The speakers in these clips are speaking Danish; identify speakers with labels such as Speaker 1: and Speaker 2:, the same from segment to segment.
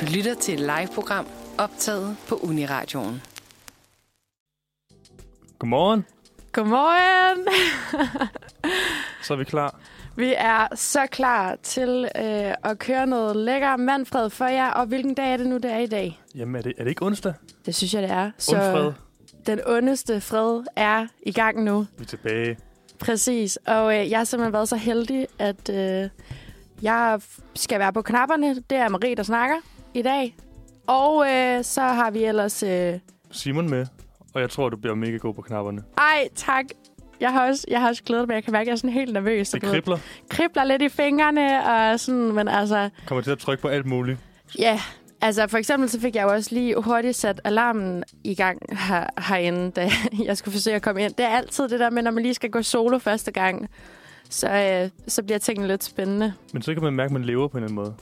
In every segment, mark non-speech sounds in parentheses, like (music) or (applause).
Speaker 1: Du lytter til et live-program optaget på Uniradioen.
Speaker 2: Godmorgen,
Speaker 3: Godmorgen! (laughs)
Speaker 2: så er vi klar.
Speaker 3: Vi er så klar til øh, at køre noget lækker mandfred for jer. Og hvilken dag er det nu, det er i dag?
Speaker 2: Jamen, er det, er det ikke onsdag?
Speaker 3: Det synes jeg, det er. Så
Speaker 2: Undfred.
Speaker 3: den ondeste fred er i gang nu.
Speaker 2: Vi er tilbage.
Speaker 3: Præcis. Og øh, jeg har simpelthen været så heldig, at øh, jeg f- skal være på knapperne. Det er Marie, der snakker i dag. Og øh, så har vi ellers... Øh,
Speaker 2: Simon med, og jeg tror, du bliver mega god på knapperne.
Speaker 3: ej, tak. Jeg har, også, jeg har også glædet mig. Jeg kan mærke, at jeg er sådan helt nervøs.
Speaker 2: Det
Speaker 3: Du ved,
Speaker 2: kribler.
Speaker 3: kribler lidt i fingrene, og sådan, men altså...
Speaker 2: Kommer til at trykke på alt muligt.
Speaker 3: Ja, altså for eksempel så fik jeg jo også lige hurtigt sat alarmen i gang her, herinde, da (laughs) jeg skulle forsøge at komme ind. Det er altid det der med, når man lige skal gå solo første gang, så, øh, så bliver tingene lidt spændende.
Speaker 2: Men så kan man mærke, at man lever på en eller anden måde.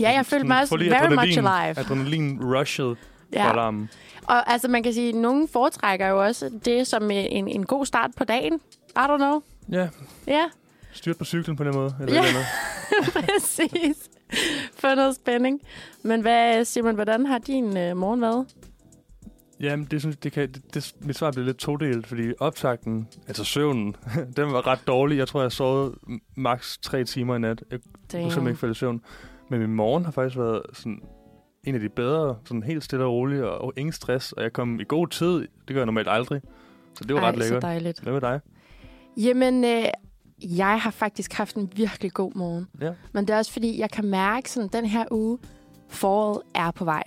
Speaker 3: Ja, jeg følte
Speaker 2: Sådan,
Speaker 3: mig
Speaker 2: få
Speaker 3: også
Speaker 2: lige
Speaker 3: very much
Speaker 2: adrenalin-
Speaker 3: alive.
Speaker 2: Adrenalin rushet ja.
Speaker 3: Ja.
Speaker 2: alarmen.
Speaker 3: Og altså man kan sige, at nogen foretrækker jo også det som øh, en, en god start på dagen. I don't know.
Speaker 2: Ja,
Speaker 3: Ja, (laughs)
Speaker 2: styrt på cyklen på den måde. Eller
Speaker 3: Ja.
Speaker 2: et eller andet.
Speaker 3: præcis. For noget spænding. Men hvad, Simon, hvordan har din øh, morgen været?
Speaker 2: Jamen, det, synes, det kan, det, det, mit svar blev lidt todelt, fordi optakten, altså søvnen, (laughs) den var ret dårlig. Jeg tror, jeg sovede m- maks. tre timer i nat. Jeg kunne simpelthen ikke falde i søvn. Men min morgen har faktisk været sådan en af de bedre, sådan helt stille og rolig, og, og ingen stress. Og jeg kom i god tid. Det gør jeg normalt aldrig. Så det var ret
Speaker 3: Ej, så
Speaker 2: lækkert.
Speaker 3: dejligt.
Speaker 2: Hvad med dig?
Speaker 3: Jamen, øh, jeg har faktisk haft en virkelig god morgen.
Speaker 2: Ja.
Speaker 3: Men det er også fordi, jeg kan mærke, sådan den her uge, foråret er på vej.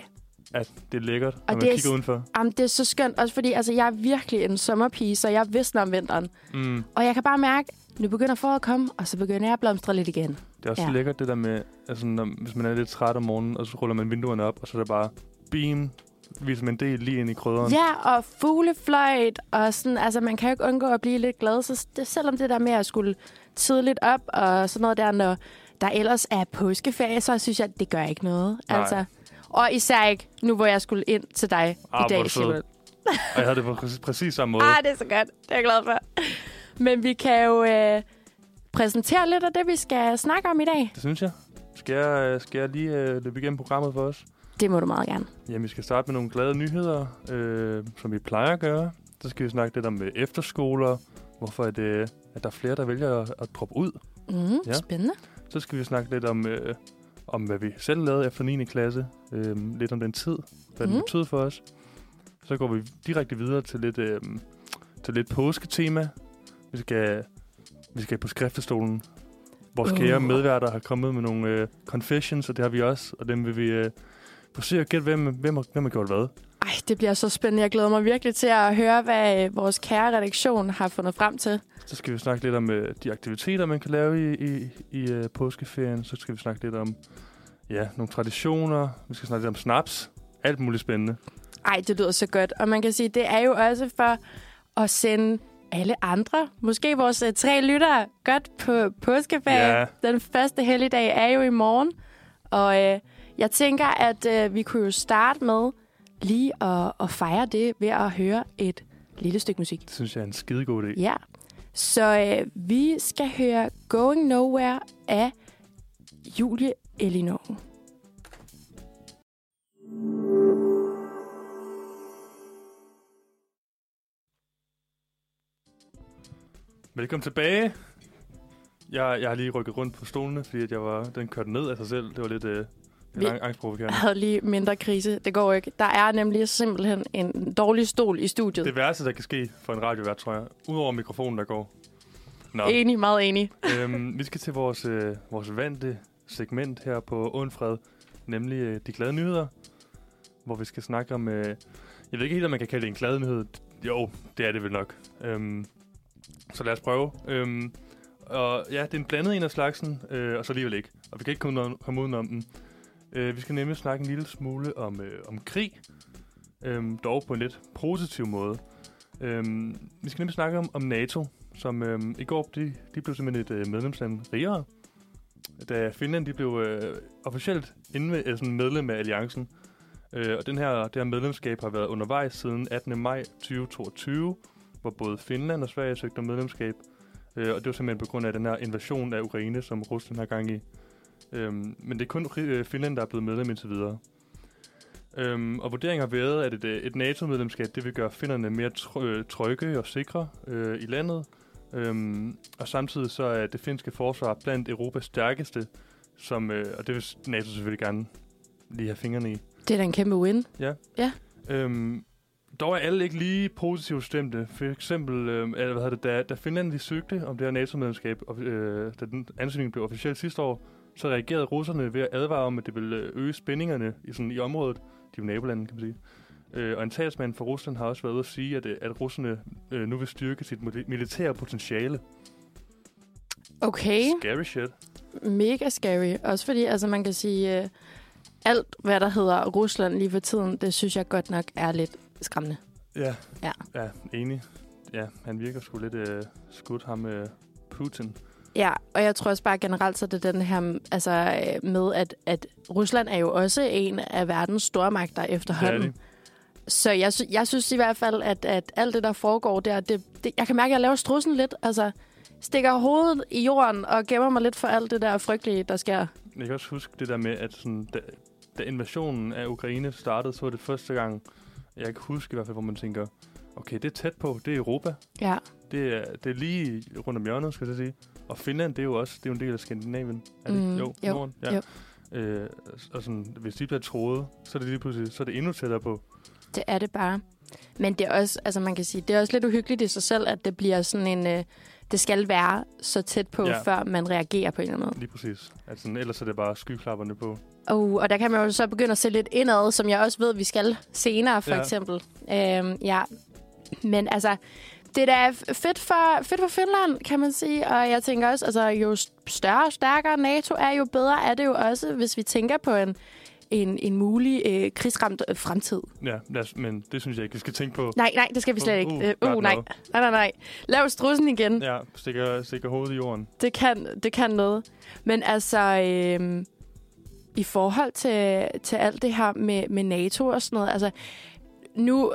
Speaker 2: At det er lækkert, og når man
Speaker 3: det er
Speaker 2: kigger
Speaker 3: s-
Speaker 2: udenfor.
Speaker 3: Jamen, det er så skønt, også fordi altså, jeg er virkelig en sommerpige, så jeg visner om vinteren.
Speaker 2: Mm,
Speaker 3: Og jeg kan bare mærke, nu begynder foråret at komme, og så begynder jeg at blomstre lidt igen.
Speaker 2: det er også
Speaker 3: Ja.
Speaker 2: ja. lækkert, det der med, altså, når, hvis man er lidt træt om morgenen, og så ruller man vinduerne op, og så er der bare beam, viser man det lige ind i krydderen.
Speaker 3: Ja, og fuglefløjt, og sådan, altså man kan jo ikke undgå at blive lidt glad, så det, selvom det der med at skulle tidligt op, og sådan noget der, når der ellers er påskeferie, så synes jeg, det gør ikke noget.
Speaker 2: Nej.
Speaker 3: Altså, og især ikke nu, hvor jeg skulle ind til dig
Speaker 2: Ah,
Speaker 3: i
Speaker 2: hvor er du
Speaker 3: dag,
Speaker 2: sød.
Speaker 3: Simon.
Speaker 2: Og jeg havde det på præcis, præcis samme måde.
Speaker 3: Ah, det er så godt. Det er jeg glad for. Men vi kan jo øh, præsentere lidt af det, vi skal snakke om i dag.
Speaker 2: Det synes jeg. Skal jeg, øh, skal jeg lige øh, løbe igennem programmet for os?
Speaker 3: Det må du meget gerne.
Speaker 2: Jamen, vi skal starte med nogle glade nyheder, øh, som vi plejer at gøre. Så skal vi snakke lidt om øh, efterskoler. Hvorfor er det, at der er flere, der vælger at, at droppe ud?
Speaker 3: Mm,
Speaker 2: Ja.
Speaker 3: ja. Spændende.
Speaker 2: Så skal vi snakke lidt om, øh, om hvad vi selv lavede efter 9. klasse. Øh, lidt om den tid, hvad mm. den
Speaker 3: Mhm.
Speaker 2: betød for os. Så går vi direkte videre til lidt, øh, til lidt påsketema. Vi skal, vi skal på skriftestolen. Vores uh.
Speaker 3: Uh.
Speaker 2: kære medværter har kommet med nogle øh, confessions, og det har vi også. Og dem vil vi øh, forsøge at gætte, hvem, hvem, har- hvem har gjort hvad.
Speaker 3: Ej, det bliver så spændende. Jeg glæder mig virkelig til at høre, hvad øh, vores kære redaktion har fundet frem til.
Speaker 2: Så skal vi snakke lidt om øh, de aktiviteter, man kan lave i, i, i øh, påskeferien. Så skal vi snakke lidt om ja, nogle traditioner. Vi skal snakke lidt om snaps. Alt muligt spændende.
Speaker 3: Ej, det lyder så godt. Og man kan sige, det er jo også for at sende alle andre, måske vores øh, tre lyttere, godt på påskeferie.
Speaker 2: Ja.
Speaker 3: Den første helligdag er jo i morgen. Og øh, jeg tænker, at øh, vi kunne jo starte med lige at, at fejre det ved at høre et lille stykke musik.
Speaker 2: Det synes jeg er en skidegod idé.
Speaker 3: Ja. Så øh, vi skal høre Going Nowhere af Julie Elinor.
Speaker 2: Velkommen tilbage. Jeg, jeg har lige rykket rundt på stolene, fordi at jeg var, den kørte ned af sig selv. Det var lidt øh,
Speaker 3: Vi-
Speaker 2: lidt ang- angstprovokerende.
Speaker 3: Jeg havde lige mindre krise. Det går ikke. Der er nemlig simpelthen en dårlig stol i studiet.
Speaker 2: Det værste, der kan ske for en radiovært, tror jeg. Udover mikrofonen, der går. Nå,
Speaker 3: Enig, meget enig.
Speaker 2: øhm, vi skal til vores, øh, vores vante segment her på Undfred. Nemlig øh, de glade nyheder. Hvor vi skal snakke om... Øh, jeg ved ikke helt, om man kan kalde det en glad nyhed. Jo, det er det vel nok. Øhm, så lad os prøve. Øhm, og ja, det er en blandet en af slagsen, øh, og så alligevel ikke. Og vi kan ikke komme, uden- komme udenom den. Øh, vi skal nemlig snakke en lille smule om, øh, om krig, øhm, dog på en lidt positiv måde. Øhm, vi skal nemlig snakke om, om NATO, som øhm, i går de, de blev simpelthen et øh, medlemsland rigere, da Finland de blev øh, officielt indme, eller sådan medlem af alliancen. Øh, og den her, det her medlemskab har været undervejs siden 18. maj 2022, hvor både Finland og Sverige søgte om medlemskab. Øh, og det var simpelthen på grund af den her invasion øh, af Ukraine, som Rusland har gang i. Øhm, men det er kun ri- øh, Finland, der er blevet medlem indtil videre. Øhm, og vurderingen har været, at et, øh, et NATO-medlemskab det vil gøre finnerne mere tr- øh, trygge og sikre øh, i landet. Øhm, og samtidig så er det finske forsvar blandt Europas stærkeste, som, øh, og det vil s- NATO selvfølgelig gerne lige have fingrene i.
Speaker 3: Det er da en kæmpe win.
Speaker 2: Øhm, dog er alle ikke lige positivt stemte. For eksempel, øhm, eller hvad hedder det, da, da Finland de søgte om det her NATO-medlemskab, og, øh, da den ansøgning blev officiel sidste år, så reagerede russerne ved at advare om, at det ville øh, øge spændingerne i, sådan, i området. De er jo nabolande, kan man sige. Øh, og en talsmand for Rusland har også været ude at sige, at, øh, at russerne øh, nu vil styrke sit mili- militære potentiale.
Speaker 3: Okay.
Speaker 2: Scary shit.
Speaker 3: Mega scary. Også fordi, altså man kan sige, øh, alt hvad der hedder Rusland lige for tiden, det synes jeg godt nok er lidt skræmmende.
Speaker 2: Ja.
Speaker 3: Ja.
Speaker 2: Ja, enig. Ja, han virker sgu lidt øh, skudt ham øh, Putin.
Speaker 3: Ja, og jeg tror også bare generelt, så det er den her altså, øh, med, at, at Rusland er jo også en af verdens stormagter efterhånden.
Speaker 2: Det er
Speaker 3: Så jeg, sy- jeg synes i hvert fald, at, at alt det, der foregår der, det, det, jeg kan mærke, at jeg laver strussen lidt. Altså, stikker hovedet i jorden og gemmer mig lidt for alt det der frygtelige, der sker.
Speaker 2: Jeg kan også huske det der med, at sådan, da, da invasionen af Ukraine startede, så var det første gang, jeg kan huske i hvert fald, hvor man tænker, okay, det er tæt på, det er Europa,
Speaker 3: Ja.
Speaker 2: det er, det er lige rundt om hjørnet, skal jeg så sige. Og Finland, det er jo også det er jo en del af Skandinavien. Er det?
Speaker 3: Mm,
Speaker 2: jo,
Speaker 3: jo,
Speaker 2: Norden. Ja.
Speaker 3: jo.
Speaker 2: Øh, og sådan, hvis de bliver troet, så er det lige pludselig så er det endnu tættere på.
Speaker 3: Det er det bare. Men det er også, altså man kan sige, det er også lidt uhyggeligt i sig selv, at det bliver sådan en, øh, det skal være så tæt på,
Speaker 2: Ja.
Speaker 3: ja. før man reagerer på en eller anden måde.
Speaker 2: Lige præcis. At sådan, ellers er det bare skyklapperne på.
Speaker 3: Oh, og der kan man jo så begynde at se lidt indad, som jeg også ved, vi skal senere, for
Speaker 2: Ja.
Speaker 3: ja. eksempel. Øhm, ja. Men altså, det er da f- fedt for, fedt for Finland, kan man sige. Og jeg tænker også, altså jo s- større og stærkere NATO er, jo bedre er det jo også, hvis vi tænker på en, en, en mulig øh, krigsramt øh, fremtid.
Speaker 2: Ja, lad os, men det synes jeg ikke, vi skal tænke på.
Speaker 3: Nej, nej, det skal vi slet
Speaker 2: Uh,
Speaker 3: ikke.
Speaker 2: uh,
Speaker 3: Øh,
Speaker 2: godt
Speaker 3: uh, nej.
Speaker 2: nok.
Speaker 3: nej, nej, nej. Lav strussen igen.
Speaker 2: Ja, stikker, stikker hovedet i jorden.
Speaker 3: Det kan, det kan noget. Men altså, øhm, i forhold til, til alt det her med, med NATO og sådan noget, altså, nu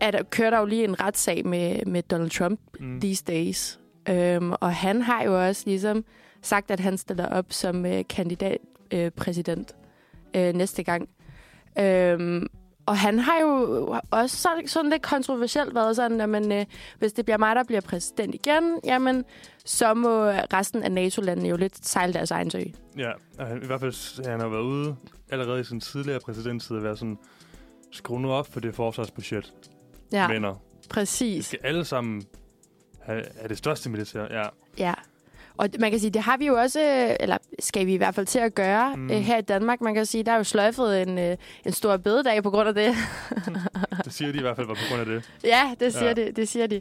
Speaker 3: er der, kører der jo lige en retssag med, med Donald Trump
Speaker 2: Mm.
Speaker 3: these days. Øhm, og han har jo også ligesom sagt, at han stiller op som øh, kandidat øh, præsident øh, næste gang. Øhm, og han har jo også sådan, sådan lidt kontroversielt været sådan, at man, øh, hvis det bliver mig, der bliver præsident igen, jamen, så må resten af NATO-landene jo lidt sejle deres egen sø.
Speaker 2: Ja, og han, i hvert fald s- han har været ude allerede i sin tidligere præsidenttid at være sådan, skru nu op for det forsvarsbudget, ja.
Speaker 3: Ja, men.
Speaker 2: venner. Vi
Speaker 3: præcis.
Speaker 2: skal alle sammen have, have det største militær. Ja,
Speaker 3: Ja. Og man kan sige, det har vi jo også, øh, eller skal vi i hvert fald til at gøre
Speaker 2: Mm.
Speaker 3: mm. her i Danmark. Man kan sige, der er jo sløjfet en, øh, en stor bededag på grund af det.
Speaker 2: det siger de i hvert fald var på grund af det.
Speaker 3: Ja, det siger
Speaker 2: Ja.
Speaker 3: ja. de. Det siger de.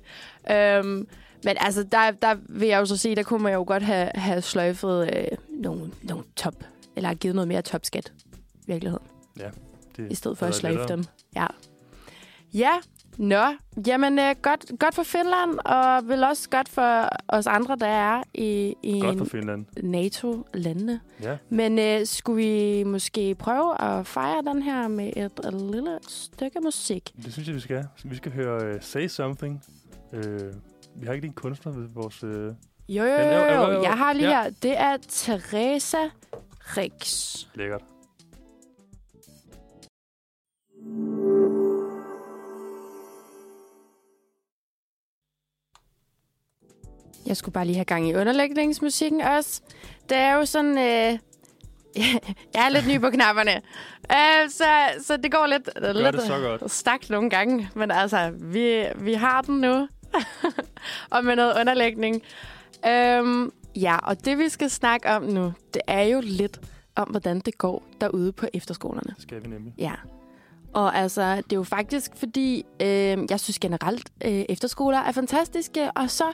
Speaker 3: Øhm, men altså, der, der vil jeg jo så sige, der kunne man jo godt have, have sløjfet øh, nogle, nogle top, eller givet noget mere topskat, i virkeligheden,
Speaker 2: det
Speaker 3: i stedet for
Speaker 2: havde
Speaker 3: at
Speaker 2: været
Speaker 3: sløjfe
Speaker 2: lettere.
Speaker 3: dem. Ja. Ja, nå. Jamen, øh, godt, godt for Finland, og vel også godt for os andre, der er i, i
Speaker 2: Godt for Finland.
Speaker 3: NATO-landene.
Speaker 2: Ja,
Speaker 3: Men øh, skulle vi måske prøve at fejre den her med et lille stykke musik?
Speaker 2: det synes jeg, vi skal. Vi skal høre uh, Say Something. Uh, vi har ikke lige en kunstner ved vores... Uh,
Speaker 3: Jo, jo, jo,
Speaker 2: lav- lav-
Speaker 3: jo,
Speaker 2: lav-
Speaker 3: jo. Jeg har lige
Speaker 2: ja.
Speaker 3: ja. her. Det er Teresa Rix.
Speaker 2: lækkert.
Speaker 3: Jeg skulle bare lige have gang i underlægningsmusikken også. Det er jo sådan... Øh, (laughs) jeg er lidt ny på knapperne. Øh, så, så det går lidt,
Speaker 2: Gør
Speaker 3: lidt
Speaker 2: det så godt.
Speaker 3: stak nogle gange. Men altså, vi, vi har den nu. (laughs) og med noget underlægning. Øhm, ja, og det vi skal snakke om nu, det er jo lidt om, hvordan det går derude på efterskolerne.
Speaker 2: Det skal vi nemlig.
Speaker 3: Ja. Og altså, det er jo faktisk, fordi øh, jeg synes generelt, øh, efterskoler er fantastiske. Og så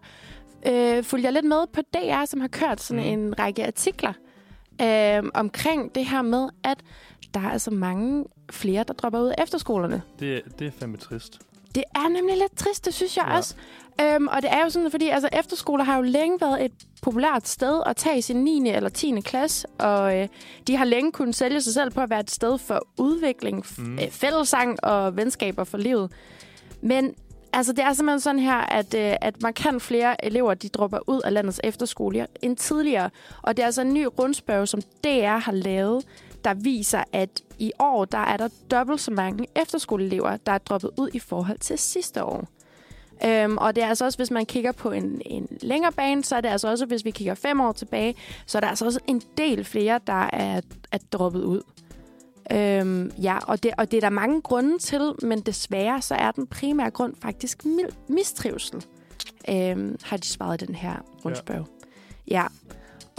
Speaker 3: øh, fulgte jeg lidt med på DR, som har kørt sådan mm. en række artikler øh, omkring det her med, at der er altså mange flere, der dropper ud af efterskolerne.
Speaker 2: Det, det er fandme trist.
Speaker 3: Det er nemlig lidt trist, det synes jeg
Speaker 2: Ja.
Speaker 3: ja. også. Øhm, og det er jo sådan, fordi altså, efterskoler har jo længe været et populært sted at tage i sin 9. eller 10. klasse, og øh, de har længe kunnet sælge sig selv på at være et sted for udvikling, f-
Speaker 2: Mm.
Speaker 3: mm. øh, fællesang og venskaber for livet. Men altså, det er simpelthen sådan her, at, øh, at markant flere elever de dropper ud af landets efterskoler end tidligere. Og det er altså en ny rundspørg, som DR har lavet, der viser, at i år der er der dobbelt så mange efterskoleelever, der er droppet ud i forhold til sidste år. Øhm, og det er altså også, hvis man kigger på en, en længere bane, så er det altså også, hvis vi kigger fem år tilbage, så er der altså også en del flere, der er, er droppet ud. Øhm, ja, og det, og det er der mange grunde til, men desværre så er den primære grund faktisk mild, mistrivsel, øhm, har de svaret i den her rundspørg. Ja. ja.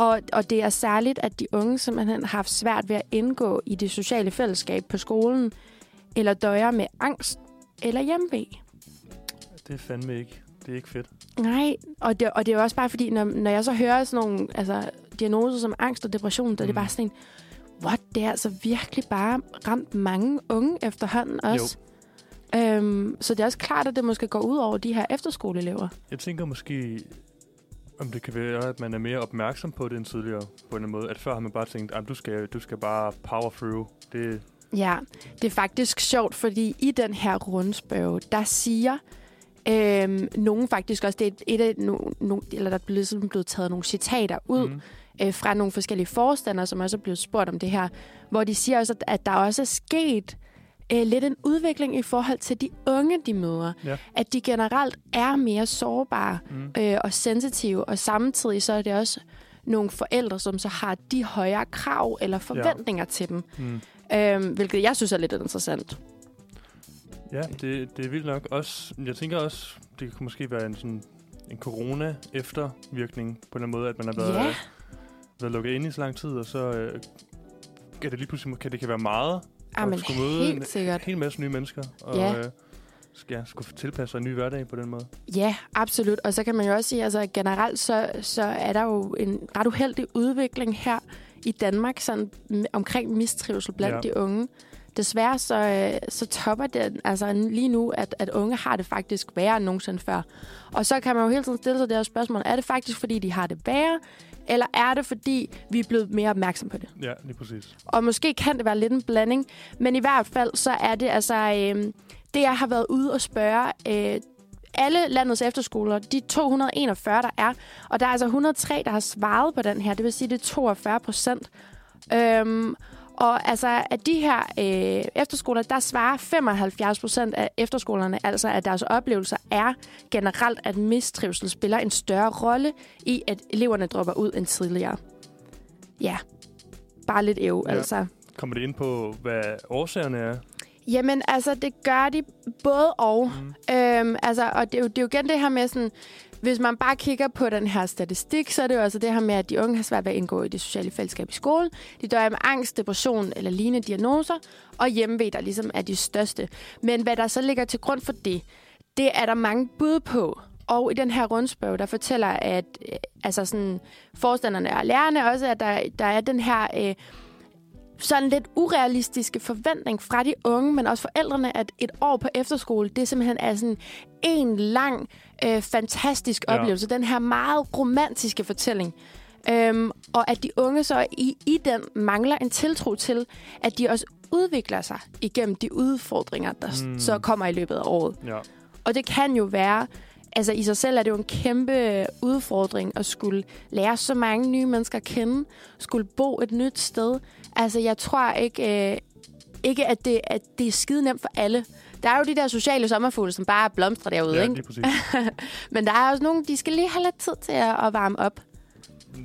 Speaker 3: Og, og det er særligt, at de unge simpelthen har haft svært ved at indgå i det sociale fællesskab på skolen, eller døjer med angst eller hjemve.
Speaker 2: Det er fandme ikke. Det er ikke fedt.
Speaker 3: Nej, og det, og det er jo også bare fordi, når, når jeg så hører sådan nogle altså, diagnoser som angst og depression, der mm. er
Speaker 2: Mm.
Speaker 3: det bare sådan en, what, det er altså virkelig bare ramt mange unge efterhånden også. Jo. Øhm, så det er også klart, at det måske går ud over de her efterskoleelever.
Speaker 2: Jeg tænker måske, om det kan være, at man er mere opmærksom på det end tidligere, på en eller anden måde. At før har man bare tænkt, at du skal, du skal bare power through. Det,
Speaker 3: Ja, det er faktisk sjovt, fordi i den her rundspørg, der siger øhm, nogen faktisk også, det er et af no, no, eller der er blevet, sådan blevet taget nogle citater ud mm. øh, fra nogle forskellige forstandere, som også er blevet spurgt om det her, hvor de siger også, at, at der også er sket øh, lidt en udvikling i forhold til de unge, de møder.
Speaker 2: Ja.
Speaker 3: At de generelt er mere sårbare
Speaker 2: Mm.
Speaker 3: øh, og sensitive, og samtidig så er det også nogle forældre, som så har de højere krav eller forventninger ja. til dem.
Speaker 2: Mm.
Speaker 3: Øhm, hvilket jeg synes er lidt interessant.
Speaker 2: Ja, det, det er vildt nok. Også, jeg tænker også, det kunne måske være en sådan en corona-eftervirkning på en eller anden måde, at man har været,
Speaker 3: Ja.
Speaker 2: yeah. været lukket inde i så lang tid, og så øh, kan det lige pludselig må- kan det kan være meget.
Speaker 3: Ah, men
Speaker 2: skulle møde
Speaker 3: helt
Speaker 2: en-
Speaker 3: sikkert.
Speaker 2: En hel masse nye mennesker, og
Speaker 3: Ja.
Speaker 2: øh, skal, ja, skulle tilpasse sig en ny hverdag på den måde.
Speaker 3: Ja, absolut. Og så kan man jo også sige, altså generelt så, så er der jo en ret uheldig udvikling her i Danmark sådan, m- omkring mistrivsel blandt ja.
Speaker 2: Ja.
Speaker 3: de unge. Desværre så, øh, så topper det altså lige nu, at, at unge har det faktisk værre end nogensinde før. Og så kan man jo hele tiden stille sig det her spørgsmål, er det faktisk fordi, de har det værre, eller er det fordi, vi er blevet mere opmærksom på det?
Speaker 2: Ja, lige præcis.
Speaker 3: Og måske kan det være lidt en blanding, men i hvert fald så er det altså øh, det, jeg har været ude og spørge øh, alle landets efterskoler, de 241, der er. Og der er altså 103, der har svaret på den her, det vil sige, det er 42 procent. Øhm, og altså, at de her øh, efterskoler, der svarer 75 procent af efterskolerne, altså at deres oplevelser er generelt, at mistrivsel spiller en større rolle i, at eleverne dropper ud end tidligere. Ja, bare lidt æv, ja.
Speaker 2: Ja.
Speaker 3: altså.
Speaker 2: Kommer det ind på, hvad årsagerne er?
Speaker 3: Jamen, altså, det gør de både og. Mm. Øhm, altså, og det er, jo, det er jo igen det her med sådan... Hvis man bare kigger på den her statistik, så er det jo altså det her med, at de unge har svært ved at indgå i det sociale fællesskab i skolen. De dør med angst, depression eller lignende diagnoser, og hjemmeved, der ligesom er de største. Men hvad der så ligger til grund for det, det er der mange bud på. Og i den her rundspørg, der fortæller, at øh, altså sådan, forstanderne og lærerne også, at der, der er den her øh, sådan lidt urealistiske forventning fra de unge, men også forældrene, at et år på efterskole, det simpelthen er sådan en lang, øh, fantastisk ja.
Speaker 2: Ja.
Speaker 3: oplevelse. Den her meget romantiske fortælling. Øhm, og at de unge så i, i den mangler en tiltro til, at de også udvikler sig igennem de udfordringer, der mm.
Speaker 2: Mm.
Speaker 3: så kommer i løbet af året.
Speaker 2: Ja.
Speaker 3: Og det kan jo være, altså i sig selv er det jo en kæmpe udfordring at skulle lære så mange nye mennesker at kende, skulle bo et nyt sted. Altså jeg tror ikke, øh, ikke at, det, at det er skide nemt for alle. Der er jo de der sociale sommerfugle, som bare blomstrer derude,
Speaker 2: ja,
Speaker 3: ikke?
Speaker 2: lige præcis.
Speaker 3: Men der er også nogle, de skal lige have lidt tid til at, at varme op.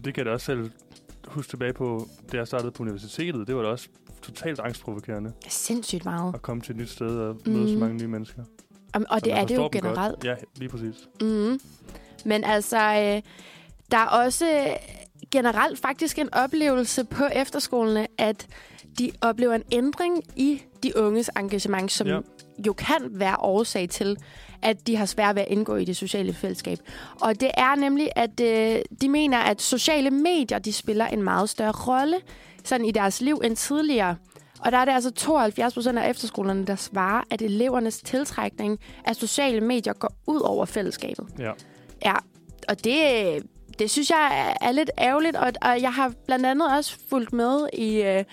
Speaker 2: Det kan jeg da også selv huske tilbage på, da jeg startede på universitetet. Det var da også totalt angstprovokerende
Speaker 3: Sindssygt meget.
Speaker 2: at komme til et nyt sted og møde mm. så
Speaker 3: Mm.
Speaker 2: mange nye mennesker.
Speaker 3: Og, og
Speaker 2: Så
Speaker 3: det
Speaker 2: man
Speaker 3: er det jo
Speaker 2: forstår dem godt.
Speaker 3: generelt.
Speaker 2: Ja, lige præcis.
Speaker 3: Mm. Men altså, øh, der er også øh, generelt faktisk en oplevelse på efterskolerne, at de oplever en ændring i de unges engagement, som ja.
Speaker 2: Ja.
Speaker 3: jo kan være årsag til, at de har svært ved at indgå i det sociale fællesskab. Og det er nemlig, at øh, de mener, at sociale medier de spiller en meget større rolle sådan i deres liv end tidligere. Og der er det altså 72 procent af efterskolerne, der svarer, at elevernes tiltrækning af sociale medier går ud over fællesskabet.
Speaker 2: Ja.
Speaker 3: Ja, og det, det synes jeg er lidt ærgerligt, og, og jeg har blandt andet også fulgt med i, øh,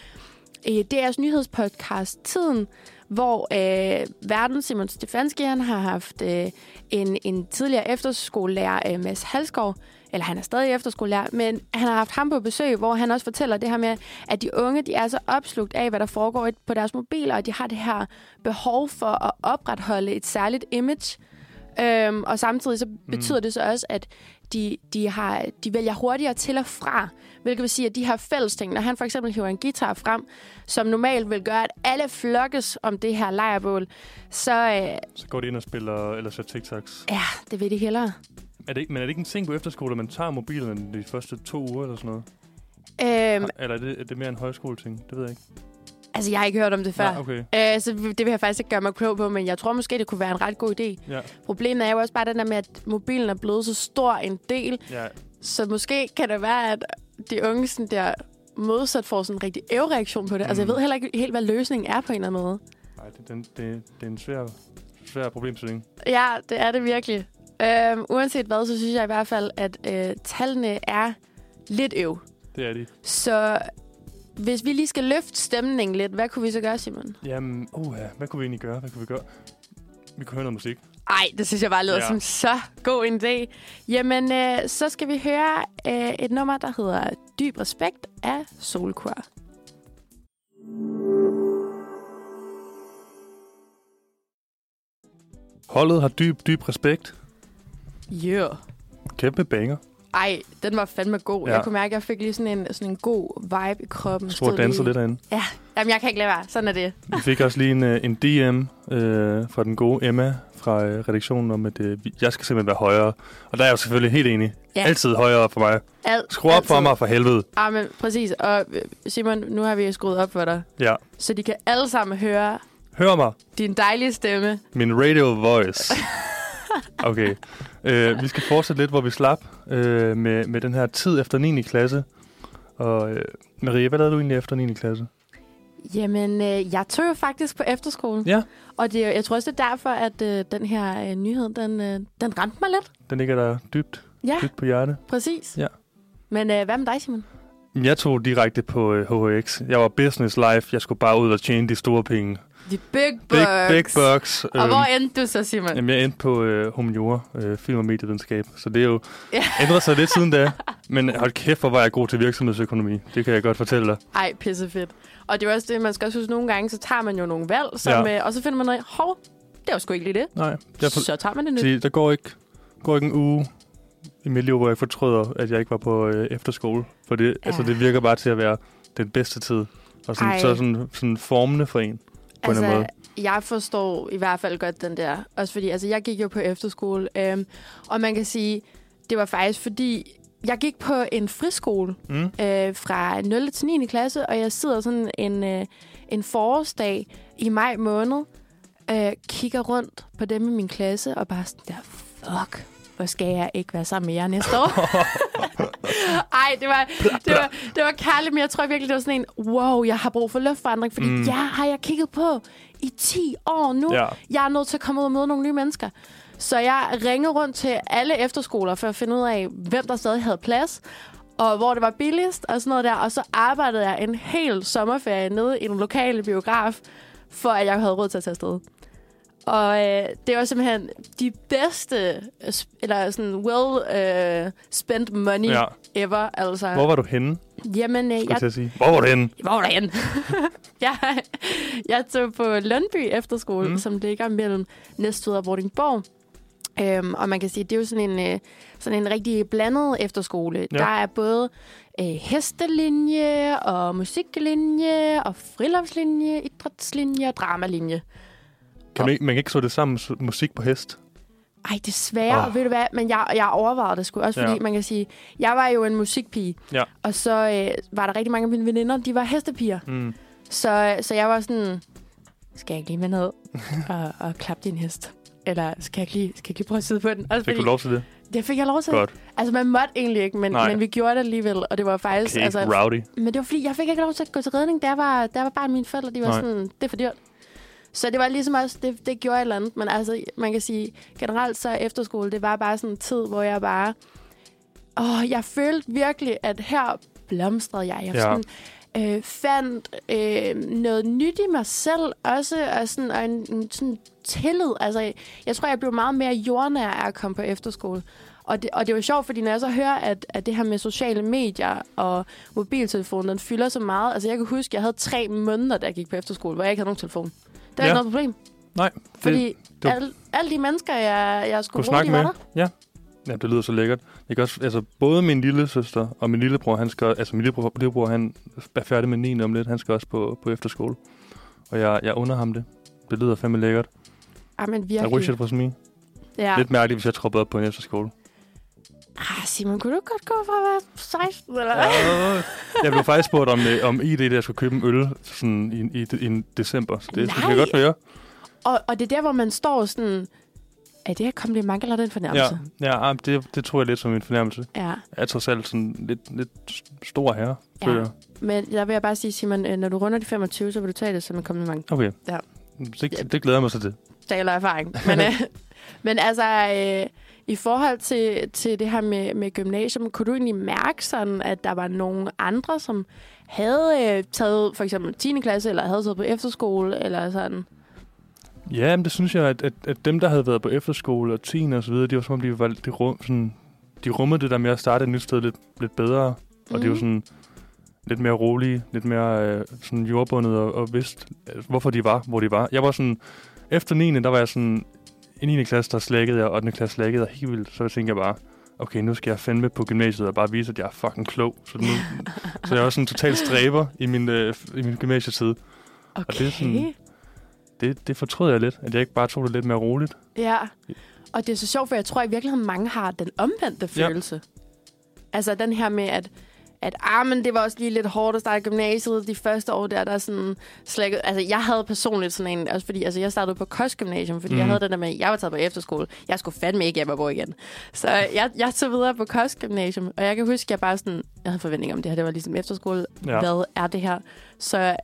Speaker 3: i DR's nyhedspodcast Tiden, hvor øh, verden Simon Stefanski han har haft øh, en, en tidligere efterskolelærer, øh, Mads Halskov, eller han er stadig efterskolelærer, men han har haft ham på besøg, hvor han også fortæller det her med, at de unge, de er så opslugt af, hvad der foregår i- på deres mobiler, og de har det her behov for at opretholde et særligt image. Øhm, og samtidig så betyder det så også, at de, de, har, de vælger hurtigere til og fra, hvilket vil sige, at de her fælles ting, når han for eksempel hiver en guitar frem, som normalt vil gøre, at alle flokkes om det her lejrbål, så øh,
Speaker 2: Så går de ind og spiller, eller så TikToks.
Speaker 3: ja, det vil de hellere.
Speaker 2: Er det ikke, men er det ikke en ting på efterskole, at man tager mobilen de første to uger eller sådan noget?
Speaker 3: Øhm,
Speaker 2: Har- Eller er det, er det mere en højskole-ting? Det ved jeg ikke.
Speaker 3: altså, jeg har ikke hørt om det før.
Speaker 2: Nej, okay.
Speaker 3: Øh, så det vil jeg faktisk ikke gøre mig klog på, men jeg tror måske, det kunne være en ret god idé.
Speaker 2: Ja,
Speaker 3: Problemet er jo også bare den der med, at mobilen er blevet så stor en del,
Speaker 2: ja.
Speaker 3: så måske kan det være, at de unge sådan der modsat får sådan en rigtig ævreaktion på det. Mm. Altså, jeg
Speaker 2: Mm.
Speaker 3: ved heller ikke helt, hvad løsningen er på en eller anden måde.
Speaker 2: Ej, det, den, det, det er en svær, svær problemstilling.
Speaker 3: Ja, det er det virkelig. Øhm, uanset hvad, så synes jeg i hvert fald, at øh, tallene er lidt øv.
Speaker 2: Det er de.
Speaker 3: Så hvis vi lige skal løfte stemningen lidt, hvad kunne vi så gøre, Simon?
Speaker 2: Jamen, uh, hvad kunne vi egentlig gøre? Hvad kunne vi gøre? Vi kunne høre noget musik.
Speaker 3: Ej, det synes jeg bare lyder ja.
Speaker 2: Ja.
Speaker 3: som så god en idé. Jamen, øh, så skal vi høre øh, et nummer, der hedder Dyb Respekt af Solkur.
Speaker 2: Holdet har dyb, dyb respekt.
Speaker 3: Yeah.
Speaker 2: Kæmpe banger.
Speaker 3: Ej, den var fandme god. Ja.
Speaker 2: Ja.
Speaker 3: Jeg kunne mærke, at jeg fik lige sådan en, sådan en god vibe i kroppen.
Speaker 2: Stort
Speaker 3: Stod
Speaker 2: danser
Speaker 3: lige-
Speaker 2: lidt derinde.
Speaker 3: Jamen, jeg kan ikke lade være. Sådan er det.
Speaker 2: Vi fik også lige en, øh, en DM øh, fra den gode Emma fra øh, redaktionen om, at øh, vi- jeg skal simpelthen være højere. Og der er jeg jo selvfølgelig helt enig.
Speaker 3: Ja.
Speaker 2: Ja. Altid højere for mig.
Speaker 3: Al-
Speaker 2: Skru op
Speaker 3: altid.
Speaker 2: for mig for helvede.
Speaker 3: Ah, men præcis. Og øh, Simon, nu har vi jo skruet op for dig.
Speaker 2: Ja.
Speaker 3: Så de kan alle sammen høre
Speaker 2: Hør mig.
Speaker 3: din dejlige stemme.
Speaker 2: Min radio
Speaker 3: (laughs)
Speaker 2: voice. Okay. Øh, vi skal fortsætte lidt, hvor vi slap øh, med, med den her tid efter 9. klasse. Og øh, Maria, hvad lavede du egentlig efter 9. klasse?
Speaker 3: Jamen, øh, jeg tog jo faktisk på efterskolen.
Speaker 2: Ja.
Speaker 3: Og det, er- jeg tror også, det er derfor, at øh, den her øh, nyhed, den, øh, den ramte mig lidt.
Speaker 2: Den ligger der dybt,
Speaker 3: Ja,
Speaker 2: dybt på hjertet.
Speaker 3: præcis.
Speaker 2: Ja.
Speaker 3: Men øh, hvad med dig, Simon?
Speaker 2: Jeg tog direkte på øh, HHX. Jeg var business life. Jeg skulle bare ud og tjene de store penge.
Speaker 3: The big bucks.
Speaker 2: Big, big bucks.
Speaker 3: Og
Speaker 2: Øhm,
Speaker 3: hvor endte du så, Simon?
Speaker 2: Jamen, jeg endte på øh, humaniora, øh, film- og medievidenskab, så det er jo
Speaker 3: Ja.
Speaker 2: ja. ændret sig lidt siden
Speaker 3: (laughs)
Speaker 2: da. Men hold kæft, hvor var jeg god til virksomhedsøkonomi. Det kan jeg godt fortælle dig.
Speaker 3: Ej, pissefedt. Og det er jo også det, man skal også huske, nogle gange, så tager man jo nogle valg, som, ja.
Speaker 2: Ja.
Speaker 3: øh, og så finder man noget, hov, det var sgu ikke lige det.
Speaker 2: Nej, jeg for,
Speaker 3: Så tager man det nyt.
Speaker 2: se, der går ikke, går ikke en uge i mit liv, hvor jeg fortryder, at jeg ikke var på øh, efterskole. For det, ja. altså,
Speaker 3: Ja.
Speaker 2: det virker bare til at være den bedste tid. Og sådan,
Speaker 3: Ej.
Speaker 2: så sådan, sådan formende for en. på en eller anden
Speaker 3: Altså, jeg forstår i hvert fald godt den der. Også fordi, altså, jeg gik jo på efterskole, øhm, og man kan sige, det var faktisk fordi, jeg gik på en friskole
Speaker 2: Mm.
Speaker 3: øh, fra 0. til 9. klasse, og jeg sidder sådan en, øh, en forårsdag i maj måned, øh, kigger rundt på dem i min klasse, og bare sådan der, fuck, hvor skal jeg ikke være sammen med jer næste år? Ej, det var, det var, det var kærligt, men jeg tror virkelig, det var sådan en, wow, jeg har brug for luftforandring, fordi mm.
Speaker 2: Mm.
Speaker 3: jeg har jeg kigget på i 10 år nu.
Speaker 2: Ja.
Speaker 3: Jeg er nødt til at komme ud og møde nogle nye mennesker. Så jeg ringede rundt til alle efterskoler for at finde ud af, hvem der stadig havde plads, og hvor det var billigst og sådan noget der. Og så arbejdede jeg en hel sommerferie nede i den lokale biograf, for at jeg havde råd til at tage afsted. Og øh, det var simpelthen de bedste, øh, sp- eller sådan well øh, spent money
Speaker 2: Ja.
Speaker 3: ever. Altså,
Speaker 2: Hvor var du henne,
Speaker 3: Jamen,
Speaker 2: skulle
Speaker 3: øh,
Speaker 2: jeg
Speaker 3: jeg
Speaker 2: til at sige? Hvor var du henne?
Speaker 3: hvor er der hen? (laughs) jeg, jeg tog på Lundby Efterskole, mm.
Speaker 2: Mm.
Speaker 3: som ligger mellem Næstved og Vordingborg. Øhm, og man kan sige, at det er jo sådan en, øh, sådan en rigtig blandet efterskole. Ja.
Speaker 2: Ja.
Speaker 3: Der er både øh, hestelinje og musiklinje og friluftslinje, idrætslinje og dramalinje.
Speaker 2: Kan man, ikke, man kan ikke så det sammen s- musik på hest.
Speaker 3: Ej, desværre. Oh.
Speaker 2: Åh.
Speaker 3: Og ved du hvad? Men jeg, jeg overvejede det sgu. Også fordi, ja.
Speaker 2: Ja.
Speaker 3: man kan sige, jeg var jo en musikpige.
Speaker 2: Ja.
Speaker 3: Og så øh, var der rigtig mange af mine veninder, de var hestepiger.
Speaker 2: Mm.
Speaker 3: Så, så jeg var sådan, skal jeg ikke lige med
Speaker 2: (laughs)
Speaker 3: ned og, og klappe din hest? Eller skal jeg ikke lige, skal jeg ikke lige prøve at sidde på den? Også
Speaker 2: Fik du lov til det?
Speaker 3: Det fik jeg lov til.
Speaker 2: Godt.
Speaker 3: Altså, man måtte egentlig ikke, men,
Speaker 2: Nej.
Speaker 3: men vi gjorde det alligevel. Og det var faktisk...
Speaker 2: Okay,
Speaker 3: altså,
Speaker 2: rowdy.
Speaker 3: men det var fordi, jeg fik ikke lov til at gå til redning. Der var, der var bare mine forældre, de var Nej.
Speaker 2: Nej.
Speaker 3: sådan, det er for dyrt. Så det var ligesom også, det, det gjorde et eller andet. Men altså, man kan sige, generelt så er efterskole, det var bare sådan en tid, hvor jeg bare... Åh, jeg følte virkelig, at her blomstrede jeg. Jeg
Speaker 2: Ja.
Speaker 3: ja. sådan, øh, fandt øh, noget nyt i mig selv også, og, sådan, og en, en sådan tillid. Altså, jeg tror, jeg blev meget mere jordnær af at komme på efterskole. Og det, og det var sjovt, fordi når jeg så hører, at, at det her med sociale medier og mobiltelefonen, den fylder så meget. Altså, jeg kan huske, jeg havde tre måneder, da jeg gik på efterskole, hvor jeg ikke havde nogen telefon. Det var
Speaker 2: Ja.
Speaker 3: ja. ikke noget problem.
Speaker 2: Nej,
Speaker 3: Fordi
Speaker 2: det var-
Speaker 3: alle, alle de mennesker, jeg, jeg skulle
Speaker 2: kunne
Speaker 3: bruge,
Speaker 2: snakke
Speaker 3: de
Speaker 2: med.
Speaker 3: var der.
Speaker 2: Ja. ja, det lyder så lækkert. Jeg kan også, altså, både min lille søster og min lillebror, han skal, altså min lillebror, lillebror han er færdig med 9 om lidt, han skal også på, på efterskole. Og jeg, jeg under ham det. Det lyder fandme lækkert.
Speaker 3: Ej, men
Speaker 2: Jeg
Speaker 3: virkelig.
Speaker 2: ryger på smi. Ja.
Speaker 3: ja.
Speaker 2: Lidt mærkeligt, hvis jeg troppede op på en
Speaker 3: (laughs)
Speaker 2: efterskole.
Speaker 3: Ah, Simon, kunne du godt gå fra at være 16 eller
Speaker 2: Ja. jeg blev faktisk spurgt om, øh, om ID, der jeg skulle købe en øl sådan i, i, i, i december. Så det, det kan jeg
Speaker 3: Nej.
Speaker 2: godt høre.
Speaker 3: og, og det er der, hvor man står sådan, er det her kompliment eller er det en
Speaker 2: Ja,
Speaker 3: fornærmelse?
Speaker 2: ja ah, det, det tror jeg lidt som en fornærmelse.
Speaker 3: Ja. ja.
Speaker 2: Jeg er trods alt sådan lidt, lidt stor herre,
Speaker 3: Ja.
Speaker 2: føler jeg.
Speaker 3: Men der vil jeg bare sige, Simon, øh, når du runder de 25, så vil du tage det som en kompliment.
Speaker 2: Okay.
Speaker 3: Ja. Ja.
Speaker 2: Det, det glæder jeg mig så til.
Speaker 3: Taler erfaring. Men, øh, men altså, øh, i forhold til, til det her med, med gymnasium, kunne du egentlig mærke sådan, at der var nogle andre, som havde øh, taget for eksempel 10. klasse, eller havde taget på efterskole, eller sådan?
Speaker 2: Ja, men det synes jeg, at, at, at dem, der havde været på efterskole og 10 og så videre, de var som om, de, var, de, rum, sådan, de rummede det der med at starte et nyt sted lidt, lidt bedre. Og mm. de var
Speaker 3: Mhm.
Speaker 2: sådan lidt mere rolige, lidt mere øh, sådan jordbundet og, og vidste, øh, hvorfor de var, hvor de var. Jeg var sådan, efter 9. der var jeg sådan, i 9. klasse, der slækkede jeg, og 8. klasse slækkede jeg helt vildt. Så tænkte jeg bare, okay, nu skal jeg fandme på gymnasiet og bare vise, at jeg er fucking klog. Så, nu, så jeg var sådan totalt stræber i min, øh, i min gymnasietid.
Speaker 3: Okay.
Speaker 2: det er sådan- Det, det fortrød jeg lidt, at jeg ikke bare tog det lidt mere roligt.
Speaker 3: Ja, og det er så sjovt, for jeg tror i virkeligheden, mange har den omvendte
Speaker 2: Ja.
Speaker 3: følelse. Altså den her med, at, at ah, men det var også lige lidt hårdt at starte gymnasiet de første år der, der sådan slækket. Altså jeg havde personligt sådan en, også fordi altså, jeg startede på kostgymnasium, fordi mm. jeg
Speaker 2: Mhm.
Speaker 3: havde den der med, at jeg var taget på efterskole. Jeg skulle fandme ikke hjem og bo igen. Så jeg, jeg tog videre på kostgymnasium, og jeg kan huske, at jeg bare sådan, jeg havde forventninger om det her, det var ligesom efterskole.
Speaker 2: Ja.
Speaker 3: Ja. Hvad er det her? Så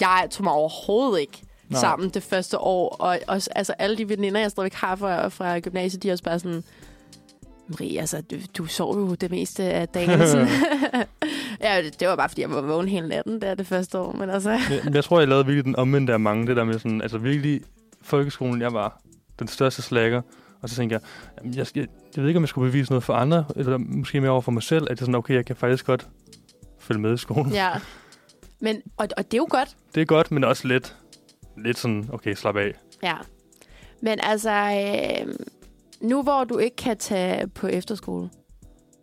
Speaker 3: jeg tog mig overhovedet ikke
Speaker 2: Nej.
Speaker 3: Nej. sammen det første år. Og også, altså, alle de veninder, jeg stadigvæk har fra, fra gymnasiet, de er også bare sådan... Marie, altså, du, du sov jo det meste af dagen. (laughs) Sådan. ja, det, det var bare, fordi jeg var vågen hele natten der det første år. Men altså,
Speaker 2: Jeg, men jeg tror, jeg lavede virkelig den omvendte af mange. Det der med sådan, altså virkelig, folkeskolen, jeg var den største slacker. Og så tænkte jeg, jamen, jeg, skal, jeg ved ikke, om jeg skulle bevise noget for andre, eller måske mere over for mig selv, at jeg sådan, okay, jeg kan faktisk godt følge med i skolen. Ja.
Speaker 3: ja. Men, og, og det er jo godt.
Speaker 2: Det er godt, men også lidt, lidt sådan, okay, slap af.
Speaker 3: Ja. Men altså, øh, nu hvor du ikke kan tage på efterskole,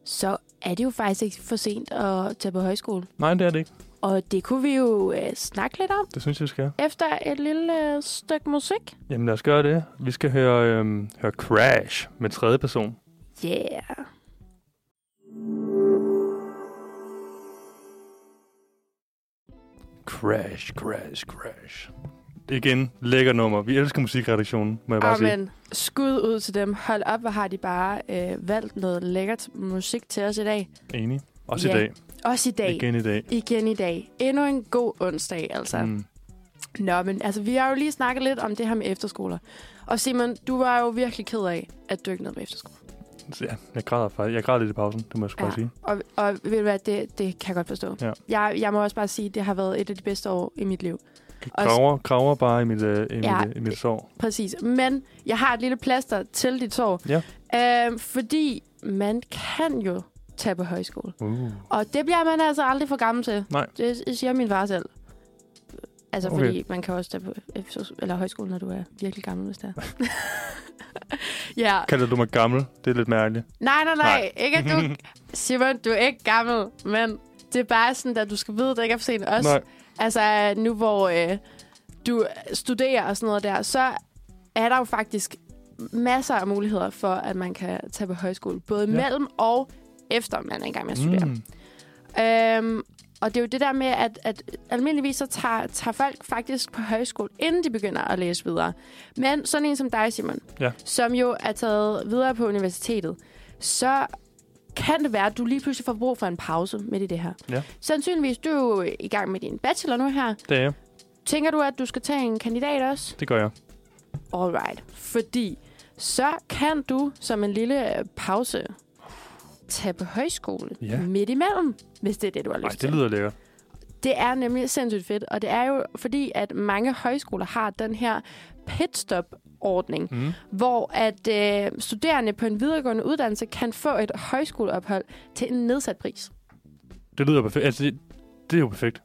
Speaker 3: så er det jo faktisk ikke for sent at tage på højskole.
Speaker 2: Nej, det er det ikke.
Speaker 3: Og det kunne vi jo øh, snakke lidt om
Speaker 2: Det synes jeg, vi skal.
Speaker 3: efter et lille øh, stykke musik.
Speaker 2: Jamen lad os gøre det. Vi skal høre, øhm, høre Crash med tredje person.
Speaker 3: Yeah.
Speaker 2: Crash, crash, crash. Igen, lækker nummer. Vi elsker musikredaktionen, må jeg bare sige.
Speaker 3: Amen. Skud ud til dem. Hold op, hvor har de bare øh, valgt noget lækkert musik til os i dag.
Speaker 2: Enig. Også
Speaker 3: Ja.
Speaker 2: i dag.
Speaker 3: Også i dag. Igen,
Speaker 2: Igen i dag.
Speaker 3: Igen i dag. Endnu en god onsdag, altså. Mm. Nå, men altså, vi har jo lige snakket lidt om det her med efterskoler. Og Simon, du var jo virkelig ked af, at du ikke nåede med efterskole.
Speaker 2: Så Ja, jeg græder faktisk. Jeg græder lidt i pausen, det må jeg sgu ja. sige.
Speaker 3: Og, og ved du hvad, det, det kan jeg godt forstå.
Speaker 2: Ja.
Speaker 3: Jeg, jeg må også bare sige, at det har været et af de bedste år i mit liv. Også-
Speaker 2: Graver, graver bare i mit, øh, i, ja,
Speaker 3: Ja,
Speaker 2: mit, øh, i mit sår.
Speaker 3: Præcis. Men jeg har et lille plaster til dit sår.
Speaker 2: Ja.
Speaker 3: Øh, fordi man kan jo tage på højskole.
Speaker 2: Uh.
Speaker 3: Og det bliver man altså aldrig for gammel til.
Speaker 2: Nej.
Speaker 3: Det siger min far selv. Altså,
Speaker 2: Okay.
Speaker 3: okay. fordi man kan også tage på F- eller højskole, når du er virkelig gammel, hvis det er. (laughs) ja.
Speaker 2: Kalder du mig gammel? Det er lidt mærkeligt.
Speaker 3: Nej, nej, nej.
Speaker 2: Nej.
Speaker 3: nej. Ikke at
Speaker 2: (laughs)
Speaker 3: du... Simon, du er ikke gammel, men det er bare sådan, at du skal vide, at det ikke er for sent. Også,
Speaker 2: Nej.
Speaker 3: Altså, nu hvor øh, du studerer og sådan noget der, så er der jo faktisk masser af muligheder for, at man kan tage på højskole. Både ja. mellem og efter man er i gang med at studere.
Speaker 2: Mm.
Speaker 3: Øhm, og det er jo det der med, at, at almindeligvis så tager, tager folk faktisk på højskole, inden de begynder at læse videre. Men sådan en som dig, Simon,
Speaker 2: Ja.
Speaker 3: som jo er taget videre på universitetet, så kan det være, at du lige pludselig får brug for en pause midt i det her.
Speaker 2: Ja.
Speaker 3: Sandsynligvis, du er jo i gang med din bachelor nu her.
Speaker 2: Det er jeg.
Speaker 3: Tænker du, at du skal tage en kandidat også?
Speaker 2: Det gør jeg.
Speaker 3: Alright. Fordi så kan du som en lille øh, pause tage på højskole
Speaker 2: Ja.
Speaker 3: midt imellem, hvis det er det, du har lyst
Speaker 2: Nej,
Speaker 3: til.
Speaker 2: det lyder lækkert.
Speaker 3: Det er nemlig sindssygt fedt, og det er jo fordi, at mange højskoler har den her pitstop-ordning,
Speaker 2: Mm.
Speaker 3: hvor at øh, studerende på en videregående uddannelse kan få et højskoleophold til en nedsat pris.
Speaker 2: Det lyder perfekt. Altså, det, det er jo perfekt.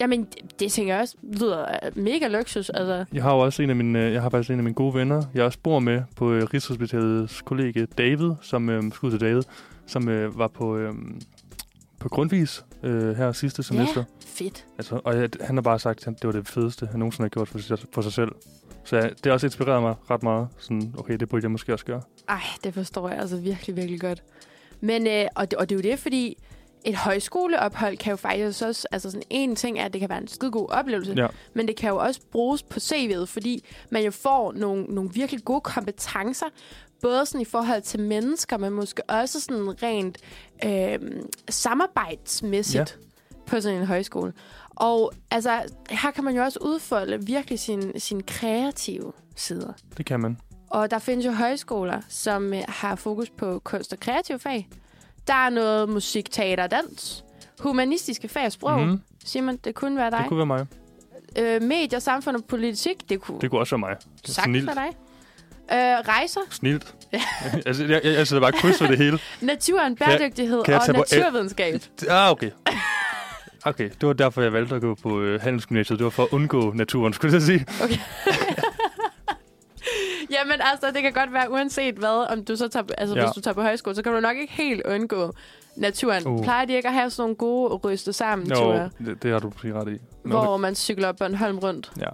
Speaker 3: Jamen, det, det tænker jeg også lyder øh, mega luksus. Altså.
Speaker 2: Jeg har jo også en af mine, øh, jeg har faktisk en af mine gode venner, jeg også bor med på øh, Rigshospitalets kollega David, som øh, skud til David, som øh, var på, øh, på Grundvis øh, her sidste semester.
Speaker 3: Ja, fedt.
Speaker 2: Altså, og jeg, han har bare sagt, at det var det fedeste, han nogensinde har gjort for sig, for sig selv. Så ja, det har også inspireret mig ret meget. Sådan, okay, det burde jeg måske også gøre.
Speaker 3: Ej, det forstår jeg altså virkelig, virkelig godt. Men, øh, og, det, og det er jo det, fordi et højskoleophold kan jo faktisk også, altså sådan en ting er, at det kan være en skide god oplevelse,
Speaker 2: Ja.
Speaker 3: men det kan jo også bruges på CV'et, fordi man jo får nogle, nogle virkelig gode kompetencer, både sådan i forhold til mennesker, men måske også sådan rent øh, samarbejdsmæssigt ja. på sådan en højskole. Og altså, her kan man jo også udfolde virkelig sin, sin kreative sider.
Speaker 2: Det kan man.
Speaker 3: Og der findes jo højskoler, som øh, har fokus på kunst og kreative fag. Der er noget musik, teater og dans. Humanistiske fag og sprog. Mm.
Speaker 2: Mhm.
Speaker 3: Simon, det kunne være dig.
Speaker 2: Det kunne være mig.
Speaker 3: Kunne... Øh, medier, samfund og politik, det kunne
Speaker 2: Det kunne også være mig.
Speaker 3: sagtens være dig. Øh, rejser,
Speaker 2: Snilt. (laughs) altså, jeg, jeg, jeg sætter bare kryds ved det hele.
Speaker 3: naturen,
Speaker 2: jeg-
Speaker 3: bæredygtighed
Speaker 2: kan jeg
Speaker 3: og
Speaker 2: tage på-
Speaker 3: naturvidenskab. (laughs)
Speaker 2: Ah, okay. Okay, det var derfor, jeg valgte at gå på øh, handelsgymnasiet. Det var for at undgå naturen, skulle jeg sige.
Speaker 3: Jamen altså, det kan godt være, uanset hvad, om du så tager, altså, ja.
Speaker 2: Ja.
Speaker 3: hvis du tager på højskole, så kan du nok ikke helt undgå naturen. Uh.
Speaker 2: Uh.
Speaker 3: Plejer de ikke at have sådan nogle gode ryste sammen ture,
Speaker 2: Jo, det, det har du præcis ret i. Nå,
Speaker 3: hvor man cykler op Bornholm rundt?
Speaker 2: Ja.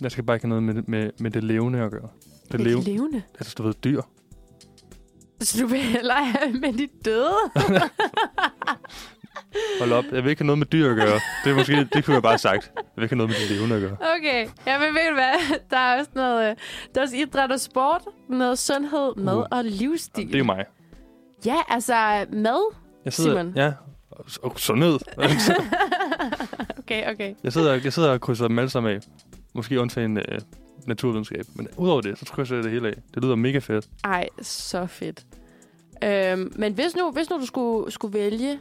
Speaker 2: Jeg skal bare ikke have noget med, med, med det levende at gøre. Det
Speaker 3: Lidt
Speaker 2: leve,
Speaker 3: levende.
Speaker 2: altså, du ved, dyr.
Speaker 3: Så du vil hellere have med de
Speaker 2: (laughs)
Speaker 3: døde?
Speaker 2: Hold op, jeg vil ikke have noget med dyr at gøre. Det, er måske, det kunne jeg bare have sagt. Jeg vil ikke have noget med det levende at gøre.
Speaker 3: Okay, ja, men ved du hvad? Der er også noget, øh, der er også idræt og sport, noget sundhed, mad
Speaker 2: Uh.
Speaker 3: og
Speaker 2: Jamen,
Speaker 3: livsstil.
Speaker 2: det er jo mig.
Speaker 3: Ja, altså
Speaker 2: (laughs)
Speaker 3: mad.
Speaker 2: Jeg sidder,
Speaker 3: Simon.
Speaker 2: Ja, og, og sundhed.
Speaker 3: okay, okay.
Speaker 2: (laughs) jeg, sidder, jeg sidder og krydser dem alle sammen af. Måske undtagen øh, naturvidenskab. Men udover det, så krydser jeg det hele af. Det lyder mega fedt.
Speaker 3: Ej, så fedt. Øhm, men hvis nu, hvis nu du skulle, skulle vælge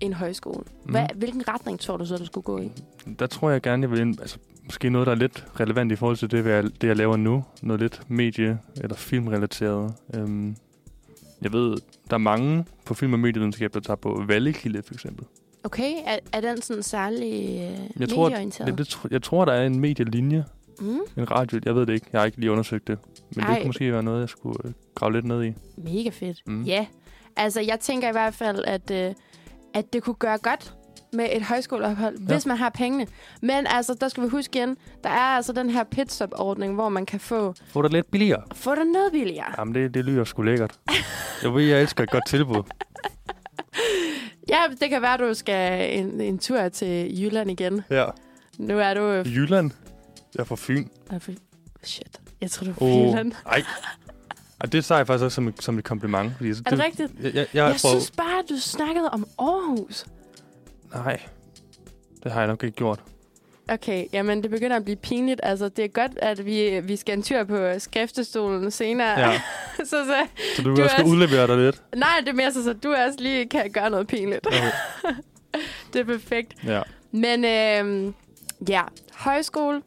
Speaker 3: en højskole, mm. hvad, hvilken retning tror du så, du skulle gå i?
Speaker 2: Der tror jeg gerne, jeg vil ind, altså, måske noget, der er lidt relevant i forhold til det, hvad jeg, det, jeg laver nu. Noget lidt medie- eller filmrelateret. Øhm, jeg ved, der er mange på film- og medievidenskab, der tager på Vallekilde, for eksempel.
Speaker 3: Okay, er, er den sådan særlig øh,
Speaker 2: Jeg tror, at-
Speaker 3: medieorienteret?
Speaker 2: Men det, tr- jeg tror, der er en medielinje,
Speaker 3: mm,
Speaker 2: en radio. Jeg ved det ikke, jeg har ikke lige undersøgt det. Men Ej.
Speaker 3: Ej.
Speaker 2: det kunne måske være noget, jeg skulle øh, grave lidt ned i.
Speaker 3: mega fedt.
Speaker 2: Mm.
Speaker 3: Ja, altså jeg tænker i hvert fald, at, øh, at det kunne gøre godt med et højskoleophold, ja. hvis man har pengene. Men altså, der skal vi huske igen, der er altså den her pitstop-ordning, hvor man kan få,
Speaker 2: Få det lidt billigere.
Speaker 3: få det noget billigere.
Speaker 2: Jamen, det, det lyder sgu lækkert. Jeg ved, jeg elsker et godt tilbud.
Speaker 3: Ja, det kan være, at du skal en, en tur til Jylland igen.
Speaker 2: Ja.
Speaker 3: Nu er du... Øh,
Speaker 2: Jylland. Jeg er fra Fyn.
Speaker 3: nej, for- shit, jeg tror, du er fra
Speaker 2: Åh,
Speaker 3: Jylland.
Speaker 2: Ej. Ej, det tager jeg faktisk også som et, som et kompliment. Fordi, er det,
Speaker 3: rigtigt?
Speaker 2: Jeg, jeg, jeg,
Speaker 3: Jeg,
Speaker 2: jeg
Speaker 3: jeg
Speaker 2: fra,
Speaker 3: synes bare, at du snakkede om Aarhus.
Speaker 2: Nej, det har jeg nok ikke gjort.
Speaker 3: Okay, jamen det begynder at blive pinligt. Altså, det er godt, at vi, vi skal en tur på skriftestolen senere.
Speaker 2: Ja.
Speaker 3: (laughs) så, så
Speaker 2: Så du,
Speaker 3: Du
Speaker 2: du også skal
Speaker 3: er-
Speaker 2: udlevere dig lidt.
Speaker 3: Nej, det er mere så, så du også lige kan gøre noget pinligt.
Speaker 2: Okay.
Speaker 3: Det er perfekt.
Speaker 2: Ja.
Speaker 3: Men øh, ja, højskole.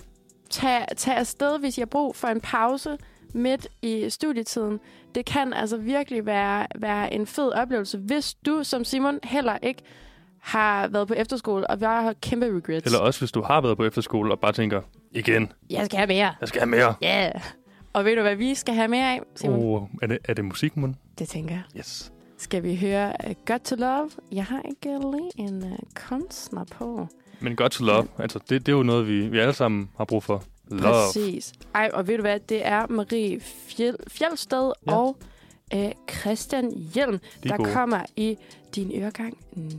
Speaker 3: Tag, tag afsted, hvis jeg har brug for en pause midt i studietiden. Det kan altså virkelig være, være en fed oplevelse, hvis du som Simon heller ikke har været på efterskole, og jeg har kæmpe regrets.
Speaker 2: Eller også, hvis du har været på efterskole og bare tænker, igen,
Speaker 3: Jeg skal have mere.
Speaker 2: jeg skal have mere.
Speaker 3: Ja. Yeah. Og ved du, hvad vi skal have mere af, Simon? Uh.
Speaker 2: Uh, er, det, er det musik, mon?
Speaker 3: Det tænker jeg.
Speaker 2: Yes.
Speaker 3: Skal vi høre uh, Got to Love? Jeg har ikke lige en uh, kunstner på.
Speaker 2: Men godt til love. Altså, det, det er jo noget, vi, vi alle sammen har brug for. Love.
Speaker 3: Præcis. Ej, og ved du hvad, det er Marie Fjel, Fjeldsted ja.
Speaker 2: Ja.
Speaker 3: og øh, Christian Hjelm,
Speaker 2: De
Speaker 3: der
Speaker 2: er gode.
Speaker 3: kommer i din øregang nu.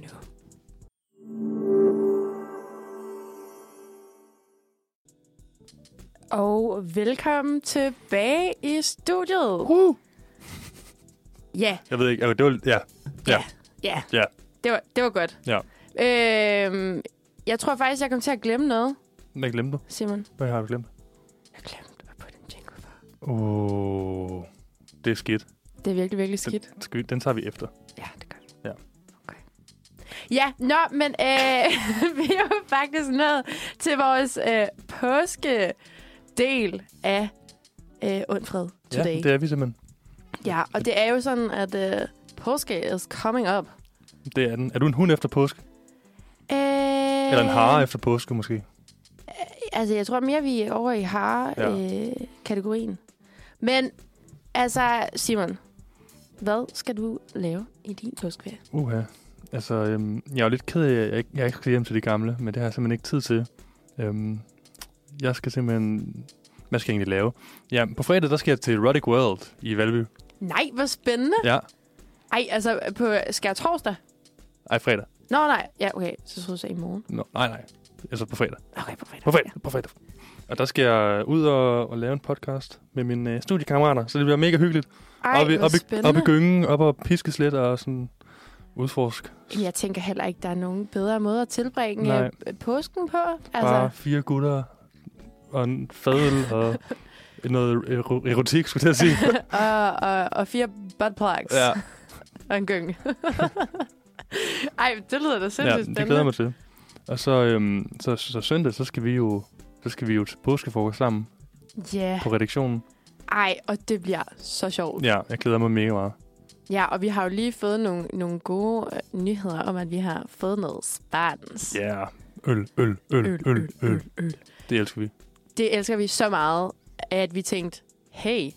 Speaker 3: Og velkommen tilbage i studiet. Uh. Ja,
Speaker 2: Jeg ved ikke, altså, det var, ja. Ja.
Speaker 3: ja.
Speaker 2: Ja.
Speaker 3: Det var, det var godt.
Speaker 2: Ja.
Speaker 3: Øhm, jeg tror faktisk, jeg kom til at glemme noget,
Speaker 2: Hvad glemte du?
Speaker 3: Simon.
Speaker 2: Hvad har du glemt?
Speaker 3: Jeg glemte at putte en jingle på.
Speaker 2: Oh, det er skidt.
Speaker 3: Det er virkelig, virkelig skidt.
Speaker 2: Skal vi- Den tager vi efter.
Speaker 3: Ja, det gør vi.
Speaker 2: Ja.
Speaker 3: Okay. Ja, nå, men øh, (laughs) vi er jo faktisk nået til vores øh, påskedel af øh, Undfred Today.
Speaker 2: Ja, det er vi simpelthen.
Speaker 3: Ja, og det er jo sådan, at øh, påske is coming up.
Speaker 2: Det er den. Er du en hund efter påske?
Speaker 3: Øh,
Speaker 2: Eller en hare efter påske, måske?
Speaker 3: Altså, jeg tror mere, vi er over i hare-kategorien. Men altså, Simon, hvad skal du lave i din påskeferie?
Speaker 2: Uha. Altså, øhm, jeg er jo lidt ked af, at jeg ikke, jeg ikke skal hjem til de gamle, men det har jeg simpelthen ikke tid til. Øhm, jeg skal simpelthen... Hvad skal jeg egentlig lave? Ja, på fredag, der skal jeg til Roddick World i Valby.
Speaker 3: Nej, hvor spændende.
Speaker 2: Ja.
Speaker 3: Ej, altså på skær torsdag.
Speaker 2: Ej, fredag.
Speaker 3: Nå, nej. Ja, okay. Så troede jeg i morgen.
Speaker 2: Nå, nej, nej. Altså på fredag.
Speaker 3: Okay, på fredag.
Speaker 2: På fredag. På fredag. Og der skal jeg ud og, og lave en podcast med mine øh, studiekammerater, så det bliver mega hyggeligt.
Speaker 3: Ej,
Speaker 2: op, i,
Speaker 3: hvor
Speaker 2: op, i,
Speaker 3: spændende.
Speaker 2: op i gyngen, op og piskes lidt og sådan udforsk.
Speaker 3: Jeg tænker heller ikke, der er nogen bedre måde at tilbringe
Speaker 2: Nej.
Speaker 3: øh, påsken på.
Speaker 2: Altså. Bare fire gutter og en fadel og noget ero- erotik, skulle jeg til at sige.
Speaker 3: (laughs) og, og, og fire butt plugs
Speaker 2: (laughs) ja,
Speaker 3: og en gyng. (laughs) Ej, det lyder da sindssygt
Speaker 2: ja,
Speaker 3: spændende.
Speaker 2: det glæder jeg mig til. Og så, øhm, så, så, søndag, så skal vi jo så skal vi jo til påskefrokost sammen
Speaker 3: Ja,
Speaker 2: på redaktionen.
Speaker 3: ej, og det bliver så sjovt.
Speaker 2: Ja, jeg glæder mig mega meget.
Speaker 3: Ja, og vi har jo lige fået nogle, nogle gode øh, nyheder om, at vi har fået noget Spartans.
Speaker 2: Ja, yeah. øl, øl, øl, øl, øl, øl. Det elsker vi.
Speaker 3: Det elsker vi så meget, at vi tænkte, hey,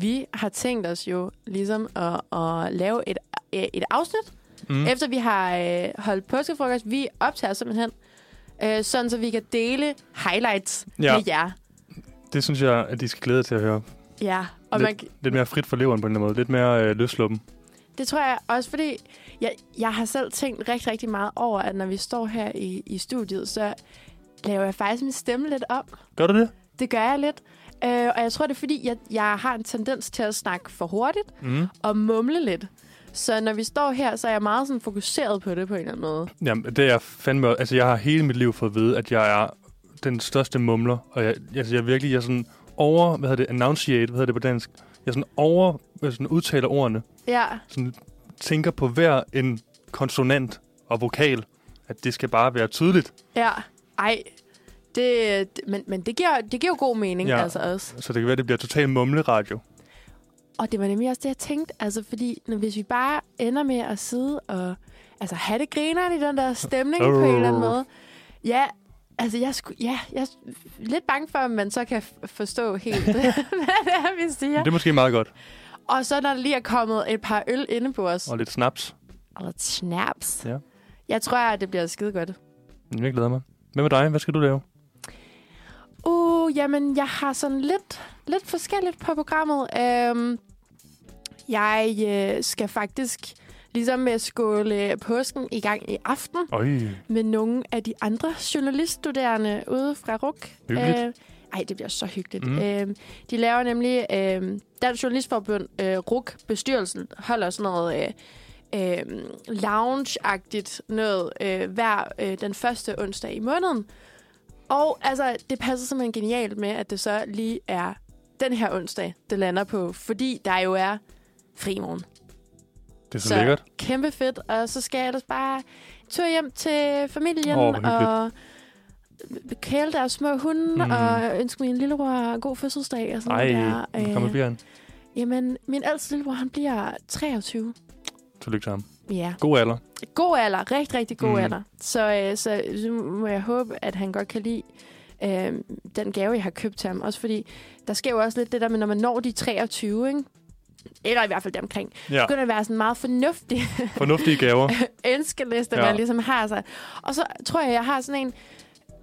Speaker 3: vi har tænkt os jo ligesom at, at lave et, øh, et afsnit,
Speaker 2: Mm.
Speaker 3: efter vi har øh, holdt påskefrokost, vi optager simpelthen, øh, sådan så vi kan dele highlights ja.
Speaker 2: Ja.
Speaker 3: med jer.
Speaker 2: Det synes jeg, at de skal glæde til at høre.
Speaker 3: Ja, og man,
Speaker 2: Lidt mere frit for leveren på en eller anden måde. Lidt mere øh, løsluppen.
Speaker 3: det tror jeg også, fordi jeg, jeg har selv tænkt rigtig, rigtig meget over, at når vi står her i, i studiet, så laver jeg faktisk min stemme lidt om.
Speaker 2: Gør du det?
Speaker 3: Det gør jeg lidt. Øh, og jeg tror, det er fordi, jeg, jeg har en tendens til at snakke for hurtigt
Speaker 2: Mm.
Speaker 3: og mumle lidt. Så når vi står her, så er jeg meget sådan fokuseret på det på en eller anden måde.
Speaker 2: Jamen, det er jeg fandme... Altså, jeg har hele mit liv fået at vide, at jeg er den største mumler. Og jeg, altså, jeg er virkelig... Jeg er sådan over... Hvad hedder det? Annunciate. Hvad hedder det på dansk? Jeg er sådan over... Jeg sådan udtaler ordene.
Speaker 3: Ja,
Speaker 2: Sådan tænker på hver en konsonant og vokal. At det skal bare være tydeligt.
Speaker 3: ja. Ej, det, det- men, men det giver, det giver jo god mening ja.
Speaker 2: Ja.
Speaker 3: altså også.
Speaker 2: Så det kan være, det bliver total mumleradio.
Speaker 3: Og det var nemlig også det, jeg tænkte. Altså, fordi når, hvis vi bare ender med at sidde og altså, have det grineren i den der stemning på en eller anden måde. Ja, altså, jeg, sku, ja, jeg er lidt bange for, at man så kan f- forstå helt, (laughs) hvad det er, vi
Speaker 2: Ja.
Speaker 3: siger.
Speaker 2: Det er måske meget godt.
Speaker 3: Og så når der lige er kommet et par øl inde på os.
Speaker 2: Og lidt snaps.
Speaker 3: Og lidt snaps.
Speaker 2: Ja.
Speaker 3: Jeg tror, at det bliver skide godt.
Speaker 2: Men Jeg glæder mig. Hvad med dig? Hvad skal du lave?
Speaker 3: Uh, jamen, jeg har sådan lidt, lidt forskelligt på programmet. Øhm, jeg øh, skal faktisk ligesom med skåle påsken i gang i aften
Speaker 2: Øj.
Speaker 3: med nogle af de andre journaliststuderende ude fra RUK.
Speaker 2: Hyggeligt.
Speaker 3: Øh, ej, det bliver så hyggeligt. Mm.
Speaker 2: Mm.
Speaker 3: Øh, de laver nemlig øh, Dansk Journalistforbund, øh, RUK, bestyrelsen, holder sådan noget... Øh, øh, lounge-agtigt noget øh, hver øh, den første onsdag i måneden. Og altså, det passer simpelthen genialt med, at det så lige er den her onsdag, det lander på, fordi der jo er fri i morgen.
Speaker 2: Det er så,
Speaker 3: Så-
Speaker 2: så lækkert.
Speaker 3: Kæmpe fedt, og så skal jeg ellers bare en tur hjem til familien
Speaker 2: Åh, hvor
Speaker 3: oh,
Speaker 2: hyggeligt.
Speaker 3: og kæle deres små hunde mm.
Speaker 2: Mm.
Speaker 3: og ønske min lillebror god fødselsdag og sådan
Speaker 2: Ej,
Speaker 3: noget der. Øh,
Speaker 2: kom med bjørn.
Speaker 3: jamen, min ældste lillebror, han bliver 23.
Speaker 2: Tillykke til ham.
Speaker 3: Ja.
Speaker 2: God alder.
Speaker 3: god alder, rigtig, rigtig god mm.
Speaker 2: Mm.
Speaker 3: alder. Så, øh, så så må jeg håbe, at han godt kan lide øh, den gave, jeg har købt til ham. Også fordi, der sker jo også lidt det der med, når man når de 23, ikke? eller i hvert fald deromkring,
Speaker 2: Ja,
Speaker 3: begynder at være sådan en meget fornuftig
Speaker 2: fornuftige
Speaker 3: (laughs)
Speaker 2: gaver.
Speaker 3: ønskeliste, ja.
Speaker 2: Ja.
Speaker 3: man ligesom har sig. Og så tror jeg, jeg har sådan en,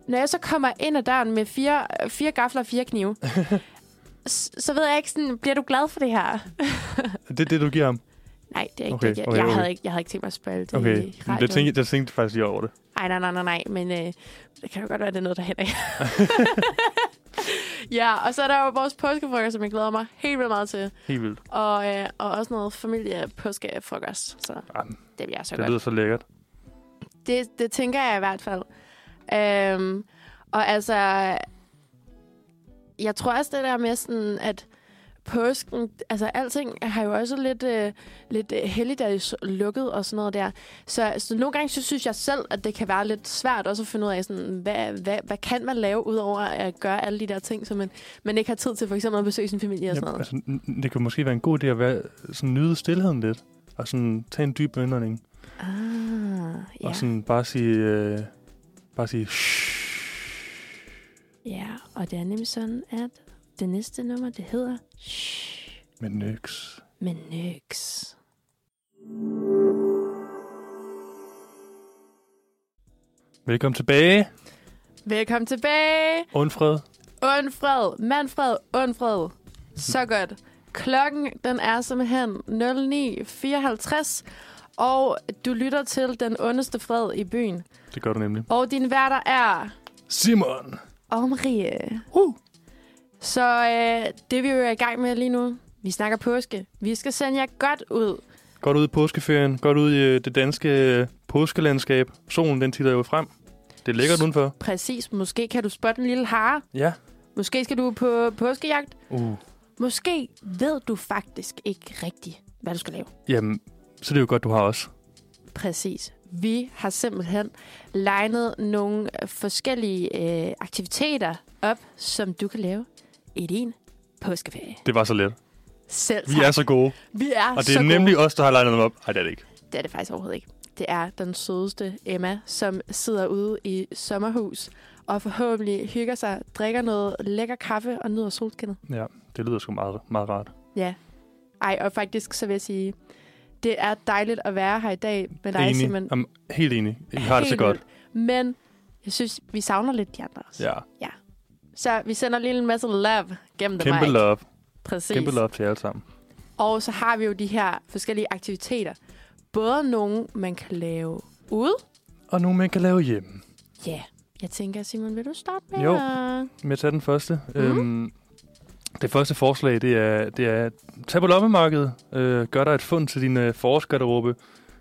Speaker 3: når jeg så kommer ind ad døren med fire, fire gafler og fire
Speaker 2: (laughs)
Speaker 3: knive, s- så ved jeg ikke sådan, bliver du glad for det her?
Speaker 2: Det er det, du giver ham.
Speaker 3: Nej, det er ikke
Speaker 2: Okay,
Speaker 3: det. Jeg,
Speaker 2: okay,
Speaker 3: jeg,
Speaker 2: okay.
Speaker 3: Havde ikke, jeg havde ikke tænkt mig at spørge det
Speaker 2: Okay,
Speaker 3: i
Speaker 2: Men jeg
Speaker 3: radioen.
Speaker 2: tænkte, jeg tænkte faktisk lige over det.
Speaker 3: Ej, nej, nej, nej, nej, men øh, det kan jo godt være, det er noget, der
Speaker 2: (laughs)
Speaker 3: hænder. ja, og så er der jo vores påskefrokost, som jeg glæder mig helt vildt meget til.
Speaker 2: Helt vildt.
Speaker 3: Og, øh, og også noget familiepåskefrokost, så
Speaker 2: Jamen,
Speaker 3: det bliver så
Speaker 2: det
Speaker 3: godt.
Speaker 2: lyder så lækkert.
Speaker 3: Det, det tænker jeg i hvert fald. Øhm, og altså, jeg tror også det der med sådan, at påsken, altså alting har jo også lidt, øh, lidt øh, helligdags lukket og sådan noget der. Så, så nogle gange så synes jeg selv, at det kan være lidt svært også at finde ud af, sådan, hvad, hvad, hvad kan man lave, udover at gøre alle de der ting, som man, man ikke har tid til, for eksempel at besøge sin familie og sådan noget.
Speaker 2: altså, n- n- det kan måske være en god idé at være, sådan, nyde stillheden lidt, og sådan, tage en dyb indånding,
Speaker 3: Ah, ja.
Speaker 2: og sådan bare sige, øh, bare sige, shh.
Speaker 3: ja, og det er nemlig sådan, at det næste nummer, det hedder Shh,
Speaker 2: med nyks.
Speaker 3: men nyks.
Speaker 2: Velkommen tilbage,
Speaker 3: Velkommen tilbage.
Speaker 2: Undfred.
Speaker 3: Undfred, Manfred, Undfred. Så godt. Klokken, den er simpelthen 09.54, og du lytter til Den Ondeste Fred i byen.
Speaker 2: Det gør du nemlig.
Speaker 3: Og din værter er...
Speaker 2: Simon!
Speaker 3: Og Marie.
Speaker 2: Uh.
Speaker 3: Så øh, det vi jo er i gang med lige nu, vi snakker påske. Vi skal sende jer godt ud.
Speaker 2: Godt ud i påskeferien, godt ud i øh, det danske øh, påskelandskab. Solen, den titter jo frem. Det er lækkert
Speaker 3: S-
Speaker 2: udenfor.
Speaker 3: Præcis, måske kan du spotte en lille hare.
Speaker 2: Ja.
Speaker 3: Måske skal du på påskejagt.
Speaker 2: Uh.
Speaker 3: Måske ved du faktisk ikke rigtigt, hvad du skal lave.
Speaker 2: Jamen, så er det jo godt, du har os.
Speaker 3: Præcis. Vi har simpelthen legnet nogle forskellige øh, aktiviteter op, som du kan lave i din påskeferie.
Speaker 2: Det var så let.
Speaker 3: Selv
Speaker 2: Vi
Speaker 3: tak.
Speaker 2: er så gode.
Speaker 3: Vi er
Speaker 2: Og det
Speaker 3: så
Speaker 2: er
Speaker 3: gode.
Speaker 2: nemlig os, der har legnet dem op. Nej, det er det ikke.
Speaker 3: Det er det faktisk overhovedet ikke. Det er den sødeste Emma, som sidder ude i sommerhus og forhåbentlig hygger sig, drikker noget lækker kaffe og nyder solskinnet.
Speaker 2: Ja, det lyder sgu meget, meget rart.
Speaker 3: Ja. Ej, og faktisk så vil jeg sige, det er dejligt at være her i dag med dig,
Speaker 2: enig.
Speaker 3: Simon.
Speaker 2: Jamen, helt enig. Jeg har det så
Speaker 3: Helt
Speaker 2: godt.
Speaker 3: vildt. Men jeg synes, vi savner lidt de andre også.
Speaker 2: Ja.
Speaker 3: Så vi sender lige en masse love gennem
Speaker 2: Kæmpe
Speaker 3: mic.
Speaker 2: love.
Speaker 3: Præcis.
Speaker 2: Kæmpe love til jer alle sammen.
Speaker 3: Og så har vi jo de her forskellige aktiviteter. Både nogle, man kan lave ude.
Speaker 2: Og nu man kan lave hjemme.
Speaker 3: Ja. Yeah. Jeg tænker, Simon, vil du starte med?
Speaker 2: Jo.
Speaker 3: at-
Speaker 2: med at tage den første.
Speaker 3: Mhm.
Speaker 2: Mm. Øhm, det første forslag, det er, det er tag på lommemarkedet. Øh, gør dig et fund til din øh, forårsgarderobe.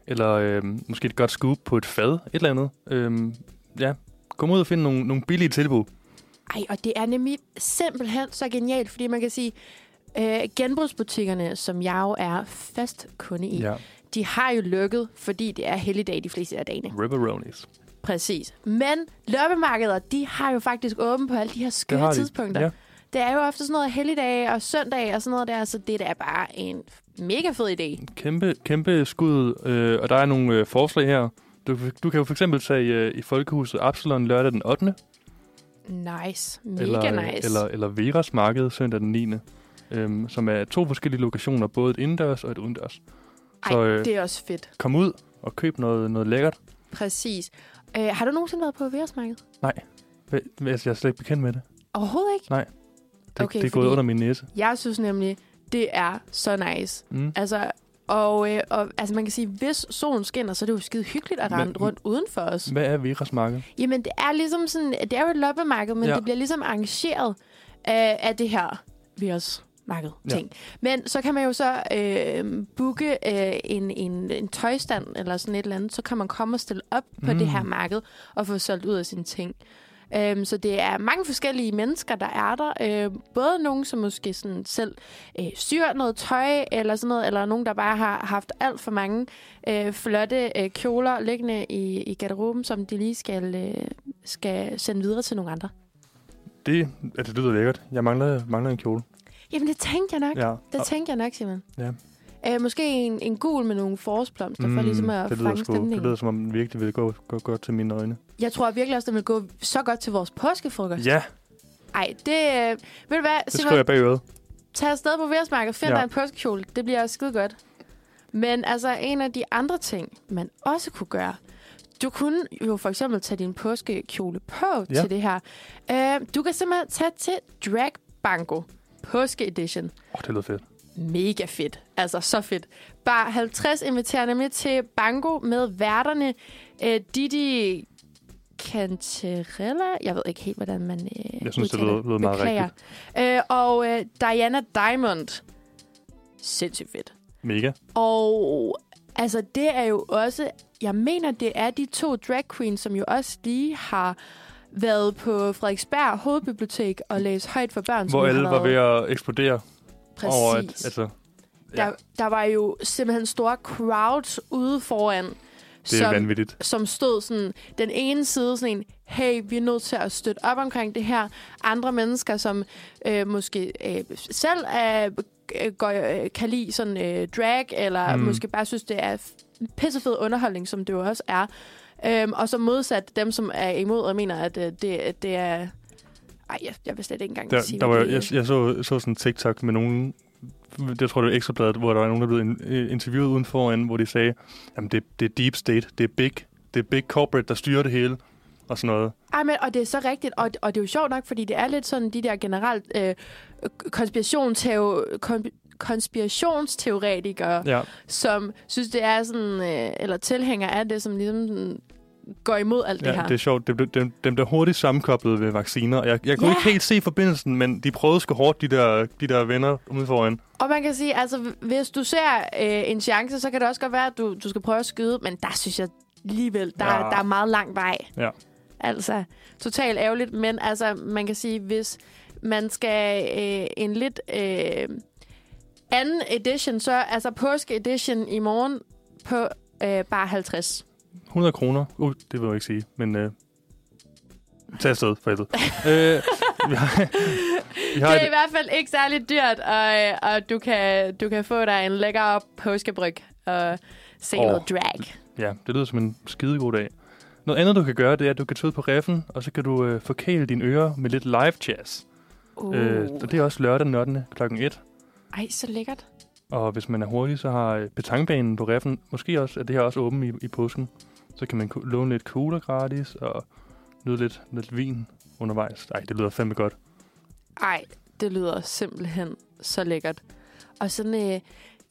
Speaker 2: Eller øh, måske et godt scoop på et fad, et eller andet. Øh, ja, kom ud og find nogle, nogle billige tilbud.
Speaker 3: Ej, og det er nemlig simpelthen så genialt, fordi man kan sige, øh, genbrugsbutikkerne, som jeg jo er fast kunde i, ja. de har jo lukket, fordi det er helligdag de fleste af dagene.
Speaker 2: Ripperonis.
Speaker 3: Præcis. Men loppemarkeder, de har jo faktisk åben på alle de her
Speaker 2: Det
Speaker 3: skøre
Speaker 2: har de.
Speaker 3: tidspunkter.
Speaker 2: Ja.
Speaker 3: Det er jo ofte sådan noget helligdag og søndag og sådan noget der, så det der er bare en mega fed idé.
Speaker 2: Kæmpe, kæmpe skud. Øh, og der er nogle øh, forslag her. Du, du kan jo for eksempel tage øh, i Folkehuset Absalon lørdag den 8.
Speaker 3: Nice. Mega
Speaker 2: eller, øh,
Speaker 3: nice.
Speaker 2: eller, eller Veras Marked søndag den 9. Øhm, som er to forskellige lokationer, både et indendørs og et udendørs.
Speaker 3: Ej,
Speaker 2: så, øh,
Speaker 3: det er også fedt.
Speaker 2: Kom ud og køb noget, noget lækkert.
Speaker 3: Præcis. Øh, har du nogensinde været på Væresmarkedet?
Speaker 2: Hva- Altså, jeg er slet ikke bekendt med det.
Speaker 3: Overhovedet ikke.
Speaker 2: Det,
Speaker 3: Okay,
Speaker 2: det er gået
Speaker 3: fordi-
Speaker 2: under min næse.
Speaker 3: Jeg synes nemlig, det er så nice.
Speaker 2: Mm.
Speaker 3: Altså, og, øh, og altså man kan sige, hvis solen skinner, så er det jo skide hyggeligt at
Speaker 2: Men-
Speaker 3: rende rundt udenfor os.
Speaker 2: Hvad er Veras Marked?
Speaker 3: Jamen, det er ligesom sådan, det er jo et loppemarked, men ja.
Speaker 2: Ja.
Speaker 3: det bliver ligesom arrangeret øh, af det her virusmarked ting. Ja. Men så kan man jo så øh, booke øh, en, en, en tøjstand eller sådan et eller andet, så kan man komme og stille op på mm.
Speaker 2: Mm.
Speaker 3: det her marked og få solgt ud af sine ting. Øhm, så det er mange forskellige mennesker, der er der. Øhm, både nogen, som måske sådan selv øh, syr noget tøj eller sådan noget, eller nogen, der bare har haft alt for mange øh, flotte øh, kjoler liggende i, i garderoben, som de lige skal, øh, skal sende videre til nogle andre.
Speaker 2: Det, ja, det lyder lækkert. Jeg mangler, mangler en kjole.
Speaker 3: Jamen, det tænkte jeg nok. Ja.
Speaker 2: Ja.
Speaker 3: Det
Speaker 2: og-
Speaker 3: tænkte jeg nok, Simon.
Speaker 2: Ja.
Speaker 3: Øh, måske en, en gul med nogle forårsblomster, mm, for ligesom at
Speaker 2: det lyder
Speaker 3: fange
Speaker 2: sgu- Det
Speaker 3: stemningen.
Speaker 2: lyder, som om den virkelig vil gå, gå godt til mine øjne.
Speaker 3: Jeg tror virkelig også, det vil gå så godt til vores påskefrokost.
Speaker 2: Ja,
Speaker 3: Ej, det... Øh, ved du hvad,
Speaker 2: det
Speaker 3: Simon?
Speaker 2: skriver jeg bag øret.
Speaker 3: Tag afsted på Værsmarkedet, find ja.
Speaker 2: Ja.
Speaker 3: dig en påskekjole. Det bliver også skide godt. Men altså, en af de andre ting, man også kunne gøre, du kunne jo for eksempel tage din påskekjole på ja.
Speaker 2: Ja.
Speaker 3: til det her. Øh, du kan simpelthen tage til Drag Bango Påske Edition.
Speaker 2: Åh, oh, det lyder fedt.
Speaker 3: Mega fedt. Altså, så fedt. Bare 50 inviterer nemlig til Bango med værterne øh, Didi Cantarella. Jeg ved ikke helt, hvordan man øh,
Speaker 2: Jeg synes, det
Speaker 3: udtaler
Speaker 2: lød, lød meget
Speaker 3: Beklager.
Speaker 2: rigtigt.
Speaker 3: Øh, og øh, Diana Diamond. Sindssygt fedt.
Speaker 2: Mega.
Speaker 3: Og altså, det er jo også... Jeg mener, det er de to drag queens, som jo også lige har været på Frederiksberg Hovedbibliotek og læst højt for børn. som
Speaker 2: Hvor
Speaker 3: jo har
Speaker 2: alle var
Speaker 3: været-
Speaker 2: ved at eksplodere.
Speaker 3: Præcis.
Speaker 2: over, at altså, ja,
Speaker 3: der, der var jo simpelthen store crowds ude foran,
Speaker 2: det er
Speaker 3: som,
Speaker 2: vanvittigt.
Speaker 3: som stod sådan, den ene side sådan en, hey, vi er nødt til at støtte op omkring det her. Andre mennesker, som øh, måske øh, selv er, øh, går, øh, kan lide sådan øh, drag, eller
Speaker 2: Mm.
Speaker 3: mm. måske bare synes, det er f- pissefed underholdning, som det jo også er. Øhm, og så modsat dem, som er imod og mener, at øh, det, det er... Ej, jeg, jeg vil slet ikke engang
Speaker 2: Der,
Speaker 3: sige,
Speaker 2: der var,
Speaker 3: hvad
Speaker 2: jeg,
Speaker 3: det er.
Speaker 2: jeg så, så sådan en TikTok med nogen, jeg tror det var Ekstrabladet, hvor der var nogen, der blev in, øh, interviewet uden foran, hvor de sagde, jamen det, det er deep state, det er big, det er big corporate, der styrer det hele, og sådan noget.
Speaker 3: Ej, men, og det er så rigtigt, og, og det er jo sjovt nok, fordi det er lidt sådan de der generelt øh, konspirationsteo, kon, konspirationsteoretikere, ja.
Speaker 2: Ja,
Speaker 3: som synes, det er sådan, øh, eller tilhængere af det, som ligesom sådan, går imod alt ja, det
Speaker 2: ja
Speaker 3: her.
Speaker 2: det er sjovt. Det blev, dem, dem der hurtigt sammenkoblet ved vacciner. Jeg, jeg kunne
Speaker 3: Ja.
Speaker 2: ikke helt se forbindelsen, men de prøvede sgu hårdt, de der, de der venner ude foran.
Speaker 3: Og man kan sige, altså, hvis du ser øh, en chance, så kan det også godt være, at du, du skal prøve at skyde, men der synes jeg alligevel, der,
Speaker 2: Ja.
Speaker 3: ja. der er meget lang vej.
Speaker 2: Ja.
Speaker 3: Altså, totalt ærgerligt, men altså, man kan sige, hvis man skal øh, en lidt øh, anden edition, så altså påske edition i morgen på øh, bare 50.
Speaker 2: 100 kroner. Uh, det vil jeg ikke sige, men... Øh, tag afsted, for helvede. øh, vi har, vi har
Speaker 3: Det er i
Speaker 2: et,
Speaker 3: hvert fald ikke særlig dyrt, og, øh, og du, kan, du kan få dig en lækker påskebryg og se
Speaker 2: Åh.
Speaker 3: oh. noget drag.
Speaker 2: (laughs) ja, det lyder som en skidegod dag. Noget andet, du kan gøre, det er, at du kan tage ud på reffen, og så kan du øh, forkæle dine ører med lidt live jazz.
Speaker 3: Uh.
Speaker 2: Uh. Øh, og det er også lørdag den 8. kl. 1.
Speaker 3: Ej, så lækkert.
Speaker 2: Og hvis man er hurtig, så har øh, betangbanen på reffen, måske også, at det her også åben i, i påsken. Så kan man ku- låne lidt kugler gratis og nyde lidt, lidt vin undervejs. Ej, det lyder fandme godt.
Speaker 3: Ej, det lyder simpelthen så lækkert. Og sådan, øh,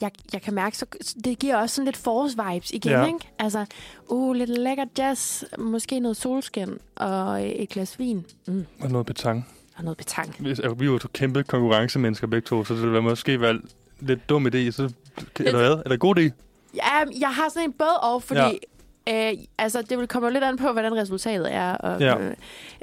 Speaker 3: jeg, jeg kan mærke, så det giver også sådan lidt forårs-vibes igen,
Speaker 2: Ja.
Speaker 3: ja. ikke? Altså, uh, lidt lækker jazz, måske noget solskin og øh, et glas vin. Mm,
Speaker 2: Og noget betang.
Speaker 3: og noget petang.
Speaker 2: Hvis, altså, vi er jo to kæmpe konkurrencemennesker begge to, så det ville måske være lidt dum idé. Så, eller hvad? Eller god idé?
Speaker 3: Ja, jeg har sådan en både og, fordi... Ja. Øh, altså, det vil komme lidt an på, hvordan resultatet er. Og,
Speaker 2: Ja.
Speaker 3: øh,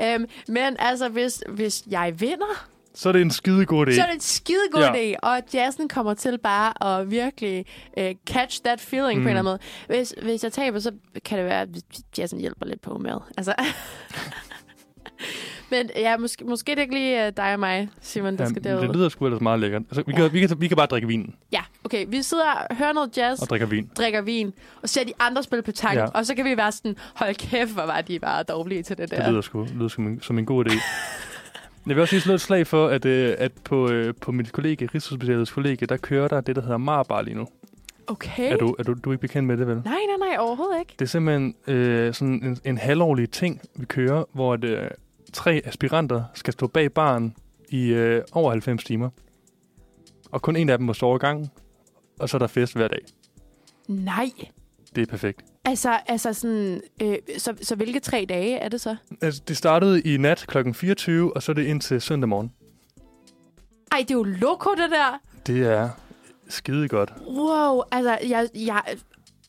Speaker 3: øh, men altså, hvis, hvis jeg vinder,
Speaker 2: Så er det en skide god idé.
Speaker 3: så er det en skide god
Speaker 2: Ja.
Speaker 3: ja. idé, og jazzen kommer til bare at virkelig øh, catch that feeling
Speaker 2: Mm.
Speaker 3: mm. på en eller anden måde. Hvis, hvis jeg taber, så kan det være, at jazzen hjælper lidt på humøret. Altså. (laughs) Men ja, måske, måske er det ikke lige øh, dig og mig, Simon, der ja, skal
Speaker 2: Ja, det
Speaker 3: derud.
Speaker 2: lyder sgu ellers meget lækkert. Altså, vi, kan,
Speaker 3: Ja.
Speaker 2: vi, kan, vi kan bare drikke vin
Speaker 3: Ja, okay. Vi sidder og hører noget jazz,
Speaker 2: og drikker vin.
Speaker 3: drikker vin, og ser de andre spille på tanken,
Speaker 2: Ja.
Speaker 3: ja. og så kan vi være sådan, hold kæft, hvor var de bare dårlige til det der.
Speaker 2: Det lyder sgu lyder som, en, som en god
Speaker 3: (laughs)
Speaker 2: idé. Jeg vil også lige slå et slag for, at, øh, at på, øh, på mit kollega, Rigshospitalets kollega, der kører der det, der hedder Marbar lige nu.
Speaker 3: Okay.
Speaker 2: Er, du, er du, du er ikke bekendt med det, vel?
Speaker 3: Nej, nej, nej, overhovedet ikke.
Speaker 2: Det er simpelthen øh, sådan en, en halvårlig ting, vi kører, hvor at, øh, tre aspiranter skal stå bag baren i øh, over 90 timer. Og kun en af dem må sove i gangen, og så er der fest hver dag.
Speaker 3: Nej.
Speaker 2: Det er perfekt.
Speaker 3: Altså, altså sådan, øh, så, så hvilke tre dage er det så?
Speaker 2: Altså, det startede i nat kl. 24, og så er det indtil søndag morgen.
Speaker 3: Ej, det er jo loko, det der.
Speaker 2: Det er skide godt.
Speaker 3: Wow, altså, jeg, jeg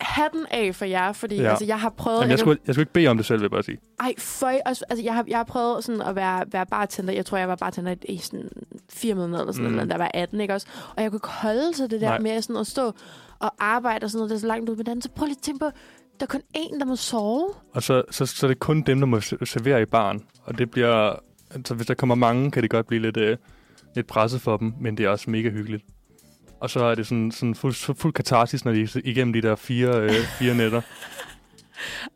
Speaker 3: hatten af for jer, fordi
Speaker 2: Ja.
Speaker 3: ja. altså, jeg har prøvet...
Speaker 2: Jamen, jeg, skulle, jeg skulle ikke bede om det selv, vil jeg bare sige.
Speaker 3: Ej, føj, også, altså, jeg har, jeg har prøvet sådan at være, være bartender. Jeg tror, jeg var bartender i, i sådan fire måneder eller sådan
Speaker 2: Mm.
Speaker 3: mm. noget, da jeg var 18, ikke også? Og jeg kunne ikke holde til det der
Speaker 2: Nej.
Speaker 3: Nej. med sådan at stå og arbejde og sådan noget, der er så langt ud med den. Så prøv lige at tænke på, der er kun én, der må sove.
Speaker 2: Og så, så, så er det kun dem, der må se- servere i baren. Og det bliver... Altså, hvis der kommer mange, kan det godt blive lidt, øh, lidt presset for dem, men det er også mega hyggeligt. Og så er det sådan, sådan fuld, så fuld katarsis, når de er igennem de der fire, øh, fire nætter.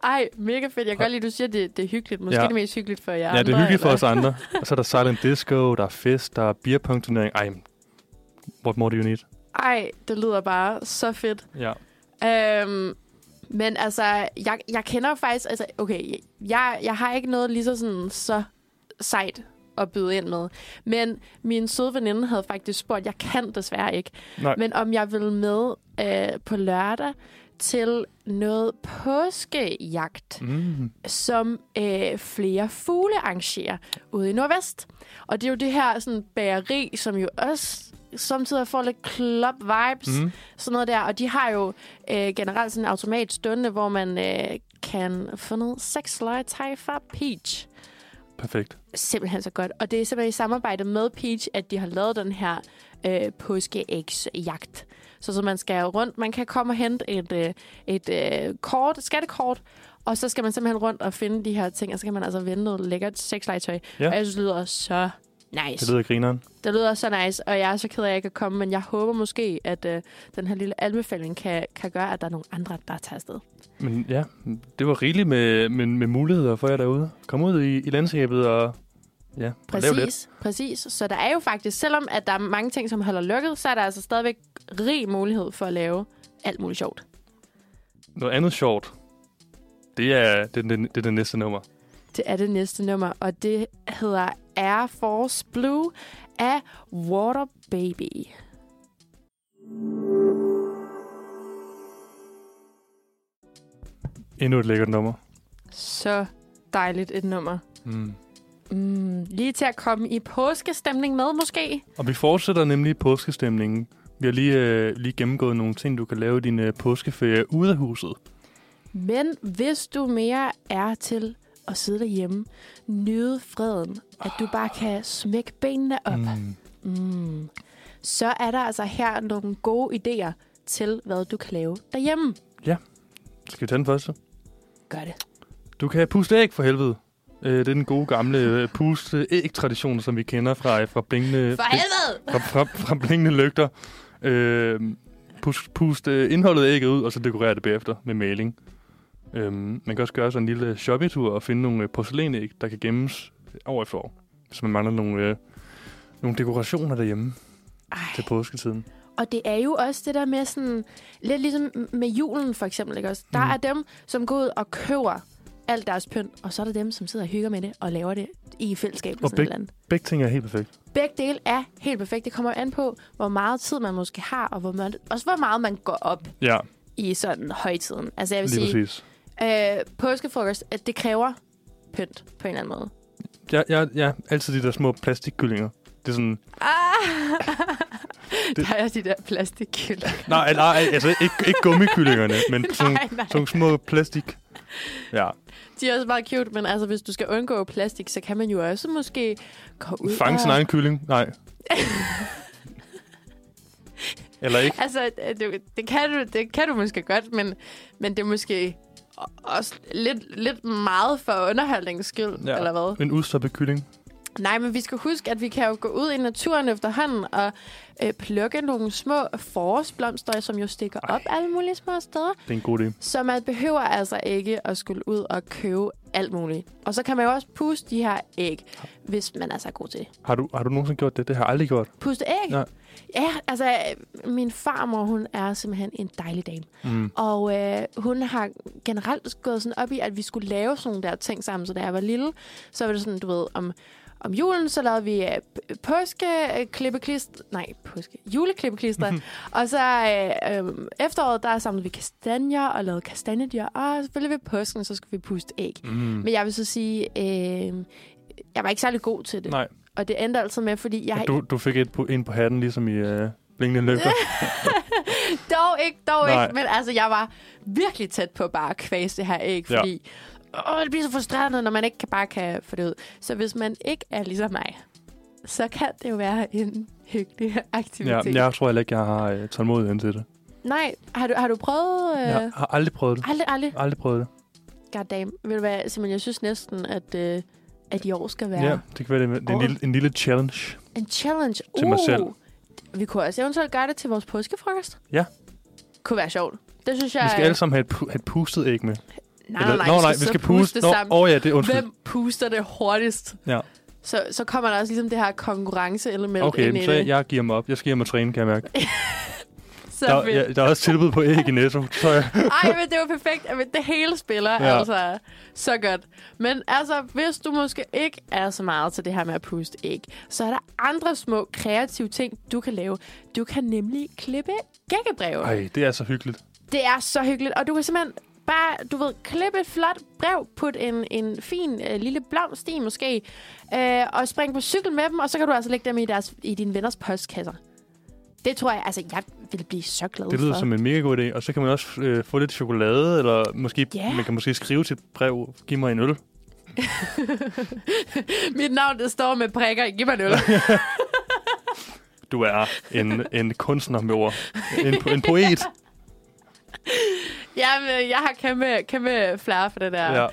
Speaker 3: Ej, mega fedt. Jeg kan godt lide, at du siger, at det, det er hyggeligt. Måske
Speaker 2: Ja.
Speaker 3: ja. det er mest hyggeligt for jer.
Speaker 2: Ja, det er
Speaker 3: andre,
Speaker 2: hyggeligt for
Speaker 3: eller-
Speaker 2: os andre. Og så er der silent disco, der er fest, der er beerpong-turnering. Ej, what more do you need?
Speaker 3: Ej, det lyder bare så fedt.
Speaker 2: Ja.
Speaker 3: Øhm, men altså, jeg, jeg kender jo faktisk... Altså, okay, jeg, jeg har ikke noget lige så, sådan, så sejt at byde ind med. Men min søde veninde havde faktisk spurgt, jeg kan desværre ikke,
Speaker 2: Nej, men,
Speaker 3: men om jeg ville med øh, på lørdag til noget påskejagt,
Speaker 2: mm,
Speaker 3: som øh, flere fugle arrangerer ude i Nordvest. Og det er jo det her sådan, bageri, som jo også samtidig får lidt club-vibes. Mm
Speaker 2: mm,
Speaker 3: sådan noget der. Og de har jo øh, generelt sådan en automat stående, hvor man øh, kan få noget seks løg thai fra peach.
Speaker 2: Perfekt.
Speaker 3: simpelthen så godt. Og det er simpelthen i samarbejde med Peach, at de har lavet den her øh, påskeægsjagt. Så, så man skal rundt, man kan komme og hente et, øh, et øh, kort, skattekort, og så skal man simpelthen rundt og finde de her ting, og så kan man altså vinde noget lækkert sexlegetøj.
Speaker 2: Ja.
Speaker 3: Ja. Og jeg synes, det lyder så nice.
Speaker 2: Det lyder grineren.
Speaker 3: Det lyder så nice, og jeg er så ked af, at jeg ikke kan komme, men jeg håber måske, at øh, den her lille anbefaling kan, kan gøre, at der er nogle andre, der tager afsted.
Speaker 2: Men ja, det var rigeligt med, med, med muligheder for jer derude. Kom ud i, i landskabet og, ja, og lav lidt.
Speaker 3: Præcis, præcis. Så der er jo faktisk, selvom at der er mange ting, som holder lukket, så er der altså stadigvæk rig mulighed for at lave alt muligt sjovt.
Speaker 2: Noget andet sjovt, det er det, det, det, er det næste nummer.
Speaker 3: Det er det næste nummer, og det hedder Air Force Blue af Water Baby.
Speaker 2: Endnu et lækkert nummer.
Speaker 3: Så dejligt et nummer.
Speaker 2: Mm.
Speaker 3: Mm, lige til at komme i påskestemning med, måske?
Speaker 2: Og vi fortsætter nemlig påskestemningen. Vi har lige, øh, lige gennemgået nogle ting, du kan lave i din øh, påskeferie ude af huset.
Speaker 3: Men hvis du mere er til at sidde derhjemme, nyde freden, at du bare kan smække benene op,
Speaker 2: Mm.
Speaker 3: mm. så er der altså her nogle gode idéer til, hvad du kan lave derhjemme.
Speaker 2: Skal vi tage den første?
Speaker 3: Gør det.
Speaker 2: Du kan puste æg for helvede. Øh, det er den gode gamle øh, puste æg-tradition, som vi kender fra, øh, fra blinkende...
Speaker 3: For helvede!
Speaker 2: fra, fra, fra blinkende lygter. Øh, pust, pust øh, indholdet af ægget ud, og så dekorere det bagefter med maling. Øh, man kan også gøre sådan en lille shoppetur og finde nogle øh, porcelæneæg, der kan gemmes over i for, hvis man mangler nogle, øh, nogle dekorationer derhjemme til
Speaker 3: Ej.
Speaker 2: påsketiden.
Speaker 3: Og det er jo også det der med sådan, lidt ligesom med julen for eksempel, ikke også? Der
Speaker 2: Mm.
Speaker 3: er dem, som går ud og køber alt deres pynt, og så er der dem, som sidder og hygger med det og laver det i fællesskab. eller
Speaker 2: Og
Speaker 3: sådan et
Speaker 2: beg-
Speaker 3: eller andet.
Speaker 2: Begge ting er helt perfekt.
Speaker 3: Begge dele er helt perfekt. Det kommer an på, hvor meget tid man måske har, og hvor man, også hvor meget man går op
Speaker 2: Ja,
Speaker 3: i sådan højtiden. Altså jeg vil
Speaker 2: lige
Speaker 3: sige,
Speaker 2: præcis.
Speaker 3: øh, påskefrokost, at det kræver pynt på en eller anden måde.
Speaker 2: Ja, ja, ja, altid de der små plastikkyllinger. Det er sådan...
Speaker 3: Ah!
Speaker 2: Det-
Speaker 3: Der er de der plastikkilder.
Speaker 2: Nej, nej altså ikke, ikke gummikyllingerne, men (laughs) sådan,
Speaker 3: nej, nej.
Speaker 2: sådan små plastik... Ja,
Speaker 3: De er også meget cute, men altså, hvis du skal undgå plastik, så kan man jo også måske gå ud
Speaker 2: Fange
Speaker 3: og...
Speaker 2: sin egen kylling?
Speaker 3: (laughs)
Speaker 2: Nej. Eller ikke?
Speaker 3: Altså, det, det, kan du, det kan du måske godt, men, men det er måske også lidt, lidt meget for underholdningens skyld,
Speaker 2: Ja.
Speaker 3: ja. eller hvad?
Speaker 2: En udstoppet kylling.
Speaker 3: Nej, men vi skal huske, at vi kan jo gå ud i naturen efterhånden og øh, plukke nogle små forårsblomster, som jo stikker op alle mulige små steder.
Speaker 2: Det er en god idé.
Speaker 3: Så man behøver altså ikke at skulle ud og købe alt muligt. Og så kan man jo også puste de her æg, hvis man altså er god til det.
Speaker 2: Har du, har du nogensinde gjort det? Det har jeg aldrig gjort.
Speaker 3: Puste æg?
Speaker 2: Nej.
Speaker 3: Ja, altså øh, min farmor, hun er simpelthen en dejlig dame.
Speaker 2: Mm.
Speaker 3: Og øh, hun har generelt gået sådan op i, at vi skulle lave sådan nogle der ting sammen. Så da jeg var lille, så var det sådan, du ved, om, om julen, så lavede vi øh, p- påske, øh, klippeklist, nej, påske,
Speaker 2: (laughs)
Speaker 3: juleklippeklisteret. og så øh, øh, efteråret, der samlede vi kastanjer og lavede kastanjedyr. Og selvfølgelig ved påsken, så skulle vi puste æg.
Speaker 2: Mm.
Speaker 3: Men jeg vil så sige, øh, jeg var ikke særlig god til det.
Speaker 2: Nej.
Speaker 3: Og det endte altid med, fordi jeg...
Speaker 2: Og Du, du fik et på, en på hatten, ligesom i øh, Blinkende
Speaker 3: (laughs)
Speaker 2: Lygter.
Speaker 3: dog ikke, dog
Speaker 2: Nej.
Speaker 3: Nej. ikke. Men altså, jeg var virkelig tæt på bare at kvæse det her æg,
Speaker 2: Ja.
Speaker 3: fordi åh, det bliver så frustrerende, når man ikke kan bare kan få det ud. Så hvis man ikke er ligesom mig, så kan det jo være en hyggelig
Speaker 2: ja,
Speaker 3: aktivitet.
Speaker 2: men jeg tror heller ikke, jeg har øh, tålmodighed til det.
Speaker 3: Nej, har du, har du prøvet... Øh,
Speaker 2: Jeg har aldrig prøvet det.
Speaker 3: Aldrig, aldrig.
Speaker 2: Aldrig prøvet det.
Speaker 3: Goddamn. Ved du hvad, Simon, jeg synes næsten, at, øh, at i år skal være
Speaker 2: Ja, det kan være, det, er- det er en,
Speaker 3: Åh.
Speaker 2: lille, en lille challenge.
Speaker 3: en challenge. Uh!
Speaker 2: Til mig selv.
Speaker 3: Vi kunne også eventuelt gøre det til vores påskefrokost.
Speaker 2: Ja.
Speaker 3: Kunne være sjovt. Det synes jeg...
Speaker 2: Vi skal alle sammen have et, pu- have et pustet æg med.
Speaker 3: Nej, nej, nej, vi skal,
Speaker 2: nej, vi
Speaker 3: sidde
Speaker 2: skal
Speaker 3: og puste
Speaker 2: puste.
Speaker 3: det
Speaker 2: Nå,
Speaker 3: sammen.
Speaker 2: Åh oh, ja, det er undskyld.
Speaker 3: Hvem puster det hurtigst?
Speaker 2: Ja.
Speaker 3: Så, så kommer der også ligesom det her konkurrenceelement ind
Speaker 2: Okay,
Speaker 3: i
Speaker 2: så
Speaker 3: det.
Speaker 2: jeg, jeg giver mig op. Jeg skal hjem og træne, kan jeg mærke.
Speaker 3: Så
Speaker 2: Der,
Speaker 3: fedt.
Speaker 2: ja, der er også tilbud på æg i Netto. Så jeg,
Speaker 3: Ej, men det var perfekt. Men det hele spiller,
Speaker 2: Ja.
Speaker 3: ja. altså. Så godt. Men altså, hvis du måske ikke er så meget til det her med at puste æg, så er der andre små kreative ting, du kan lave. Du kan nemlig klippe gækkebreve.
Speaker 2: Ej, det er så hyggeligt.
Speaker 3: Det er så hyggeligt, og du kan simpelthen bare, du ved, klippe et flot brev, putte en, en fin øh, lille blomst i måske, øh, og springe på cykel med dem, og så kan du altså lægge dem i, deres, i dine venners postkasser. Det tror jeg, altså, jeg ville blive så glad
Speaker 2: Det lyder
Speaker 3: for.
Speaker 2: som en mega god idé. Og så kan man også øh, få lidt chokolade, eller måske,
Speaker 3: Ja.
Speaker 2: man kan måske skrive til et brev, giv mig en øl.
Speaker 3: (laughs) Mit navn, det står med prikker. Giv mig en
Speaker 2: (laughs)
Speaker 3: øl.
Speaker 2: Du er en, en kunstner med ord. En, en poet.
Speaker 3: Jamen, jeg har kæmpe, kæmpe flere for det der.
Speaker 2: Ja.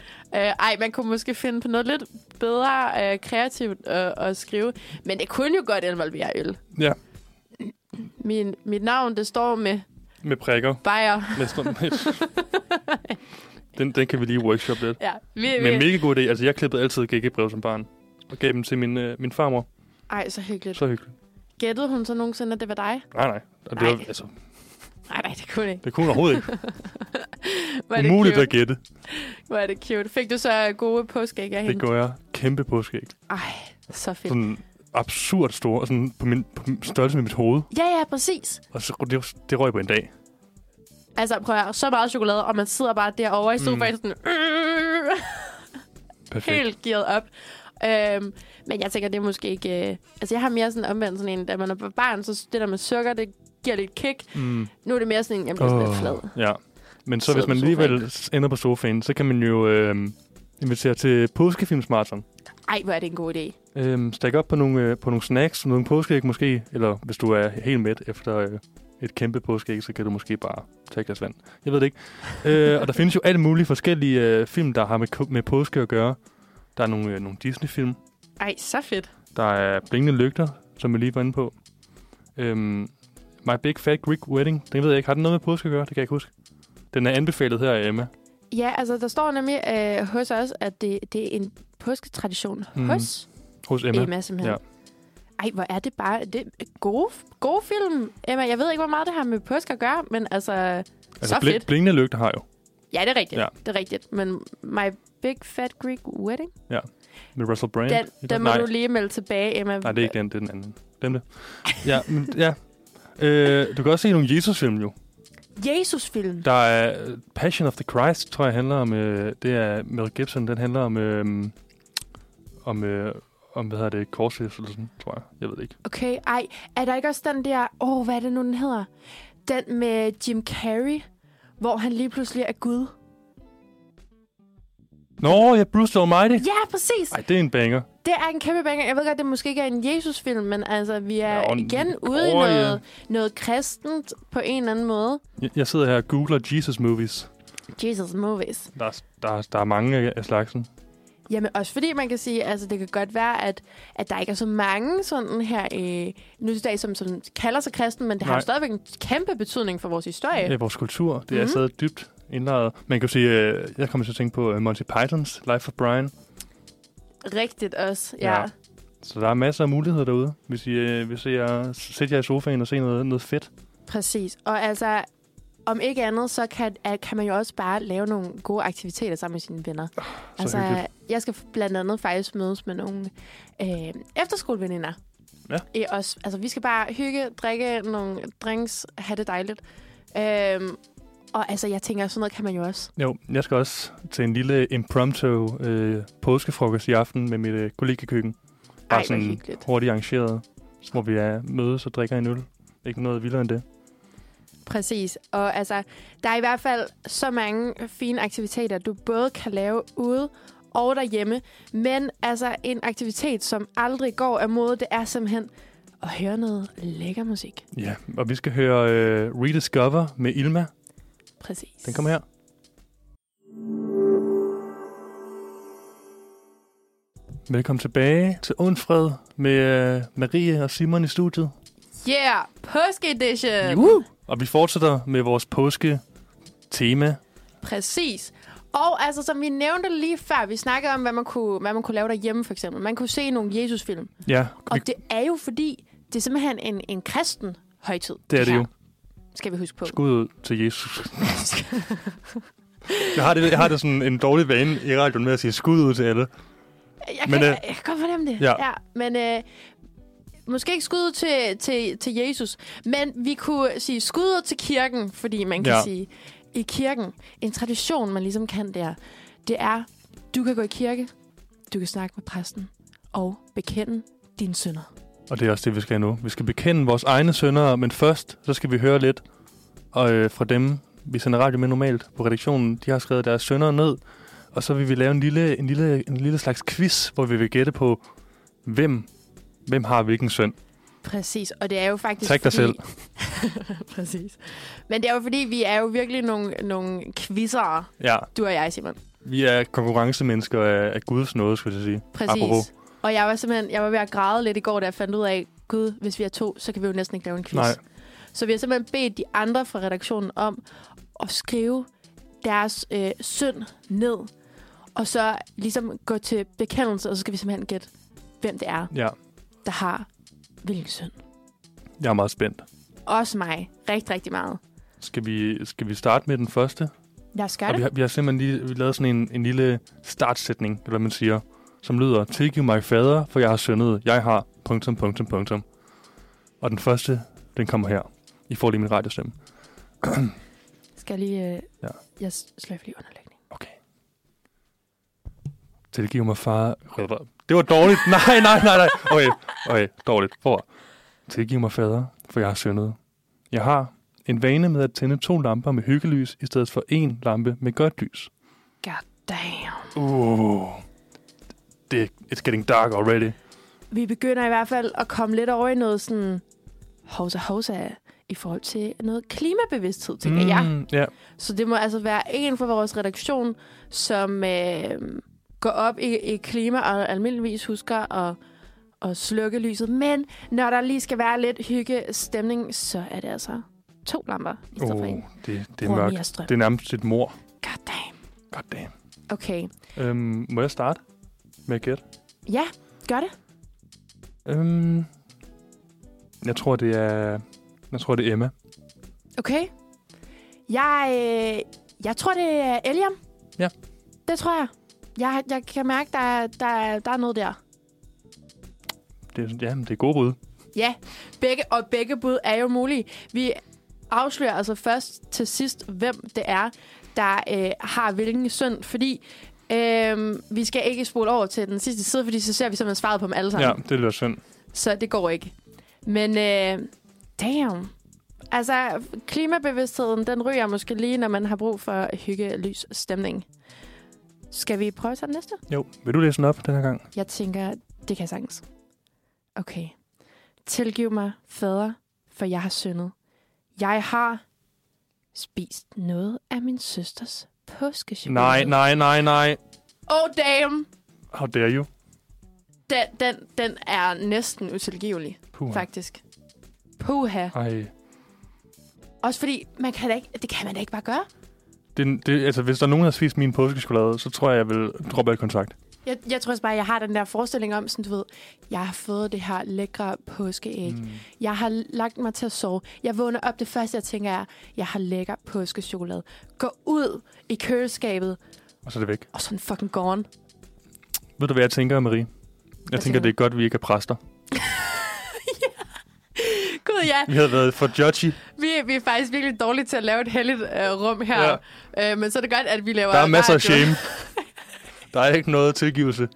Speaker 3: Øh, ej, man kunne måske finde på noget lidt bedre øh, kreativt øh, at skrive. Men det kunne jo godt involvere øl.
Speaker 2: ja.
Speaker 3: Min, mit navn, det står med
Speaker 2: Med prikker.
Speaker 3: bajer.
Speaker 2: Med sådan- den, den kan vi lige workshop lidt.
Speaker 3: Ja, vi,
Speaker 2: Men
Speaker 3: vi.
Speaker 2: mega god idé. Altså, jeg klippede altid gækkebrev som barn. Og gav dem til min, øh, min farmor.
Speaker 3: Ej, så hyggeligt.
Speaker 2: Så hyggeligt.
Speaker 3: Gættede hun så nogensinde, at det var dig?
Speaker 2: Nej, nej. Og det, var,
Speaker 3: Nej.
Speaker 2: altså,
Speaker 3: Nej, nej, det kunne hun ikke. (laughs)
Speaker 2: det kunne hun overhovedet ikke.
Speaker 3: Hvor er det
Speaker 2: Umuligt at
Speaker 3: cute.
Speaker 2: gætte.
Speaker 3: Hvor er det cute. Fik du så gode påskæg af
Speaker 2: Det
Speaker 3: hende?
Speaker 2: gør jeg kæmpe påskæg.
Speaker 3: Ej, så fedt.
Speaker 2: Sådan absurd store. Sådan på min på min- størrelse med mit hoved.
Speaker 3: Ja, ja, præcis.
Speaker 2: Og så, det, det røg på en dag.
Speaker 3: Altså, prøv at høre, så meget chokolade, og man sidder bare derovre i sofaen, mm. sådan, øh,
Speaker 2: Perfekt.
Speaker 3: helt gearet op. Øhm, men jeg tænker, det er måske ikke... Øh, altså, jeg har mere sådan omvendt sådan en, da man er barn, så det der med sukker, det giver lidt kick.
Speaker 2: Mm.
Speaker 3: Nu er det mere sådan en, jeg bliver oh. sådan lidt flad.
Speaker 2: Ja. Men så
Speaker 3: Sidder
Speaker 2: hvis man
Speaker 3: på sofaen.
Speaker 2: alligevel ender på sofaen, så kan man jo øh, invitere til påskefilmsmarathon.
Speaker 3: Ej, hvor er det en god idé.
Speaker 2: Øh, stak op på nogle, øh, på nogle snacks, nogle påskeæg måske, eller hvis du er helt mæt efter øh, et kæmpe påskeæg, så kan du måske bare tage et glas vand. Jeg ved det ikke. øh, og der findes jo alle mulige forskellige øh, film, der har med, ko- med påske at gøre. Der er nogle, øh, nogle Disney-film,
Speaker 3: Ej, så fedt.
Speaker 2: der er Blinkende Lygter, som vi lige var inde på. Øhm, My Big Fat Greek Wedding, den ved jeg ikke, har den noget med påske at gøre? Det kan jeg ikke huske. Den er anbefalet her af Emma.
Speaker 3: Ja, altså, der står nemlig øh, hos os, at det, det er en påsketradition
Speaker 2: Mm.
Speaker 3: mm. hos
Speaker 2: Hos
Speaker 3: Emma,
Speaker 2: Emma.
Speaker 3: Emma simpelthen.
Speaker 2: Ja.
Speaker 3: Ja. Ej, hvor er det bare... Det er gode, gode film, Emma. Jeg ved ikke, hvor meget det har med påske at gøre, men altså...
Speaker 2: altså,
Speaker 3: så fedt.
Speaker 2: Blinkende Lygter har jo
Speaker 3: Ja, det er rigtigt.
Speaker 2: Ja.
Speaker 3: Ja. Det er rigtigt. Men My Big Fat Greek Wedding,
Speaker 2: med Russell Brand.
Speaker 3: den, den må
Speaker 2: Nej.
Speaker 3: du lige melde tilbage, Emma.
Speaker 2: Nej, det er ikke den, det er den anden. Dem der. Ja, men, ja. Øh, du kan også se nogle Jesus-film jo.
Speaker 3: Jesus-film.
Speaker 2: Der er øh, Passion of the Christ, tror jeg, handler om... Øh, det er Mel Gibson, den handler om... Øh, om, øh, om, hvad hedder det, korsfæstelsen, tror jeg. Jeg ved det ikke.
Speaker 3: Okay, ej. Er der ikke også den der... Åh, oh, hvad er det nu, den hedder? Den med Jim Carrey, hvor han lige pludselig er Gud.
Speaker 2: Nå, ja, Bruce the Almighty.
Speaker 3: Ja, præcis.
Speaker 2: Nej, det er en banger.
Speaker 3: Det er en kæmpe banger. Jeg ved godt, det måske ikke er en Jesus-film, men altså, vi er
Speaker 2: Ja, og-
Speaker 3: igen ude i
Speaker 2: Åh, ja.
Speaker 3: noget, noget kristent på en eller anden måde.
Speaker 2: øh, Jeg, jeg sidder her og googler Jesus movies.
Speaker 3: Jesus movies.
Speaker 2: Der er, der, er- der er mange af- af slagsen.
Speaker 3: Jamen, også fordi man kan sige, altså det kan godt være, at, at der ikke er så mange sådan her øh, nu til dag, som, som kalder sig kristen, men det har
Speaker 2: Nej.
Speaker 3: jo stadigvæk en kæmpe betydning for vores historie.
Speaker 2: Ja, vores kultur, det er
Speaker 3: Mhm.
Speaker 2: stadig dybt indlejret. Man kan jo sige, øh, jeg kommer til at tænke på øh, Monty Pythons Life of Brian.
Speaker 3: Rigtigt også, ja.
Speaker 2: Ja. Så der er masser af muligheder derude, hvis I, øh, hvis I er, sætter jer i sofaen og ser noget, noget fedt.
Speaker 3: Præcis. Og altså, om ikke andet, så kan, at- kan man jo også bare lave nogle gode aktiviteter sammen med sine venner. Så altså,
Speaker 2: Ah, hyggeligt.
Speaker 3: jeg skal blandt andet faktisk mødes med nogle øh, efterskoleveninder.
Speaker 2: Ja.
Speaker 3: I os, altså, vi skal bare hygge, drikke nogle drinks, have det dejligt. Øhm, og altså, jeg tænker, sådan noget kan man jo også.
Speaker 2: Jo, jeg skal også til en lille impromptu øh, påskefrokost i aften med mit øh, kollegekøkken.
Speaker 3: Ej,
Speaker 2: Bare
Speaker 3: hvor
Speaker 2: sådan
Speaker 3: hyggeligt.
Speaker 2: hurtigt arrangeret, hvor vi er mødes og drikker en øl. Ikke noget vildere end det.
Speaker 3: Præcis. Og altså, der er i hvert fald så mange fine aktiviteter, du både kan lave ude og derhjemme. Men altså, en aktivitet, som aldrig går af mode, det er simpelthen at høre noget lækker musik.
Speaker 2: Ja, og vi skal høre øh, Rediscover med Ilma.
Speaker 3: Præcis.
Speaker 2: Den kommer her. Velkommen tilbage til Undfred med øh, Marie og Simon i studiet.
Speaker 3: Yeah! Påske edition!
Speaker 2: Juhu! Og vi fortsætter med vores påske-tema.
Speaker 3: Præcis. Og altså, som vi nævnte lige før, vi snakkede om, hvad man kunne, hvad man kunne lave derhjemme, for eksempel. Man kunne se nogle Jesusfilm.
Speaker 2: Ja, vi,
Speaker 3: Og det er jo fordi, det er simpelthen en, en kristen højtid.
Speaker 2: det er det
Speaker 3: her,
Speaker 2: jo.
Speaker 3: Skal vi huske på.
Speaker 2: Skud ud til Jesus. (laughs) jeg, har det, jeg har det sådan en dårlig vane i radioen med at sige skud ud til alle.
Speaker 3: Jeg,
Speaker 2: Men,
Speaker 3: men, kan,
Speaker 2: øh,
Speaker 3: øh, jeg kan godt fornemme det.
Speaker 2: ja.
Speaker 3: Ja. ja men øh, måske ikke skud ud til, til, til Jesus, men vi kunne sige skud ud til kirken, fordi man kan
Speaker 2: Ja.
Speaker 3: ja. sige, i kirken, en tradition, man ligesom kan der, det er, du kan gå i kirke, du kan snakke med præsten og bekende dine synder.
Speaker 2: Og det er også det, vi skal nu. Vi skal bekende vores egne syndere, men først så skal vi høre lidt og, øh, fra dem, vi sender radio med normalt på redaktionen. De har skrevet deres syndere ned, Og så vil vi lave en lille, en lille, en lille slags quiz, hvor vi vil gætte på, hvem, hvem har hvilken søn.
Speaker 3: Præcis, og det er jo faktisk...
Speaker 2: Træk dig selv.
Speaker 3: (laughs) Præcis. Men det er jo fordi, vi er jo virkelig nogle, nogle quizzere,
Speaker 2: Ja,
Speaker 3: du og jeg, Simon.
Speaker 2: vi er konkurrencemennesker af, af guds nåde, skulle jeg sige.
Speaker 3: Præcis.
Speaker 2: Apropos.
Speaker 3: Og jeg var simpelthen, jeg var ved at græde lidt i går, da jeg fandt ud af, gud, hvis vi er to, så kan vi jo næsten ikke lave en quiz.
Speaker 2: Nej.
Speaker 3: Så vi har simpelthen bedt de andre fra redaktionen om at skrive deres øh, synd ned, og så ligesom gå til bekendelse, og så skal vi simpelthen gætte, hvem det er,
Speaker 2: Ja,
Speaker 3: der har hvilken synd.
Speaker 2: jeg er meget spændt.
Speaker 3: Også mig. Rigtig, rigtig meget.
Speaker 2: Skal vi, skal vi starte med den første?
Speaker 3: Jeg skal
Speaker 2: Og vi
Speaker 3: det.
Speaker 2: har, vi har simpelthen lige vi lavet sådan en, en lille startsætning, eller hvad man siger, som lyder, Tilgiv mig fader, for jeg har syndet. Jeg har... Punktum, punktum, punktum. Og den første, den kommer her. I får lige min radiostemme.
Speaker 3: Skal jeg lige... Øh,
Speaker 2: Ja.
Speaker 3: ja. Jeg s- sløjfer lige underlægning.
Speaker 2: Okay. Tilgiv mig far... Det var dårligt. (laughs) Nej, nej, nej, nej. Okay, okay dårligt. For. Tilgiv mig fader, for jeg har syndet. Jeg har en vane med at tænde to lamper med hyggelys, i stedet for én lampe med godt lys.
Speaker 3: God damn.
Speaker 2: Uh. Det, it's getting dark already.
Speaker 3: Vi begynder i hvert fald at komme lidt over i noget sådan... Hovsa, hovsa i forhold til noget klimabevidsthed, tænker mm. jeg.
Speaker 2: Ja.
Speaker 3: Så det må altså være en fra vores redaktion, som øh, går op i, i klima og almindeligvis husker at, at slukke lyset. Men når der lige skal være lidt hygge stemning, så er det altså to lamper i stedet for
Speaker 2: Uh,
Speaker 3: en.
Speaker 2: det, det er
Speaker 3: Bruger
Speaker 2: mørkt.
Speaker 3: mere strøm.
Speaker 2: Det er nærmest et mor.
Speaker 3: God damn.
Speaker 2: God damn.
Speaker 3: Okay.
Speaker 2: Øhm, må jeg starte med at gætte?
Speaker 3: Ja, gør det.
Speaker 2: Øhm, jeg tror, det er... Jeg tror, det er Emma.
Speaker 3: Okay. Jeg, øh, jeg tror, det er Eliam.
Speaker 2: Ja.
Speaker 3: Det tror jeg. Jeg, jeg kan mærke, der, er- der, er- der er noget der.
Speaker 2: Det, ja, det er gode bud.
Speaker 3: Ja, begge, og begge bud er jo mulige. Vi afslører altså først til sidst, hvem det er, der øh, har hvilken synd, fordi øh, vi skal ikke spole over til den sidste side, fordi så ser vi simpelthen svaret på dem alle sammen.
Speaker 2: Ja, det lyder synd.
Speaker 3: Så det går ikke. Men øh, damn. Altså, klimabevidstheden, den ryger måske lige, når man har brug for hygge, lys stemning. Skal vi prøve at tage den næste?
Speaker 2: Jo, vil du læse den op den her gang?
Speaker 3: Jeg tænker, det kan jeg sagtens. Okay. Tilgiv mig, fader, for jeg har syndet. Jeg har spist noget af min søsters påskechokolade.
Speaker 2: Nej, nej, nej, nej.
Speaker 3: Oh damn!
Speaker 2: How dare you?
Speaker 3: Den, den, den er næsten utilgivelig,
Speaker 2: Puh.
Speaker 3: faktisk. Puha.
Speaker 2: Ej.
Speaker 3: Også fordi, man kan da ikke, det kan man da ikke bare gøre.
Speaker 2: Det, det, altså, hvis der er nogen, der har spist min påskechokolade, så tror jeg, jeg vil droppe alt kontakt.
Speaker 3: Jeg, jeg tror også bare, jeg har den der forestilling om, sådan du ved, jeg har fået det her lækre påskeæg. Mm. Jeg har lagt mig til at sove. Jeg vågner op det første, jeg tænker er, jeg har lækker påskechokolade. Gå ud i køleskabet,
Speaker 2: Og så er det væk.
Speaker 3: og sådan fucking gone. (laughs)
Speaker 2: Ved du, hvad jeg tænker, Marie? Jeg tænker,
Speaker 3: tænker
Speaker 2: det er godt, vi ikke er præster.
Speaker 3: Gud ja,
Speaker 2: Vi havde været for
Speaker 3: (laughs)
Speaker 2: judgy.
Speaker 3: vi, vi er faktisk virkelig dårlige til at lave et heldigt øh, rum her. Ja. Øh, men så er det godt, at vi laver
Speaker 2: Der er masser af
Speaker 3: radio.
Speaker 2: shame. Der er ikke noget tilgivelse.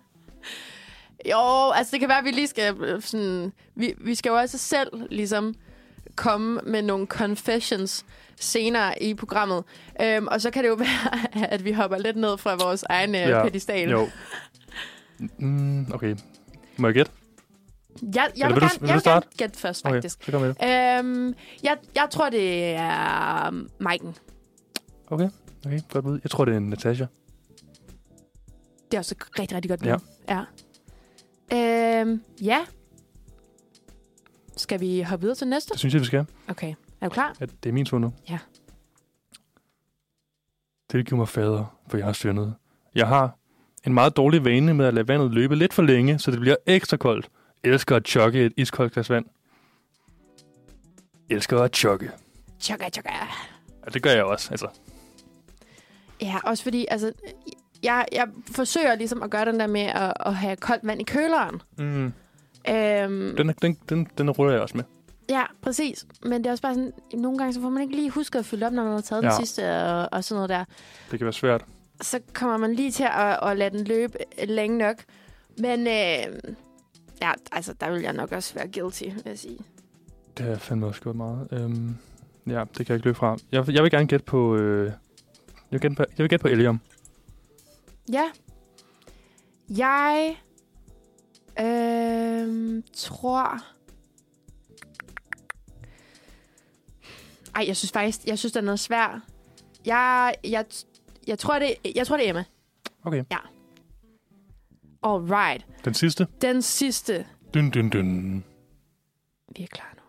Speaker 3: Jo, altså det kan være, at vi lige skal øh, sådan... Vi, vi skal jo også selv ligesom komme med nogle confessions senere i programmet. Øhm, og så kan det jo (laughs) være, at vi hopper lidt ned fra vores egen
Speaker 2: Ja,
Speaker 3: ja. pedestal.
Speaker 2: Jo. Mm, okay. Må jeg gætte?
Speaker 3: Jeg,
Speaker 2: Eller
Speaker 3: jeg vil,
Speaker 2: vil du-
Speaker 3: gerne,
Speaker 2: vil
Speaker 3: jeg
Speaker 2: du
Speaker 3: vil
Speaker 2: starte?
Speaker 3: gerne gætte først,
Speaker 2: Okay,
Speaker 3: faktisk.
Speaker 2: så kom med.
Speaker 3: Okay. Øhm, jeg, jeg tror, det er Maiken.
Speaker 2: Okay, okay, godt ud. Jeg tror, det er Natasha.
Speaker 3: Det er også et rigtig, rigtig godt.
Speaker 2: Ja.
Speaker 3: bud. ja. Øhm, ja. Skal vi hoppe videre til næste?
Speaker 2: Det synes jeg, vi skal.
Speaker 3: Okay. Er du klar?
Speaker 2: Ja, det er min tur nu.
Speaker 3: Ja.
Speaker 2: Tilgiv mig, fader, for jeg har syndet. Jeg har en meget dårlig vane med at lade vandet løbe lidt for længe, så det bliver ekstra koldt. Elsker at chokke et iskoldt glas vand. Elsker at chokke.
Speaker 3: Chugga, chugga.
Speaker 2: Ja, det gør jeg også, altså.
Speaker 3: Ja, også fordi, altså, jeg, jeg forsøger ligesom at gøre den der med at, at have koldt vand i køleren.
Speaker 2: Mm.
Speaker 3: Øhm,
Speaker 2: Den, den, den, den ruller jeg også med.
Speaker 3: ja, præcis. Men det er også bare sådan, nogle gange så får man ikke lige husket at fylde op, når man har taget ja.
Speaker 2: Ja.
Speaker 3: den sidste og, og sådan noget der.
Speaker 2: Det kan være svært.
Speaker 3: Så kommer man lige til at, at lade den løbe længe nok. Men øh, ja, altså, der vil jeg nok også være guilty, vil jeg sige.
Speaker 2: Det har jeg fandme også gået meget. Øhm, ja, det kan jeg ikke løbe fra. Jeg, jeg vil gerne gætte på... Øh, jeg vil gætte på, jeg vil gætte på Elium.
Speaker 3: Ja. Jeg øhm, tror... Ej, jeg synes faktisk, jeg synes, den er noget svært. Jeg, jeg, jeg, tror, det, jeg tror, det er Emma.
Speaker 2: Okay.
Speaker 3: Alright.
Speaker 2: Den sidste.
Speaker 3: Den sidste.
Speaker 2: Dyn, dyn, dyn.
Speaker 3: Vi er klar nu.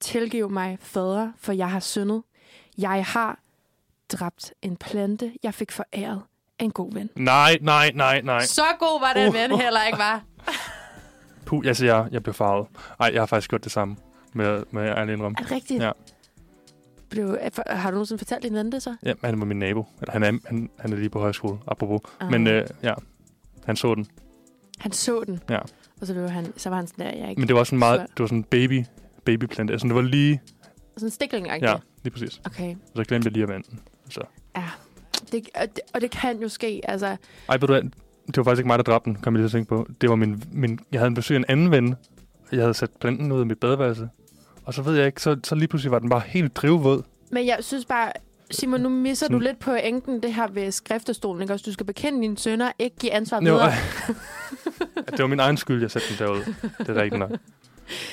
Speaker 3: Tilgiv mig, fader, for jeg har syndet. Jeg har dræbt en plante, jeg fik foræret af en god ven.
Speaker 2: Nej, nej, nej, nej.
Speaker 3: Så god var den
Speaker 2: Uh.
Speaker 3: ven heller ikke, var.
Speaker 2: Puh, altså, jeg, jeg blev farvet. Ej, jeg har faktisk gjort det samme med, med ærlig indrømme.
Speaker 3: Er det rigtigt?
Speaker 2: Ja.
Speaker 3: Blev, er- for- har du nogensinde fortalt din ven det så?
Speaker 2: Ja, han var min nabo. Eller, han, er, han, han er lige på højskole, apropos.
Speaker 3: Ah.
Speaker 2: Men øh, ja, han så den.
Speaker 3: Han så den.
Speaker 2: Ja.
Speaker 3: Og så, blev han, så var han sådan der, jeg er ikke...
Speaker 2: Men det var sådan meget,
Speaker 3: Svært.
Speaker 2: det var sådan en baby, babyplant. Altså, det var lige,
Speaker 3: Sådan en stikling
Speaker 2: ja, lige præcis.
Speaker 3: Okay.
Speaker 2: Og så glemte jeg lige diamanten.
Speaker 3: Det, og, det, og det kan jo ske, altså...
Speaker 2: Ej, ved du hvad? Det var faktisk ikke mig, der dræbte den, kom jeg lige til at tænke på. Det var min, min jeg havde en besøg af en anden ven, og jeg havde sat planten ud i mit badeværelse. Og så ved jeg ikke, så, så lige pludselig var den bare helt drivvåd.
Speaker 3: Men jeg synes bare, Simon, nu misser du
Speaker 2: Sådan.
Speaker 3: lidt på enken det her ved skriftestolen, ikke også? Du skal bekende dine sønner, ikke give ansvar
Speaker 2: Det var,
Speaker 3: videre.
Speaker 2: (laughs) det var min egen skyld, jeg satte den derud. Det er rigtigt nok.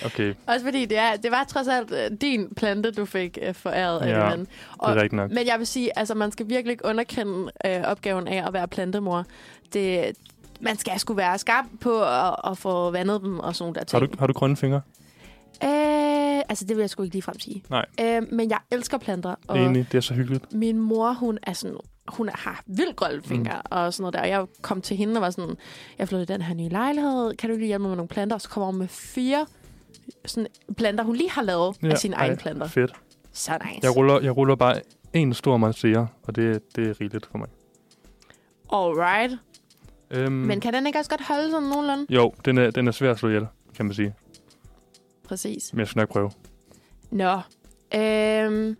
Speaker 2: Okay,
Speaker 3: Også fordi det, er, det var trods alt øh, din plante, du fik øh, foræret af
Speaker 2: Ja,
Speaker 3: din ven.
Speaker 2: det er rigtigt nok.
Speaker 3: Men jeg vil sige, altså man skal virkelig ikke underkende øh, opgaven af at være plantemor. Det, man skal sgu være skarp på at, at få vandet dem og sådan nogle der
Speaker 2: Har
Speaker 3: ting.
Speaker 2: du, har du grønne fingre?
Speaker 3: Øh, altså det vil jeg sgu ikke ligefrem sige.
Speaker 2: Nej.
Speaker 3: Øh, men jeg elsker planter, og
Speaker 2: Enig, det er så hyggeligt.
Speaker 3: min mor, hun er sådan hun har vildt grønne fingre mm. og sådan noget der. Og jeg kom til hende og var sådan, jeg flyttede i den her nye lejlighed, kan du ikke lige hjælpe mig med nogle planter? Og så kommer hun med fire sådan planter, hun lige har lavet ja, af sine egne planter.
Speaker 2: Fedt.
Speaker 3: Så nice.
Speaker 2: Jeg ruller, jeg ruller bare en stor marcere, og det, det er rigeligt for mig.
Speaker 3: Alright.
Speaker 2: Øhm,
Speaker 3: Mm. Men kan den ikke også godt holde sådan nogenlunde?
Speaker 2: Jo, den er, den er svær at slå ihjel, kan man sige.
Speaker 3: Præcis.
Speaker 2: Men jeg skal nok prøve.
Speaker 3: Nå. Øhm,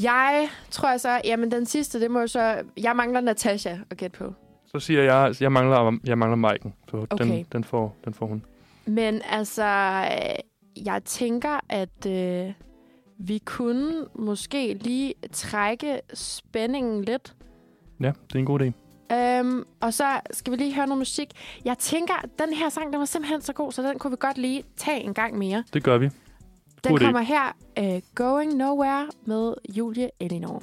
Speaker 3: jeg tror så, jamen den sidste, det må jo så... Jeg mangler Natasha at gætte på.
Speaker 2: Så siger jeg, jeg mangler, jeg mangler Maiken. Så okay.
Speaker 3: Okay.
Speaker 2: den, den, får, den får hun.
Speaker 3: Men altså, øh, jeg tænker, at øh, vi kunne måske lige trække spændingen lidt.
Speaker 2: Ja, det er en god idé.
Speaker 3: Øhm, og så skal vi lige høre noget musik. Jeg tænker, at den her sang, den var simpelthen så god, så den kunne vi godt lige tage en gang mere.
Speaker 2: Det gør vi.
Speaker 3: Den
Speaker 2: God idé.
Speaker 3: kommer her, øh, Going Nowhere med Julie Elinor.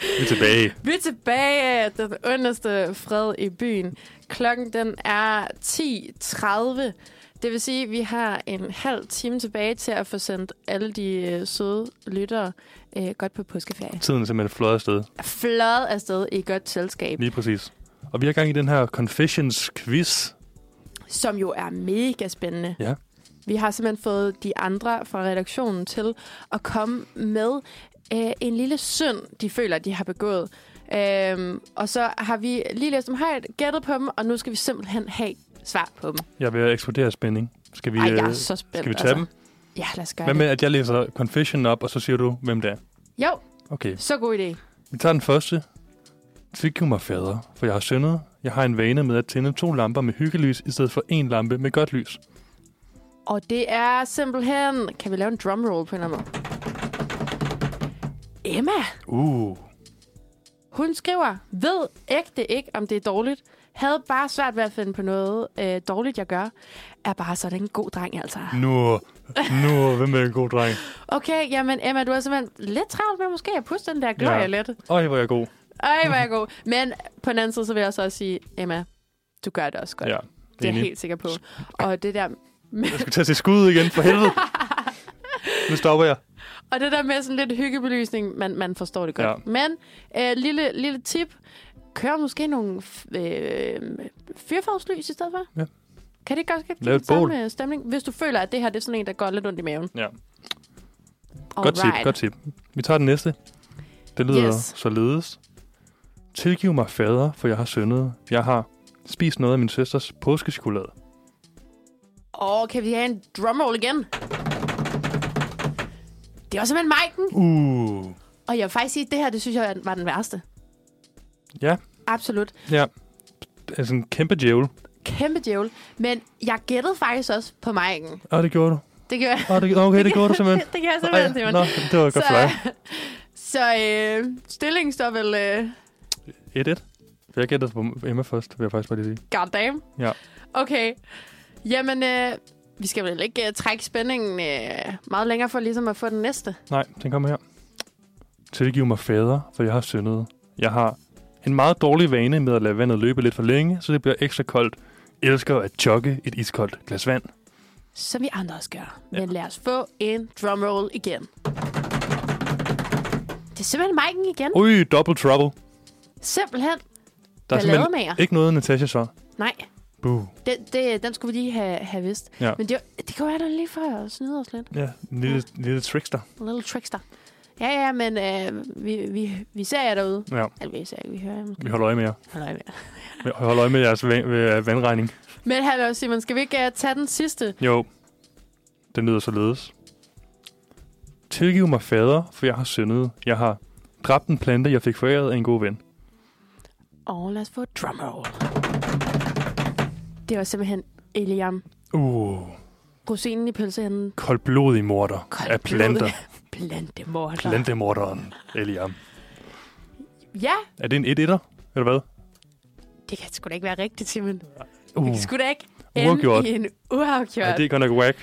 Speaker 2: Vi er tilbage.
Speaker 3: Vi er tilbage. Den ondeste fred i byen. Klokken den er 10.30. Det vil sige, at vi har en halv time tilbage til at få sendt alle de øh, søde lyttere øh, godt på påskeferie.
Speaker 2: Tiden er simpelthen flot afsted.
Speaker 3: Flad afsted i godt selskab,
Speaker 2: Lige præcis. Og vi har gang i den her Confessions Quiz.
Speaker 3: som jo er mega spændende.
Speaker 2: Ja.
Speaker 3: Vi har simpelthen fået de andre fra redaktionen til at komme med øh, en lille synd, de føler, de har begået. Øhm, og så har vi lige læst dem højt, gættet på dem, og nu skal vi simpelthen have svar på dem.
Speaker 2: Jeg vil eksplodere af spænding. Skal vi,
Speaker 3: Ej, jeg
Speaker 2: øh,
Speaker 3: er så spændt. altså.
Speaker 2: skal vi tage dem?
Speaker 3: Ja, lad os gøre
Speaker 2: Hvad
Speaker 3: det.
Speaker 2: med, at jeg læser Confession op, og så siger du, hvem det er?
Speaker 3: Jo,
Speaker 2: Okay.
Speaker 3: så god idé.
Speaker 2: Vi tager den første. Tilgiv mig, fader, for jeg har syndet. Jeg har en vane med at tænde to lamper med hyggelys, i stedet for en lampe med godt lys.
Speaker 3: Og det er simpelthen... Kan vi lave en drumroll på en eller anden måde? Emma,
Speaker 2: Uh.
Speaker 3: hun skriver, ved ægte ikke, om det er dårligt. Havde bare svært ved at finde på noget øh, dårligt, jeg gør. Er bare sådan en god dreng, altså.
Speaker 2: Nu, nu, hvem er en god dreng?
Speaker 3: Okay, jamen Emma, du har simpelthen lidt travlt med måske at puste den der glorie ja.
Speaker 2: Ja.
Speaker 3: lidt.
Speaker 2: Øj, hvor er jeg god.
Speaker 3: Ej, hvor er jeg god. Men på den anden side, så vil jeg så også sige, Emma, du gør det også godt.
Speaker 2: Ja,
Speaker 3: det er jeg
Speaker 2: enig.
Speaker 3: helt sikker på. Og
Speaker 2: (laughs)
Speaker 3: det der
Speaker 2: Jeg skal tage til skud igen, for helvede. nu stopper jeg.
Speaker 3: Og det der med sådan lidt hyggebelysning, man, man forstår det godt. Ja. Men øh, lille, lille tip, kør måske nogle f- øh, fyrfarveslys i stedet for.
Speaker 2: Ja.
Speaker 3: Kan det ikke godt give
Speaker 2: Lav et
Speaker 3: den samme
Speaker 2: bål.
Speaker 3: øh, stemning? Hvis du føler, at det her det er sådan en, der går lidt ondt i maven.
Speaker 2: Ja. Godt tip, godt tip. Vi tager den næste. Det lyder
Speaker 3: Yes.
Speaker 2: yes. således. Tilgiv mig, fader, for jeg har syndet. Jeg har spist noget af min søsters påskechokolade.
Speaker 3: Og kan vi have en drumroll igen? Det var simpelthen Mike'en.
Speaker 2: Uh.
Speaker 3: Og jeg vil faktisk sige, at det her, det synes jeg var den værste.
Speaker 2: Ja.
Speaker 3: Absolut.
Speaker 2: Ja. Altså en kæmpe djævel.
Speaker 3: Kæmpe djævel. Men jeg gættede faktisk også på Mike'en.
Speaker 2: Og det gjorde du.
Speaker 3: Det gjorde jeg.
Speaker 2: Oh, det, okay, det gjorde du simpelthen.
Speaker 3: (laughs) det gjorde jeg
Speaker 2: Ej,
Speaker 3: simpelthen, Simon.
Speaker 2: Nå, det var godt for dig.
Speaker 3: så øh, stillingen står vel... Øh,
Speaker 2: 1-1. For jeg gætter på Emma først, vil jeg faktisk bare lige sige.
Speaker 3: goddamn.
Speaker 2: Ja.
Speaker 3: Okay. Jamen, øh, vi skal vel ikke øh, trække spændingen øh, meget længere for ligesom at få den næste.
Speaker 2: Nej, den kommer her. Tilgiv mig fader, for jeg har syndet. Jeg har en meget dårlig vane med at lade vandet løbe lidt for længe, så det bliver ekstra koldt. Elsker at jogge et iskoldt glas vand.
Speaker 3: Som vi andre også gør.
Speaker 2: Ja.
Speaker 3: Men lad os få en drumroll igen. Det er simpelthen Mike'en igen.
Speaker 2: Ui, double trouble.
Speaker 3: Simpelthen.
Speaker 2: Oh. Der er simpelthen
Speaker 3: Ballademager.
Speaker 2: ikke noget Natasha så.
Speaker 3: Nej,
Speaker 2: Buh.
Speaker 3: det, det, den skulle vi lige have, have vidst.
Speaker 2: Ja.
Speaker 3: Men det, det kan jo være, der lige for at snyde os lidt.
Speaker 2: Ja, en lille, lille trickster.
Speaker 3: A little trickster. Ja, ja, men øh, vi, vi, vi ser jer derude.
Speaker 2: Ja,
Speaker 3: Eller vi ser jer, vi hører jer måske.
Speaker 2: vi holder øje med jer.
Speaker 3: Hold øje med jer.
Speaker 2: Vi holder øje med jeres van- øh, vandregning.
Speaker 3: Men hallo Simon, skal vi ikke øh, tage den sidste?
Speaker 2: Jo, den lyder således. Tilgiv mig fader, for jeg har syndet. Jeg har dræbt en plante, jeg fik foræret af en god ven.
Speaker 3: Og lad os få et drumroll. Det var simpelthen Eliam.
Speaker 2: Uh,
Speaker 3: Rosinen i pølsehænden.
Speaker 2: koldblodig morder
Speaker 3: Koldblodig.
Speaker 2: af planter.
Speaker 3: (laughs) Plantemorder.
Speaker 2: Plantemorderen, Eliam.
Speaker 3: Ja,
Speaker 2: Er det en 1-1'er, eller hvad?
Speaker 3: det kan sgu da ikke være rigtigt, Simon.
Speaker 2: Uh,
Speaker 3: Det kan sgu da ikke
Speaker 2: Uafgjort.
Speaker 3: ende i en uafgjort.
Speaker 2: ja, det er godt nok whack.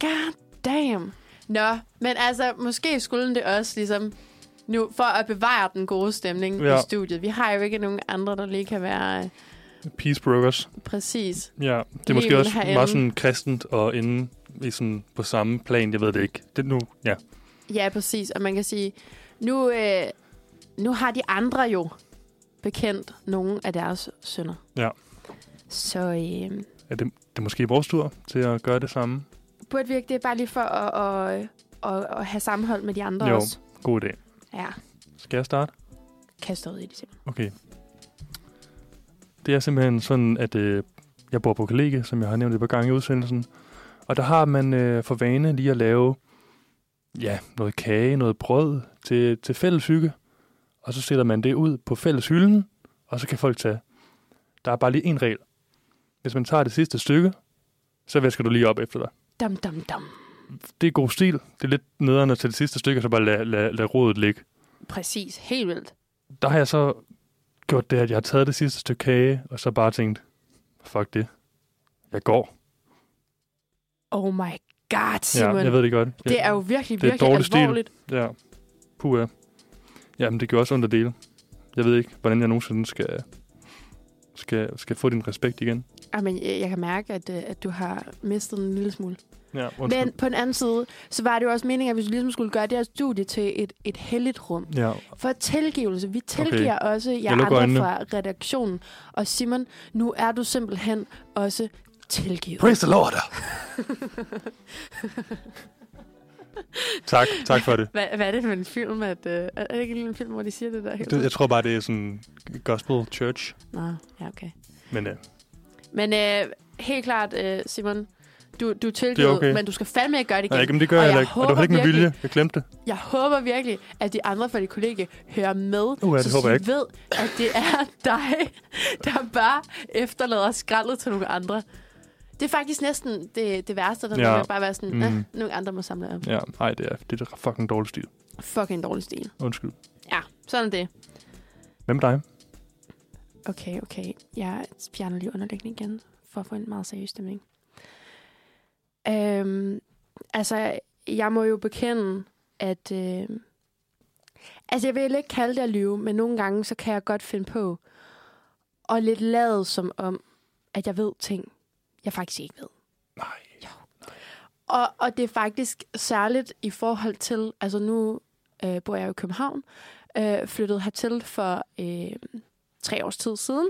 Speaker 3: God damn. Nå, men altså, måske skulle den det også ligesom nu, for at bevare den gode stemning ja.
Speaker 2: Ja.
Speaker 3: i studiet. Vi har jo ikke nogen andre, der lige kan være øh,
Speaker 2: Peace brokers.
Speaker 3: præcis.
Speaker 2: Ja, det er
Speaker 3: Lige
Speaker 2: måske også
Speaker 3: herinde.
Speaker 2: meget sådan kristent og inde i sådan på samme plan, jeg ved det ikke. Det er nu, ja.
Speaker 3: Ja, præcis. Og man kan sige, nu, øh, nu har de andre jo bekendt nogle af deres sønder.
Speaker 2: Ja.
Speaker 3: Så øh,
Speaker 2: Er det, det er måske vores tur til at gøre det samme.
Speaker 3: burde vi ikke det bare lige for at, at, at, at have sammenhold med de andre
Speaker 2: Jo.
Speaker 3: også?
Speaker 2: God idé.
Speaker 3: Ja,
Speaker 2: Skal jeg starte?
Speaker 3: kaste ud i det simpelthen.
Speaker 2: Okay. Det er simpelthen sådan, at øh, jeg bor på kollegie, som jeg har nævnt et par gange i udsendelsen. Og der har man øh, for vane lige at lave ja, noget kage, noget brød til, til fælles hygge. Og så sætter man det ud på fælles hylden, og så kan folk tage. Der er bare lige en regel. Hvis man tager det sidste stykke, så vasker du lige op efter dig.
Speaker 3: Dum, dum, dum.
Speaker 2: Det er god stil. Det er lidt nederen at tage det sidste stykke, og så bare lade lad, lad rådet ligge.
Speaker 3: Præcis. Helt vildt.
Speaker 2: der har jeg så gjort det, at jeg har taget det sidste stykke kage, og så bare tænkt, fuck det. Jeg går.
Speaker 3: Oh my god,
Speaker 2: Ja,
Speaker 3: Simon.
Speaker 2: jeg ved det godt. Jeg,
Speaker 3: Det er jo virkelig,
Speaker 2: det er
Speaker 3: virkelig
Speaker 2: dårlig stil.
Speaker 3: alvorligt.
Speaker 2: Ja. Puh, ja. Jamen, det gjorde også ondt at dele. Jeg ved ikke, hvordan jeg nogensinde skal, skal, skal få din respekt igen.
Speaker 3: Jamen, Ah, jeg jeg kan mærke, at, øh, at du har mistet en lille smule.
Speaker 2: Ja, undskyld.
Speaker 3: Men på den anden side, så var det jo også meningen, at vi ligesom skulle gøre det her studie til et, et helligt rum.
Speaker 2: Ja,
Speaker 3: For tilgivelse. Vi tilgiver okay. også jer
Speaker 2: Jeg lukker
Speaker 3: andre
Speaker 2: øjnene.
Speaker 3: fra redaktionen. Og Simon, nu er du simpelthen også tilgivet.
Speaker 2: Praise the
Speaker 3: (laughs)
Speaker 2: Lord! tak, tak for det.
Speaker 3: Hvad, hvad er det for en film? At, uh, er det ikke en film, hvor de siger det der?
Speaker 2: det. Jeg tror bare, det er sådan gospel church.
Speaker 3: Nå, ja, okay.
Speaker 2: Men øh, ja,
Speaker 3: Men øh, helt klart, øh, Simon, du, du er tilgivet,
Speaker 2: okay.
Speaker 3: men du skal fandme ikke gøre det igen.
Speaker 2: Nej, ikke, men det gør
Speaker 3: Og
Speaker 2: jeg
Speaker 3: jeg
Speaker 2: heller ikke. Og det var
Speaker 3: håber
Speaker 2: heller ikke med
Speaker 3: virkelig-
Speaker 2: vilje. Jeg glemte det.
Speaker 3: Jeg håber virkelig, at de andre fra dit kollegie hører med,
Speaker 2: Uh, ja, det
Speaker 3: så
Speaker 2: håber jeg
Speaker 3: de ved, at det er (laughs) dig, der bare efterlader skraldet til nogle andre. Det er faktisk næsten det, det værste, der
Speaker 2: Ja.
Speaker 3: ja. bare være sådan, mm.
Speaker 2: Mm.
Speaker 3: nogle andre må samle op.
Speaker 2: Ja, nej, det er, det er fucking dårlig stil.
Speaker 3: Fucking dårlig stil.
Speaker 2: Undskyld.
Speaker 3: Ja, sådan er det.
Speaker 2: Hvem er dig?
Speaker 3: Okay, okay. Jeg fjerner lige underlægning igen, for at få en meget seriøs stemning. Øhm, altså, jeg må jo bekende, at... Øh, altså, jeg vil ikke kalde det at lyve, men nogle gange, så kan jeg godt finde på og lidt lade som om, at jeg ved ting, jeg faktisk ikke ved.
Speaker 2: Nej.
Speaker 3: Og, og det er faktisk særligt i forhold til, altså nu øh, bor jeg jo i København, øh, flyttede hertil for øh, tre års tid siden.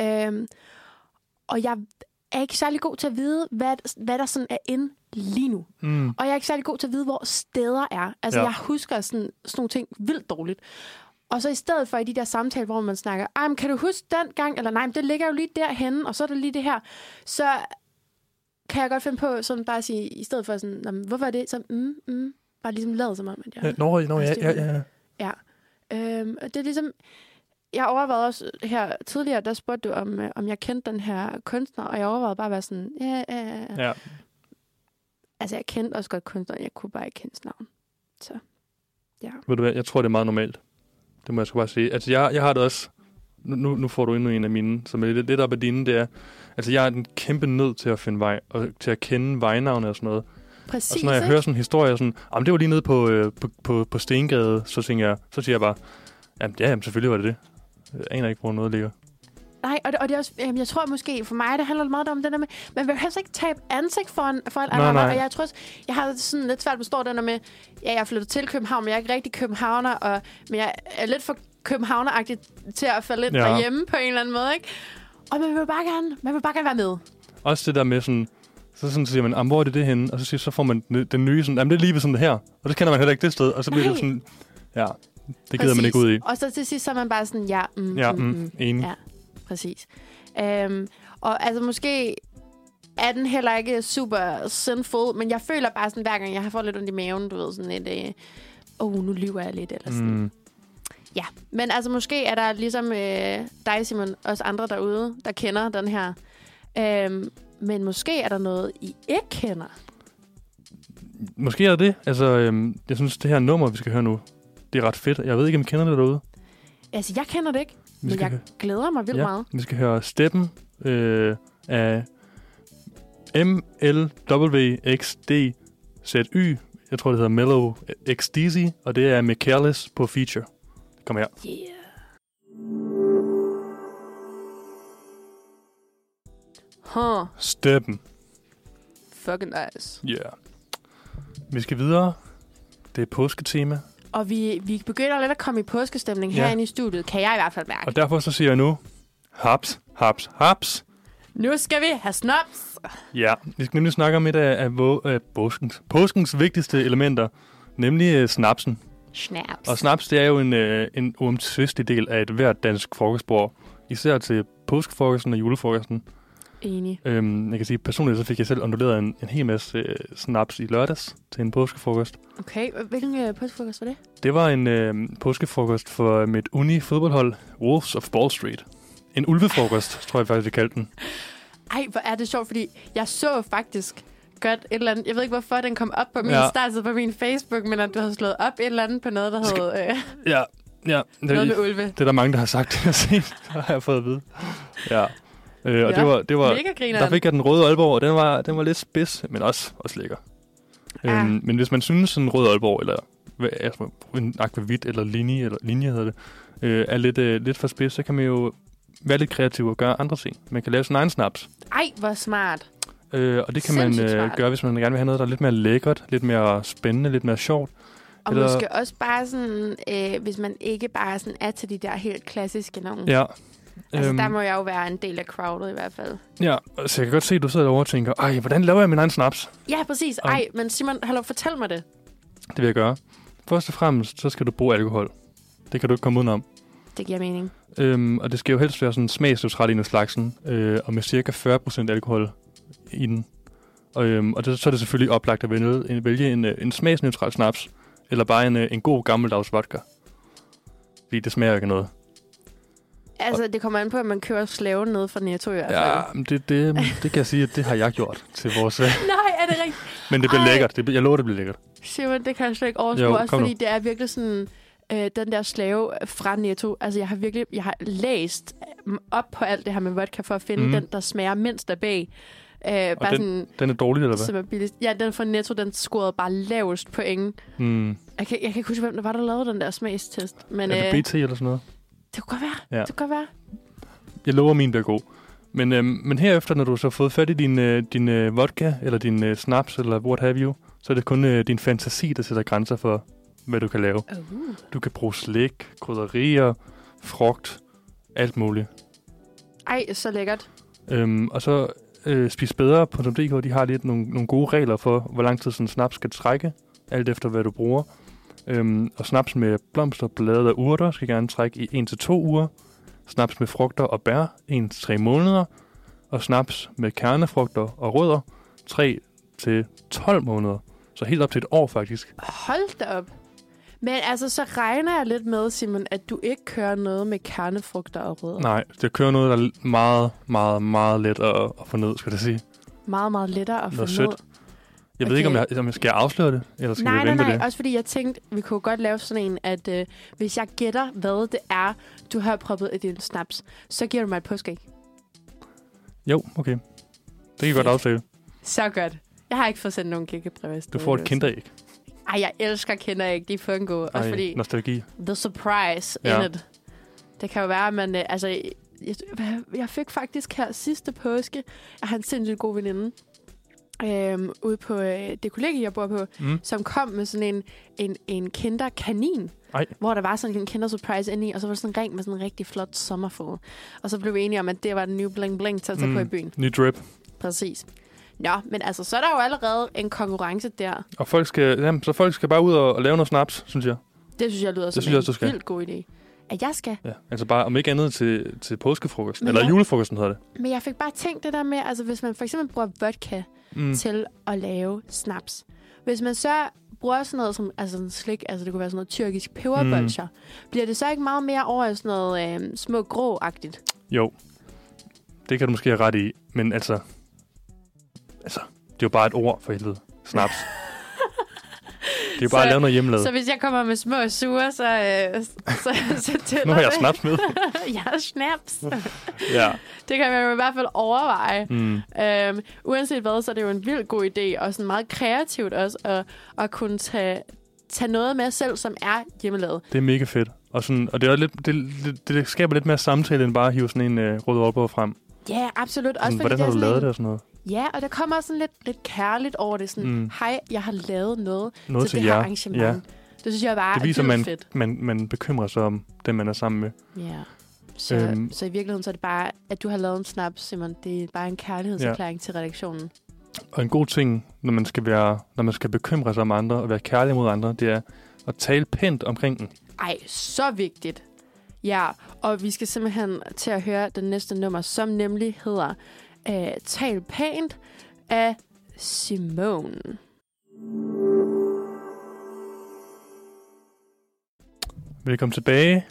Speaker 3: Øh, og jeg er ikke særlig god til at vide, hvad, hvad der sådan er inde lige nu.
Speaker 2: Mm.
Speaker 3: Og jeg er ikke særlig god til at vide, hvor steder er. Altså,
Speaker 2: Ja.
Speaker 3: ja. jeg husker sådan, sådan nogle ting vildt dårligt. Og så i stedet for i de der samtaler, hvor man snakker, ej, men kan du huske den gang, eller nej, men det ligger jo lige derhenne, og så er der lige det her, så kan jeg godt finde på sådan bare at sige, i stedet for sådan, "Nå, men hvorfor er det, så mm, mm, bare ligesom lavet som om, at jeg...
Speaker 2: Ja, Nå, nå, ja, ja, ja.
Speaker 3: Ja. Øhm, og det er ligesom... Jeg overvejede også her tidligere, der spurgte du, om, øh, om jeg kendte den her kunstner, og jeg overvejede bare at være sådan, ja, ja, ja, ja.
Speaker 2: ja.
Speaker 3: Altså, jeg kendte også godt kunstneren, jeg kunne bare ikke kende hans navn. Så, ja.
Speaker 2: Ved du hvad, jeg tror, det er meget normalt. Det må jeg sgu bare sige. Altså, jeg, jeg har det også... Nu- Nu, nu får du endnu en af mine, som er lidt, lidt op ad dine, det er... Altså, jeg er en kæmpe nød til at finde vej, og til at kende vejnavne og sådan noget.
Speaker 3: Præcis,
Speaker 2: Og så når jeg
Speaker 3: ikke?
Speaker 2: hører sådan en historie, sådan, om det var lige nede på, øh, på, på, på Stengade, så tænker jeg, så siger jeg bare, jamen, ja, jamen selvfølgelig var det det. Jeg aner ikke, hvor noget ligger.
Speaker 3: Nej, og det, og det er også, øhm, jeg tror måske, for mig, det handler det meget om det der med, man vil helst ikke tabe ansigt for, en, for alle
Speaker 2: Nej,
Speaker 3: andre,
Speaker 2: nej.
Speaker 3: og jeg tror også, jeg har sådan lidt svært ved at forstå det der med, ja, jeg er flyttet til København, men jeg er ikke rigtig københavner, og, men jeg er lidt for københavneragtig til at falde lidt
Speaker 2: Ja.
Speaker 3: ja. derhjemme på en eller anden måde, ikke? Og man vil bare gerne, man vil bare gerne være med.
Speaker 2: Også det der med sådan, så sådan siger man, "Jamen, hvor er det det henne? Og så, siger, så får man den, den nye sådan, jamen det er lige ved sådan det her. Og det kender man heller ikke det sted. Og så bliver det
Speaker 3: Nej.
Speaker 2: sådan, ja, det gider man ikke ud i.
Speaker 3: Og så til sidst, så er man bare sådan, ja, mm,
Speaker 2: Ja, mm, enig.
Speaker 3: Ja. Præcis. Øhm, og altså måske er den heller ikke super sinful, men jeg føler bare sådan, hver gang jeg har fået lidt ondt i maven, du ved, sådan lidt, åh, øh, oh, nu lyver jeg lidt, eller sådan. Mm.
Speaker 2: Mm,
Speaker 3: Ja, men altså måske er der ligesom øh, dig, Simon, også andre derude, der kender den her. Øhm, men måske er der noget, I ikke kender.
Speaker 2: måske er det det. Altså, øhm, jeg synes, det her nummer, vi skal høre nu, det er ret fedt. Jeg ved ikke, om I kender det derude.
Speaker 3: Altså, jeg kender det ikke,
Speaker 2: Vi
Speaker 3: men
Speaker 2: skal
Speaker 3: jeg
Speaker 2: høre-
Speaker 3: glæder mig vildt meget.
Speaker 2: Vi skal høre Steppen øh, af MLWXDZY. Jeg tror, det hedder Mellow XDZ, og det er med Careless på Feature. Kom her.
Speaker 3: Yeah. Huh,
Speaker 2: Steppen.
Speaker 3: fucking nice.
Speaker 2: Yeah. Vi skal videre. Det er påsketema,
Speaker 3: Og vi, vi begynder lidt at komme i påskestemning
Speaker 2: Ja.
Speaker 3: ja. herinde i studiet, kan jeg i hvert fald mærke.
Speaker 2: og derfor så siger jeg nu, haps, haps, haps.
Speaker 3: Nu skal vi have snaps.
Speaker 2: Ja, vi skal nemlig snakke om et af, af, vo- af påskens, påskens vigtigste elementer, nemlig øh, snapsen.
Speaker 3: Snaps.
Speaker 2: Og snaps, det er jo en, øh, en uomtvistelig del af et hvert dansk frokostbord. Især til påskefrokosten og julefrokosten.
Speaker 3: Enig.
Speaker 2: Øhm, jeg kan sige, personligt så fik jeg selv onduleret en, en hel masse øh, snaps i lørdags til en påskefrokost.
Speaker 3: Okay, og hvilken øh, påskefrokost var det?
Speaker 2: Det var en øh, påskefrokost for mit uni-fodboldhold, Wolves of Ball Street. En ulvefrokost, tror jeg faktisk, vi kaldte den.
Speaker 3: Ej, hvor er det sjovt, fordi jeg så faktisk godt et eller andet. Jeg ved ikke, hvorfor den kom op på min
Speaker 2: Ja.
Speaker 3: ja. startside på min Facebook, men at du havde slået op et eller andet på noget, der
Speaker 2: Skal-
Speaker 3: hed øh,
Speaker 2: Ja, ja.
Speaker 3: noget med
Speaker 2: Det,
Speaker 3: ulve.
Speaker 2: det er der mange, der har sagt, (laughs) det har set. Det har jeg fået at vide. Ja. Øh, og
Speaker 3: Ja,
Speaker 2: det var, det var,
Speaker 3: Mega
Speaker 2: Der
Speaker 3: grineren.
Speaker 2: fik jeg den røde Aalborg, og den var, den var lidt spids, men også, også lækker.
Speaker 3: Ah.
Speaker 2: Øhm, men hvis man synes, en rød Aalborg, eller hvad- altså, en akvavit, eller linje, eller linje hedder det, øh, er lidt, øh, lidt for spids, så kan man jo være lidt kreativ og gøre andre ting. Man kan lave sin egen snaps,
Speaker 3: Ej, hvor smart.
Speaker 2: øh, og det kan man
Speaker 3: Sindssygt
Speaker 2: øh,
Speaker 3: smart.
Speaker 2: gøre, hvis man gerne vil have noget, der er lidt mere lækkert, lidt mere spændende, lidt mere sjovt.
Speaker 3: Og
Speaker 2: Eller-
Speaker 3: Eller... måske også bare sådan, øh, hvis man ikke bare sådan er til de der helt klassiske nogen.
Speaker 2: Ja.
Speaker 3: Mm. Altså,
Speaker 2: Øhm,
Speaker 3: der må jeg jo være en del af crowdet i hvert fald.
Speaker 2: ja, så jeg kan godt se, at du sidder derovre og tænker, ej, hvordan laver jeg min egen snaps?
Speaker 3: Ja, præcis.
Speaker 2: Og-
Speaker 3: Ej, men Simon, hallo, fortæl mig det.
Speaker 2: Det vil jeg gøre. Først og fremmest, så skal du bruge alkohol. Det kan du ikke komme udenom.
Speaker 3: Det giver mening.
Speaker 2: Øhm, og det skal jo helst være sådan smagsløsret en af slagsen, øh, og med cirka 40% alkohol i den. Og, øhm, og det, så er det selvfølgelig oplagt at vælge en, vælge en, øh, en smagsneutral snaps, eller bare en, øh, en god gammeldags vodka. Fordi det smager jo ikke af noget.
Speaker 3: Altså, det kommer an på, at man kører slaven ned fra Netto i hvert fald.
Speaker 2: Ja, men det, det, det kan jeg sige, at det har jeg gjort til vores... øh,
Speaker 3: Nej, er det rigtigt?
Speaker 2: (laughs) Men det bliver
Speaker 3: Ej.
Speaker 2: lækkert. Det, bliver- jeg lover, det bliver lækkert.
Speaker 3: Simon, det kan jeg slet ikke
Speaker 2: Jo,
Speaker 3: overskue, også
Speaker 2: kom nu.
Speaker 3: fordi det er virkelig sådan... Øh, den der slave fra Netto. Altså, jeg har virkelig jeg har læst øh, op på alt det her med vodka, for at finde
Speaker 2: Mm.
Speaker 3: mm. den, der smager mindst af bag. Øh, bare
Speaker 2: den-
Speaker 3: sådan,
Speaker 2: Den er dårlig, eller hvad?
Speaker 3: som er billigst. Ja, den fra Netto, den scorede bare lavest point.
Speaker 2: Mm,
Speaker 3: Jeg kan, jeg kan ikke huske, hvem der var, der lavede den der smagstest. Men øh,
Speaker 2: er det BT eller sådan noget?
Speaker 3: det kunne godt være.
Speaker 2: Ja.
Speaker 3: Ja. Det kunne godt være.
Speaker 2: Jeg lover, min bliver god. Men, øhm, men herefter, når du så har fået fat i din, øh, din øh, vodka, eller din øh, snaps, eller what have you, så er det kun øh, din fantasi, der sætter grænser for, hvad du kan lave.
Speaker 3: Uh.
Speaker 2: Du kan bruge slik, krydderier, frugt, alt muligt.
Speaker 3: Ej, så lækkert.
Speaker 2: Øhm, og så øh, spis bedre på .dk, de har lidt nogle, nogle gode regler for, hvor lang tid sådan en snaps skal trække, alt efter hvad du bruger. Øhm, og snaps med blomster, blade og urter skal gerne trække i 1-2 uger. Snaps med frugter og bær 1-3 måneder. Og snaps med kernefrugter og rødder 3-12 måneder. Så helt op til et år faktisk.
Speaker 3: Hold da op. Men altså, så regner jeg lidt med, Simon, at du ikke kører noget med kernefrugter og rødder.
Speaker 2: Nej, det kører noget, der er l- meget, meget, meget let at, at få ned, skal jeg da sige.
Speaker 3: Meget, meget lettere at få
Speaker 2: Noget
Speaker 3: ned.
Speaker 2: sødt. Jeg ved ikke, om
Speaker 3: Okay.
Speaker 2: jeg, om jeg skal afsløre det, eller skal
Speaker 3: Nej,
Speaker 2: vi
Speaker 3: nej,
Speaker 2: vente med
Speaker 3: nej. Også fordi jeg tænkte, vi kunne godt lave sådan en, at øh, hvis jeg gætter, hvad det er, du har proppet i din snaps, så giver du mig et påskæg.
Speaker 2: det? Jo, okay. Det kan jeg godt aftale.
Speaker 3: Så godt. Jeg har ikke fået sendt nogen kækkebrev
Speaker 2: Du får et kinderæg.
Speaker 3: Ej, jeg elsker kinderæg. De er fucking gode. Også
Speaker 2: Ej,
Speaker 3: fordi
Speaker 2: nostalgi.
Speaker 3: the surprise ja.
Speaker 2: Ja.
Speaker 3: in it. Det kan jo være, at man... Øh, altså, jeg, hvad- jeg fik faktisk her sidste påske af hans sindssygt gode veninde. Øhm, ude på øh, det kollegie, jeg bor på,
Speaker 2: Mm.
Speaker 3: som kom med sådan en, en, en kinderkanin.
Speaker 2: Ej.
Speaker 3: Hvor der var sådan en kinder surprise inde i, og så var der sådan en ring med sådan en rigtig flot sommerfugl. Og så blev vi enige om, at det var den nye bling bling til at tage mm.
Speaker 2: Mm.
Speaker 3: på i byen.
Speaker 2: Ny drip.
Speaker 3: Præcis. Nå, men altså, så er der jo allerede en konkurrence der.
Speaker 2: Og folk skal, jamen, så folk skal bare ud og, og lave noget snaps, synes jeg.
Speaker 3: Det synes jeg lyder som
Speaker 2: synes jeg også, du
Speaker 3: en
Speaker 2: skal.
Speaker 3: vildt god idé. At jeg skal.
Speaker 2: Ja. Altså bare, om ikke andet til, til påskefrokosten.
Speaker 3: Men
Speaker 2: eller
Speaker 3: jeg-
Speaker 2: julefrokosten hedder det.
Speaker 3: Men jeg fik bare tænkt det der med, altså hvis man for eksempel bruger vodka
Speaker 2: Mm.
Speaker 3: mm. til at lave snaps. Hvis man så bruger sådan noget som altså sådan slik, altså det kunne være sådan noget tyrkisk peberbolcher, mm. bliver det så ikke meget mere over i sådan noget øh, små grå-agtigt?
Speaker 2: Jo. Det kan du måske have ret i. Men altså... Altså, det er jo bare et ord for helvede. Snaps. det er jo bare
Speaker 3: Så-
Speaker 2: at lave noget hjemmelavet.
Speaker 3: Så hvis jeg kommer med små sure, så, øh, så,
Speaker 2: (laughs)
Speaker 3: så tæller
Speaker 2: Nu har jeg
Speaker 3: det.
Speaker 2: snaps med.
Speaker 3: (laughs) jeg har snaps.
Speaker 2: ja.
Speaker 3: Det kan man jo i hvert fald overveje.
Speaker 2: Mm.
Speaker 3: Øhm, uanset hvad, så er det jo en vild god idé, og sådan meget kreativt også, at, at kunne tage, tage noget med selv, som er hjemmelavet.
Speaker 2: Det er mega fedt. Og, sådan, og det, er også lidt, det, det, det, skaber lidt mere samtale, end bare at hive sådan en øh, rød Aalborg frem.
Speaker 3: Ja, yeah, absolut. Også
Speaker 2: Sådan,
Speaker 3: fordi
Speaker 2: hvordan
Speaker 3: det
Speaker 2: har
Speaker 3: er
Speaker 2: du
Speaker 3: sådan
Speaker 2: lavet
Speaker 3: en-
Speaker 2: det og sådan noget?
Speaker 3: Ja, og der kommer også sådan lidt, lidt kærligt over det. Sådan, mm.
Speaker 2: Mm.
Speaker 3: hej, jeg har lavet noget,
Speaker 2: Noget
Speaker 3: til,
Speaker 2: til,
Speaker 3: det her
Speaker 2: jer.
Speaker 3: arrangement.
Speaker 2: Ja.
Speaker 3: Det synes jeg bare
Speaker 2: Det viser,
Speaker 3: er vildt
Speaker 2: man,
Speaker 3: fedt.
Speaker 2: man, man bekymrer sig om dem, man er sammen med.
Speaker 3: Ja. Så, øhm.
Speaker 2: Øhm.
Speaker 3: så i virkeligheden så er det bare, at du har lavet en snap, Simon. Det er bare en kærlighedserklæring ja. til redaktionen.
Speaker 2: Og en god ting, når man skal, være, når man skal bekymre sig om andre og være kærlig mod andre, det er at tale pænt omkring den.
Speaker 3: Ej, så vigtigt. Ja, og vi skal simpelthen til at høre den næste nummer, som nemlig hedder øh, Tal pænt af Simone.
Speaker 2: Velkommen tilbage.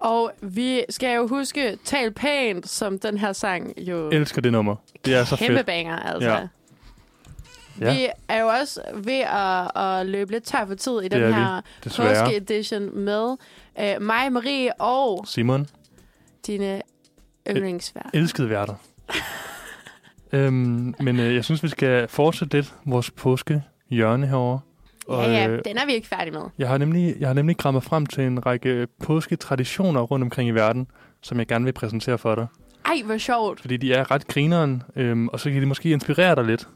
Speaker 3: Og vi skal jo huske Tal pænt, som den her sang jo...
Speaker 2: Elsker det nummer. Det er så
Speaker 3: Kæmpe
Speaker 2: fedt.
Speaker 3: banger, altså. Ja.
Speaker 2: Ja.
Speaker 3: Ja.
Speaker 2: Ja,
Speaker 3: Vi er jo også ved at, at løbe lidt tør for tid i den
Speaker 2: er vi,
Speaker 3: her
Speaker 2: desværre.
Speaker 3: påske-edition med øh, mig, Marie og
Speaker 2: Simon,
Speaker 3: dine yndlingsvær.
Speaker 2: elskede
Speaker 3: (laughs)
Speaker 2: værter. øhm, men øh, jeg synes, vi skal fortsætte lidt vores påske hjørne herovre.
Speaker 3: Ja, ja,
Speaker 2: øh,
Speaker 3: den er vi ikke færdige med.
Speaker 2: Jeg har, nemlig, jeg har nemlig krammet frem til en række påsketraditioner rundt omkring i verden, som jeg gerne vil præsentere for dig.
Speaker 3: Ej, hvor sjovt.
Speaker 2: Fordi de er ret grineren, øhm, og så kan de måske inspirere dig lidt,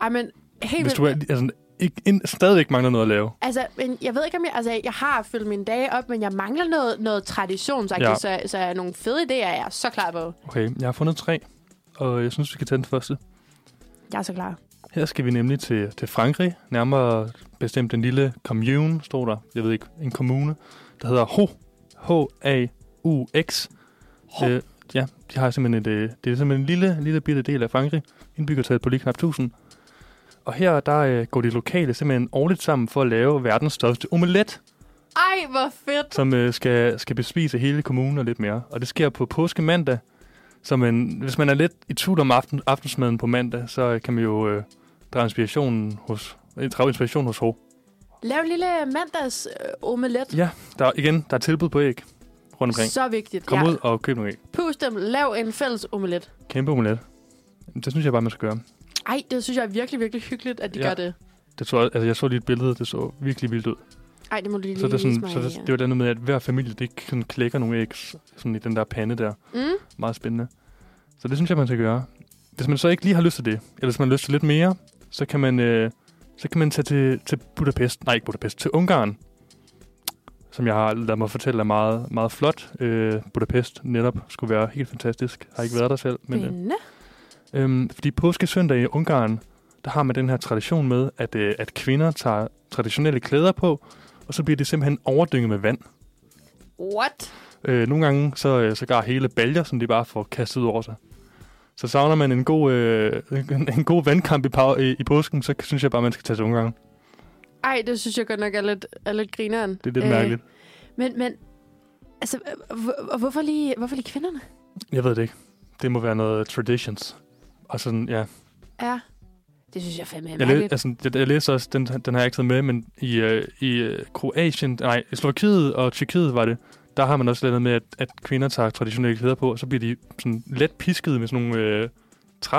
Speaker 3: Ej, men helt
Speaker 2: hvis
Speaker 3: vildt.
Speaker 2: du er, altså, ikke, ind, stadigvæk mangler noget at lave.
Speaker 3: Altså, men jeg ved ikke, om jeg... Altså, jeg har fyldt mine dage op, men jeg mangler noget, noget traditionsagtigt, ja.
Speaker 2: Ja.
Speaker 3: så, så nogle fede idéer er jeg så klar på.
Speaker 2: Okay, jeg har fundet tre, og jeg synes, vi kan tage den første.
Speaker 3: Jeg er så klar.
Speaker 2: Her skal vi nemlig til, til Frankrig, nærmere bestemt den lille commune, stod der, jeg ved ikke, en kommune, der hedder Ho, H-A-U-X.
Speaker 3: Ho.
Speaker 2: Øh, ja, de har simpelthen et, øh, det er simpelthen en lille, lille bitte del af Frankrig, indbyggertallet på lige knap 1000. Og her, der øh, går de lokale simpelthen årligt sammen for at lave verdens største omelet,
Speaker 3: Ej, hvor fedt.
Speaker 2: som øh, skal, skal bespise hele kommunen og lidt mere. Og det sker på påskemandag, så man, hvis man er lidt i tvivl om aften, aftensmaden på mandag, så øh, kan man jo øh, drage inspirationen hos øh, drage inspiration hos Ho.
Speaker 3: Lav en lille mandags øh, omelet.
Speaker 2: Ja, der, er- igen, der er tilbud på æg rundt omkring.
Speaker 3: Så vigtigt.
Speaker 2: Kom
Speaker 3: ja.
Speaker 2: ja. ud og køb nogle æg.
Speaker 3: Pus dem, lav en fælles omelet.
Speaker 2: Kæmpe omelet. Det synes jeg bare, man skal gøre.
Speaker 3: Ej, det synes jeg er virkelig, virkelig hyggeligt, at de ja.
Speaker 2: Ja.
Speaker 3: gør det.
Speaker 2: Det så, altså, jeg så lige et billede, det så virkelig vildt ud.
Speaker 3: Ej, det må du lige,
Speaker 2: Så, det, er
Speaker 3: vise
Speaker 2: sådan,
Speaker 3: mig.
Speaker 2: så det, det var det andet med, at hver familie det sådan klækker nogle æg sådan i den der pande der.
Speaker 3: mm?
Speaker 2: meget spændende. Så det synes jeg, man skal gøre. Hvis man så ikke lige har lyst til det, eller hvis man har lyst til lidt mere, så kan man, øh, så kan man tage til, til Budapest, nej ikke Budapest, til Ungarn, som jeg har ladet mig fortælle er meget, meget flot. Øh, Budapest netop skulle være helt fantastisk. Jeg har ikke været der selv. Men, øh,
Speaker 3: Spændende.
Speaker 2: Øhm, fordi påskesøndag i Ungarn, der har man den her tradition med, at, øh, at kvinder tager traditionelle klæder på, og så bliver de simpelthen overdynget med vand.
Speaker 3: What?
Speaker 2: Øh, nogle gange så øh, sågar hele baljer, som de bare får kastet ud over sig. Så savner man en god, øh, en, en god vandkamp i, pau- i, i påsken, så synes jeg bare, man skal tage til Ungarn.
Speaker 3: Ej, det synes jeg godt nok er lidt, er lidt grineren.
Speaker 2: Det er lidt øh. mærkeligt.
Speaker 3: Men, men altså, øh, hvor- og hvorfor lige, hvorfor lige kvinderne?
Speaker 2: Jeg ved det ikke. Det må være noget traditions. Og sådan, ja.
Speaker 3: Ja. Det synes jeg fandme er
Speaker 2: Jeg, læ-
Speaker 3: mærkeligt.
Speaker 2: altså, jeg, jeg læste også, den, den har jeg ikke taget med, men i, øh, i øh, Kroatien, nej, i Slovakiet og Tjekkiet var det, der har man også lavet med, at, at kvinder tager traditionelle klæder på, og så bliver de sådan let pisket med sådan nogle øh,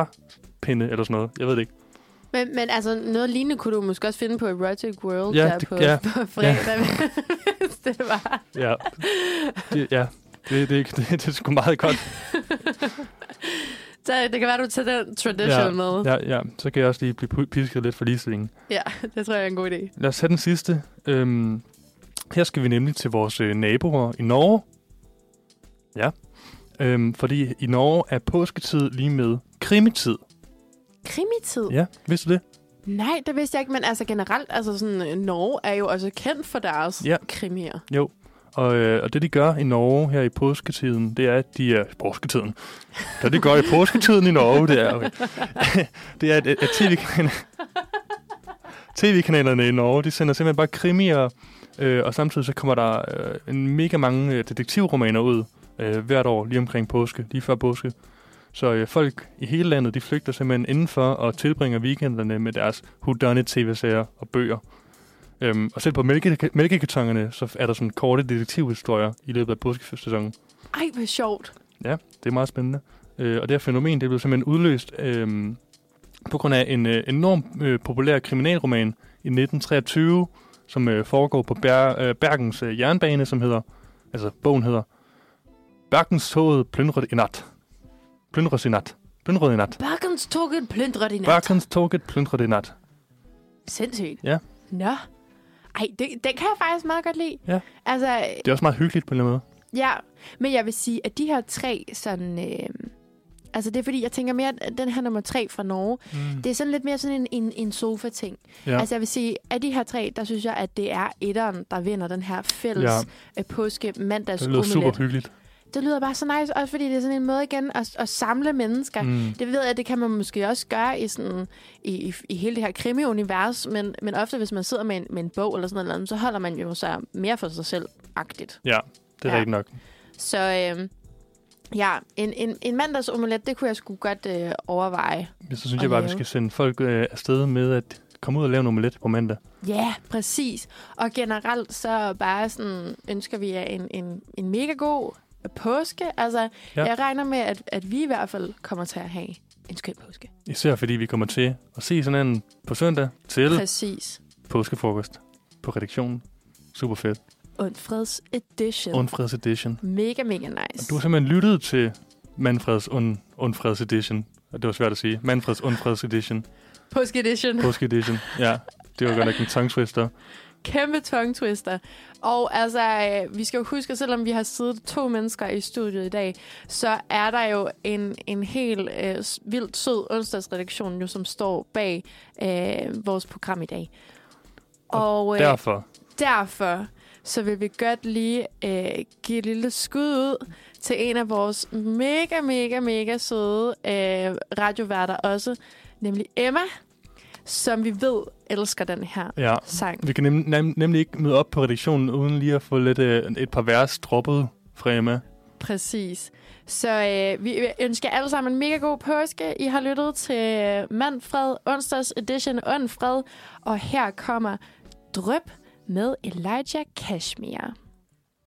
Speaker 2: træpinde eller sådan noget. Jeg ved det ikke.
Speaker 3: Men, men altså, noget lignende kunne du måske også finde på Erotic World
Speaker 2: Ja,
Speaker 3: der
Speaker 2: det-
Speaker 3: på,
Speaker 2: ja.
Speaker 3: på fredag, hvis (laughs) det var.
Speaker 2: Ja, det, ja. Det, det, det, det er sgu meget godt.
Speaker 3: Så det kan være, du tager den tradition
Speaker 2: Ja,
Speaker 3: med.
Speaker 2: Ja, ja, så kan jeg også lige blive pu- pisket lidt for ligestillingen.
Speaker 3: Det tror jeg er en god idé.
Speaker 2: Lad os tage den sidste. Øhm, her skal vi nemlig til vores øh, naboer i Norge. Ja. Øhm, fordi i Norge er påsketid lige med krimitid.
Speaker 3: Krimitid?
Speaker 2: Ja, vidste du det?
Speaker 3: Nej, det vidste jeg ikke, men altså generelt, altså sådan, øh, Norge er jo også kendt for deres
Speaker 2: Ja.
Speaker 3: krimier.
Speaker 2: Og, øh, og det de gør i Norge her i påsketiden, det er, at de er... Påsketiden? Det de gør i påsketiden i Norge, det er... Okay. (laughs) det er, at, at tv-kanalerne, TV-kanalerne i Norge, de sender simpelthen bare krimier, øh, og samtidig så kommer der øh, en mega mange øh, detektivromaner ud øh, hvert år, lige omkring påske, lige før påske. Så øh, folk i hele landet, de flygter simpelthen indenfor og tilbringer weekenderne med deres whodunit-tv-serier og bøger. Øhm, og selv på mælke, mælkekartongerne, så er der sådan korte detektivhistorier i løbet af påskesæsonen.
Speaker 3: Ej, hvor sjovt.
Speaker 2: Det er meget spændende. Øh, og det her fænomen, det blev simpelthen udløst øh, på grund af en øh, enormt øh, populær kriminalroman i 1923, som øh, foregår på Ber- øh, Bergens øh, jernbane, som hedder, altså bogen hedder, Bergens toget plyndret i nat. Plyndret i nat. Plyndret i nat.
Speaker 3: Bakkens toget plyndrer din
Speaker 2: Bergens toget plyndret i nat.
Speaker 3: Sindssygt.
Speaker 2: Ja.
Speaker 3: Nå. Ej, det, den kan jeg faktisk meget godt lide.
Speaker 2: Ja.
Speaker 3: Altså,
Speaker 2: Det er også meget hyggeligt på en eller anden måde.
Speaker 3: Ja, men jeg vil sige, at de her tre sådan... Øh, altså, det er fordi, jeg tænker mere, at den her nummer tre fra Norge,
Speaker 2: Mm.
Speaker 3: det er sådan lidt mere sådan en, en, en sofa-ting.
Speaker 2: Ja.
Speaker 3: Ja. Altså, jeg vil sige, at de her tre, der synes jeg, at det er etteren, der vinder den her fælles
Speaker 2: Ja.
Speaker 3: ja. påske mandags
Speaker 2: Det lyder super
Speaker 3: det,
Speaker 2: hyggeligt.
Speaker 3: det lyder bare så nice, også fordi det er sådan en måde igen at, at samle mennesker. Mm.
Speaker 2: Mm.
Speaker 3: Det ved jeg, det kan man måske også gøre i, sådan, i, i, i hele det her krimi-univers, men, men ofte hvis man sidder med en, med en bog eller sådan noget, eller andet, så holder man jo sig mere for sig selv-agtigt.
Speaker 2: Ja, det er ja.
Speaker 3: Ja.
Speaker 2: rigtigt nok.
Speaker 3: Så øh, ja, en, en, en mandagsomelet, det kunne jeg sgu godt øh, overveje.
Speaker 2: Men så synes
Speaker 3: at
Speaker 2: jeg bare, at vi
Speaker 3: lave.
Speaker 2: skal sende folk øh, afsted med at komme ud og lave en omelet på mandag.
Speaker 3: Ja, yeah, præcis. Og generelt så bare sådan, ønsker vi jer en, en, en mega god påske. Altså, ja. jeg regner med, at, at vi i hvert fald kommer til at have en skøn påske.
Speaker 2: Især fordi vi kommer til at se sådan en på søndag til
Speaker 3: Præcis.
Speaker 2: påskefrokost på redaktionen. Super fedt.
Speaker 3: Undfreds edition. Und-
Speaker 2: Undfreds Edition.
Speaker 3: mega, mega
Speaker 2: Og
Speaker 3: nice.
Speaker 2: du har simpelthen lyttet til Manfreds und, Undfreds Edition. Og det var svært at sige. Manfreds Undfreds Edition.
Speaker 3: Påske edition.
Speaker 2: Påske Edition. Ja, det var godt nok en tongue twister.
Speaker 3: Kæmpe tongue twister. Og altså, øh, vi skal jo huske, at selvom vi har siddet to mennesker i studiet i dag, så er der jo en, en helt øh, s- vildt sød onsdagsredaktion, jo, som står bag øh, vores program i dag. Og, øh,
Speaker 2: Derfor.
Speaker 3: derfor så vil vi godt lige øh, give et lille skud ud til en af vores mega, mega, mega søde øh, radioværter også, nemlig Emma, som vi ved elsker den her
Speaker 2: Ja.
Speaker 3: sang.
Speaker 2: Vi kan nem, nem, nemlig ikke møde op på redaktionen, uden lige at få lidt, øh, et par vers droppet fra Emma.
Speaker 3: Præcis. Så øh, vi ønsker alle sammen en mega god påske. I har lyttet til øh, Manfred onsdags edition Undfred, og her kommer Drøb med Elijah Kashmir.